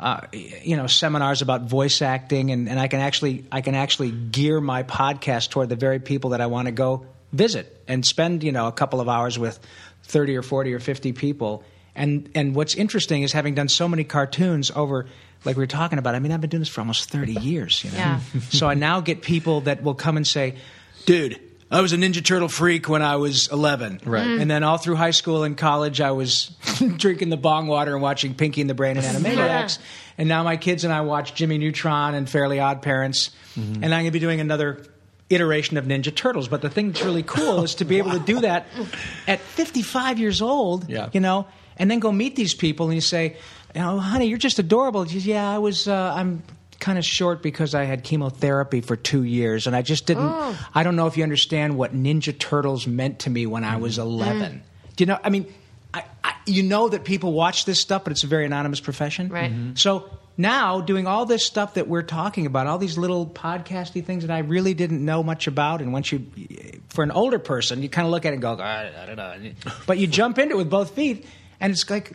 S4: uh, you know seminars about voice acting and, and I can actually I can actually gear my podcast toward the very people that I want to go visit and spend you know a couple of hours with 30 or 40 or 50 people and and what's interesting is having done so many cartoons over like we were talking about I mean I've been doing this for almost 30 years you know
S3: Yeah.
S4: [LAUGHS] so I now get people that will come and say dude I was a Ninja Turtle freak when I was 11.
S17: Right. Mm.
S4: And then all through high school and college, I was [LAUGHS] drinking the bong water and watching Pinky and the Brain and Animaniacs. And now my kids and I watch Jimmy Neutron and Fairly Odd Parents.
S17: Mm-hmm.
S4: And I'm going to be doing another iteration of Ninja Turtles. But the thing that's really cool is to be able to do that at 55 years old,
S17: Yeah.
S4: you know, and then go meet these people and you say, you know, honey, you're just adorable. She says, yeah, I was, uh, I'm kind of short because I had chemotherapy for two years and I just didn't,
S3: Oh.
S4: I don't know if you understand what Ninja Turtles meant to me when I was
S3: Mm-hmm.
S4: 11. Do you know, I mean, I, I, you know that people watch this stuff, but it's a very anonymous profession.
S3: Right. Mhm.
S4: So now doing all this stuff that we're talking about, all these little podcasty things that I really didn't know much about, and once you, for an older person, you kind of look at it and go, I, I don't know, but you jump into it with both feet, and it's like,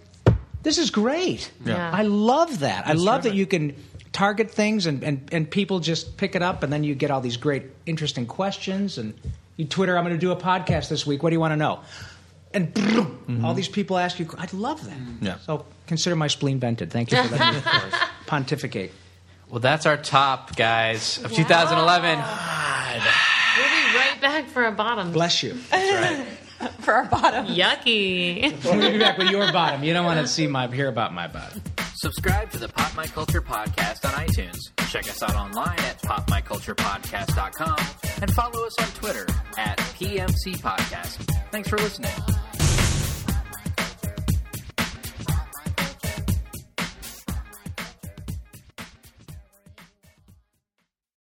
S4: this is great.
S3: Yeah. Yeah.
S4: I love that. I love that you can target things and, and, and people just pick it up, and then you get all these great, interesting questions. And you Twitter, I'm going to do a podcast this week. What do you want to know? And all these people ask you. I love that.
S6: Yeah.
S4: So consider my spleen vented. Thank you for letting me pontificate.
S17: Well, that's our top guys of 2011.
S3: We'll be right back for a bottom.
S4: Bless you. [LAUGHS]
S7: for our bottom.
S4: We'll be
S3: Yucky.
S4: back with your bottom. You don't want to see my hear about my bottom.
S14: Subscribe to the Pop My Culture Podcast on iTunes. Check us out online at popmyculturepodcast.com and follow us on Twitter at PMC Podcast. Thanks for listening.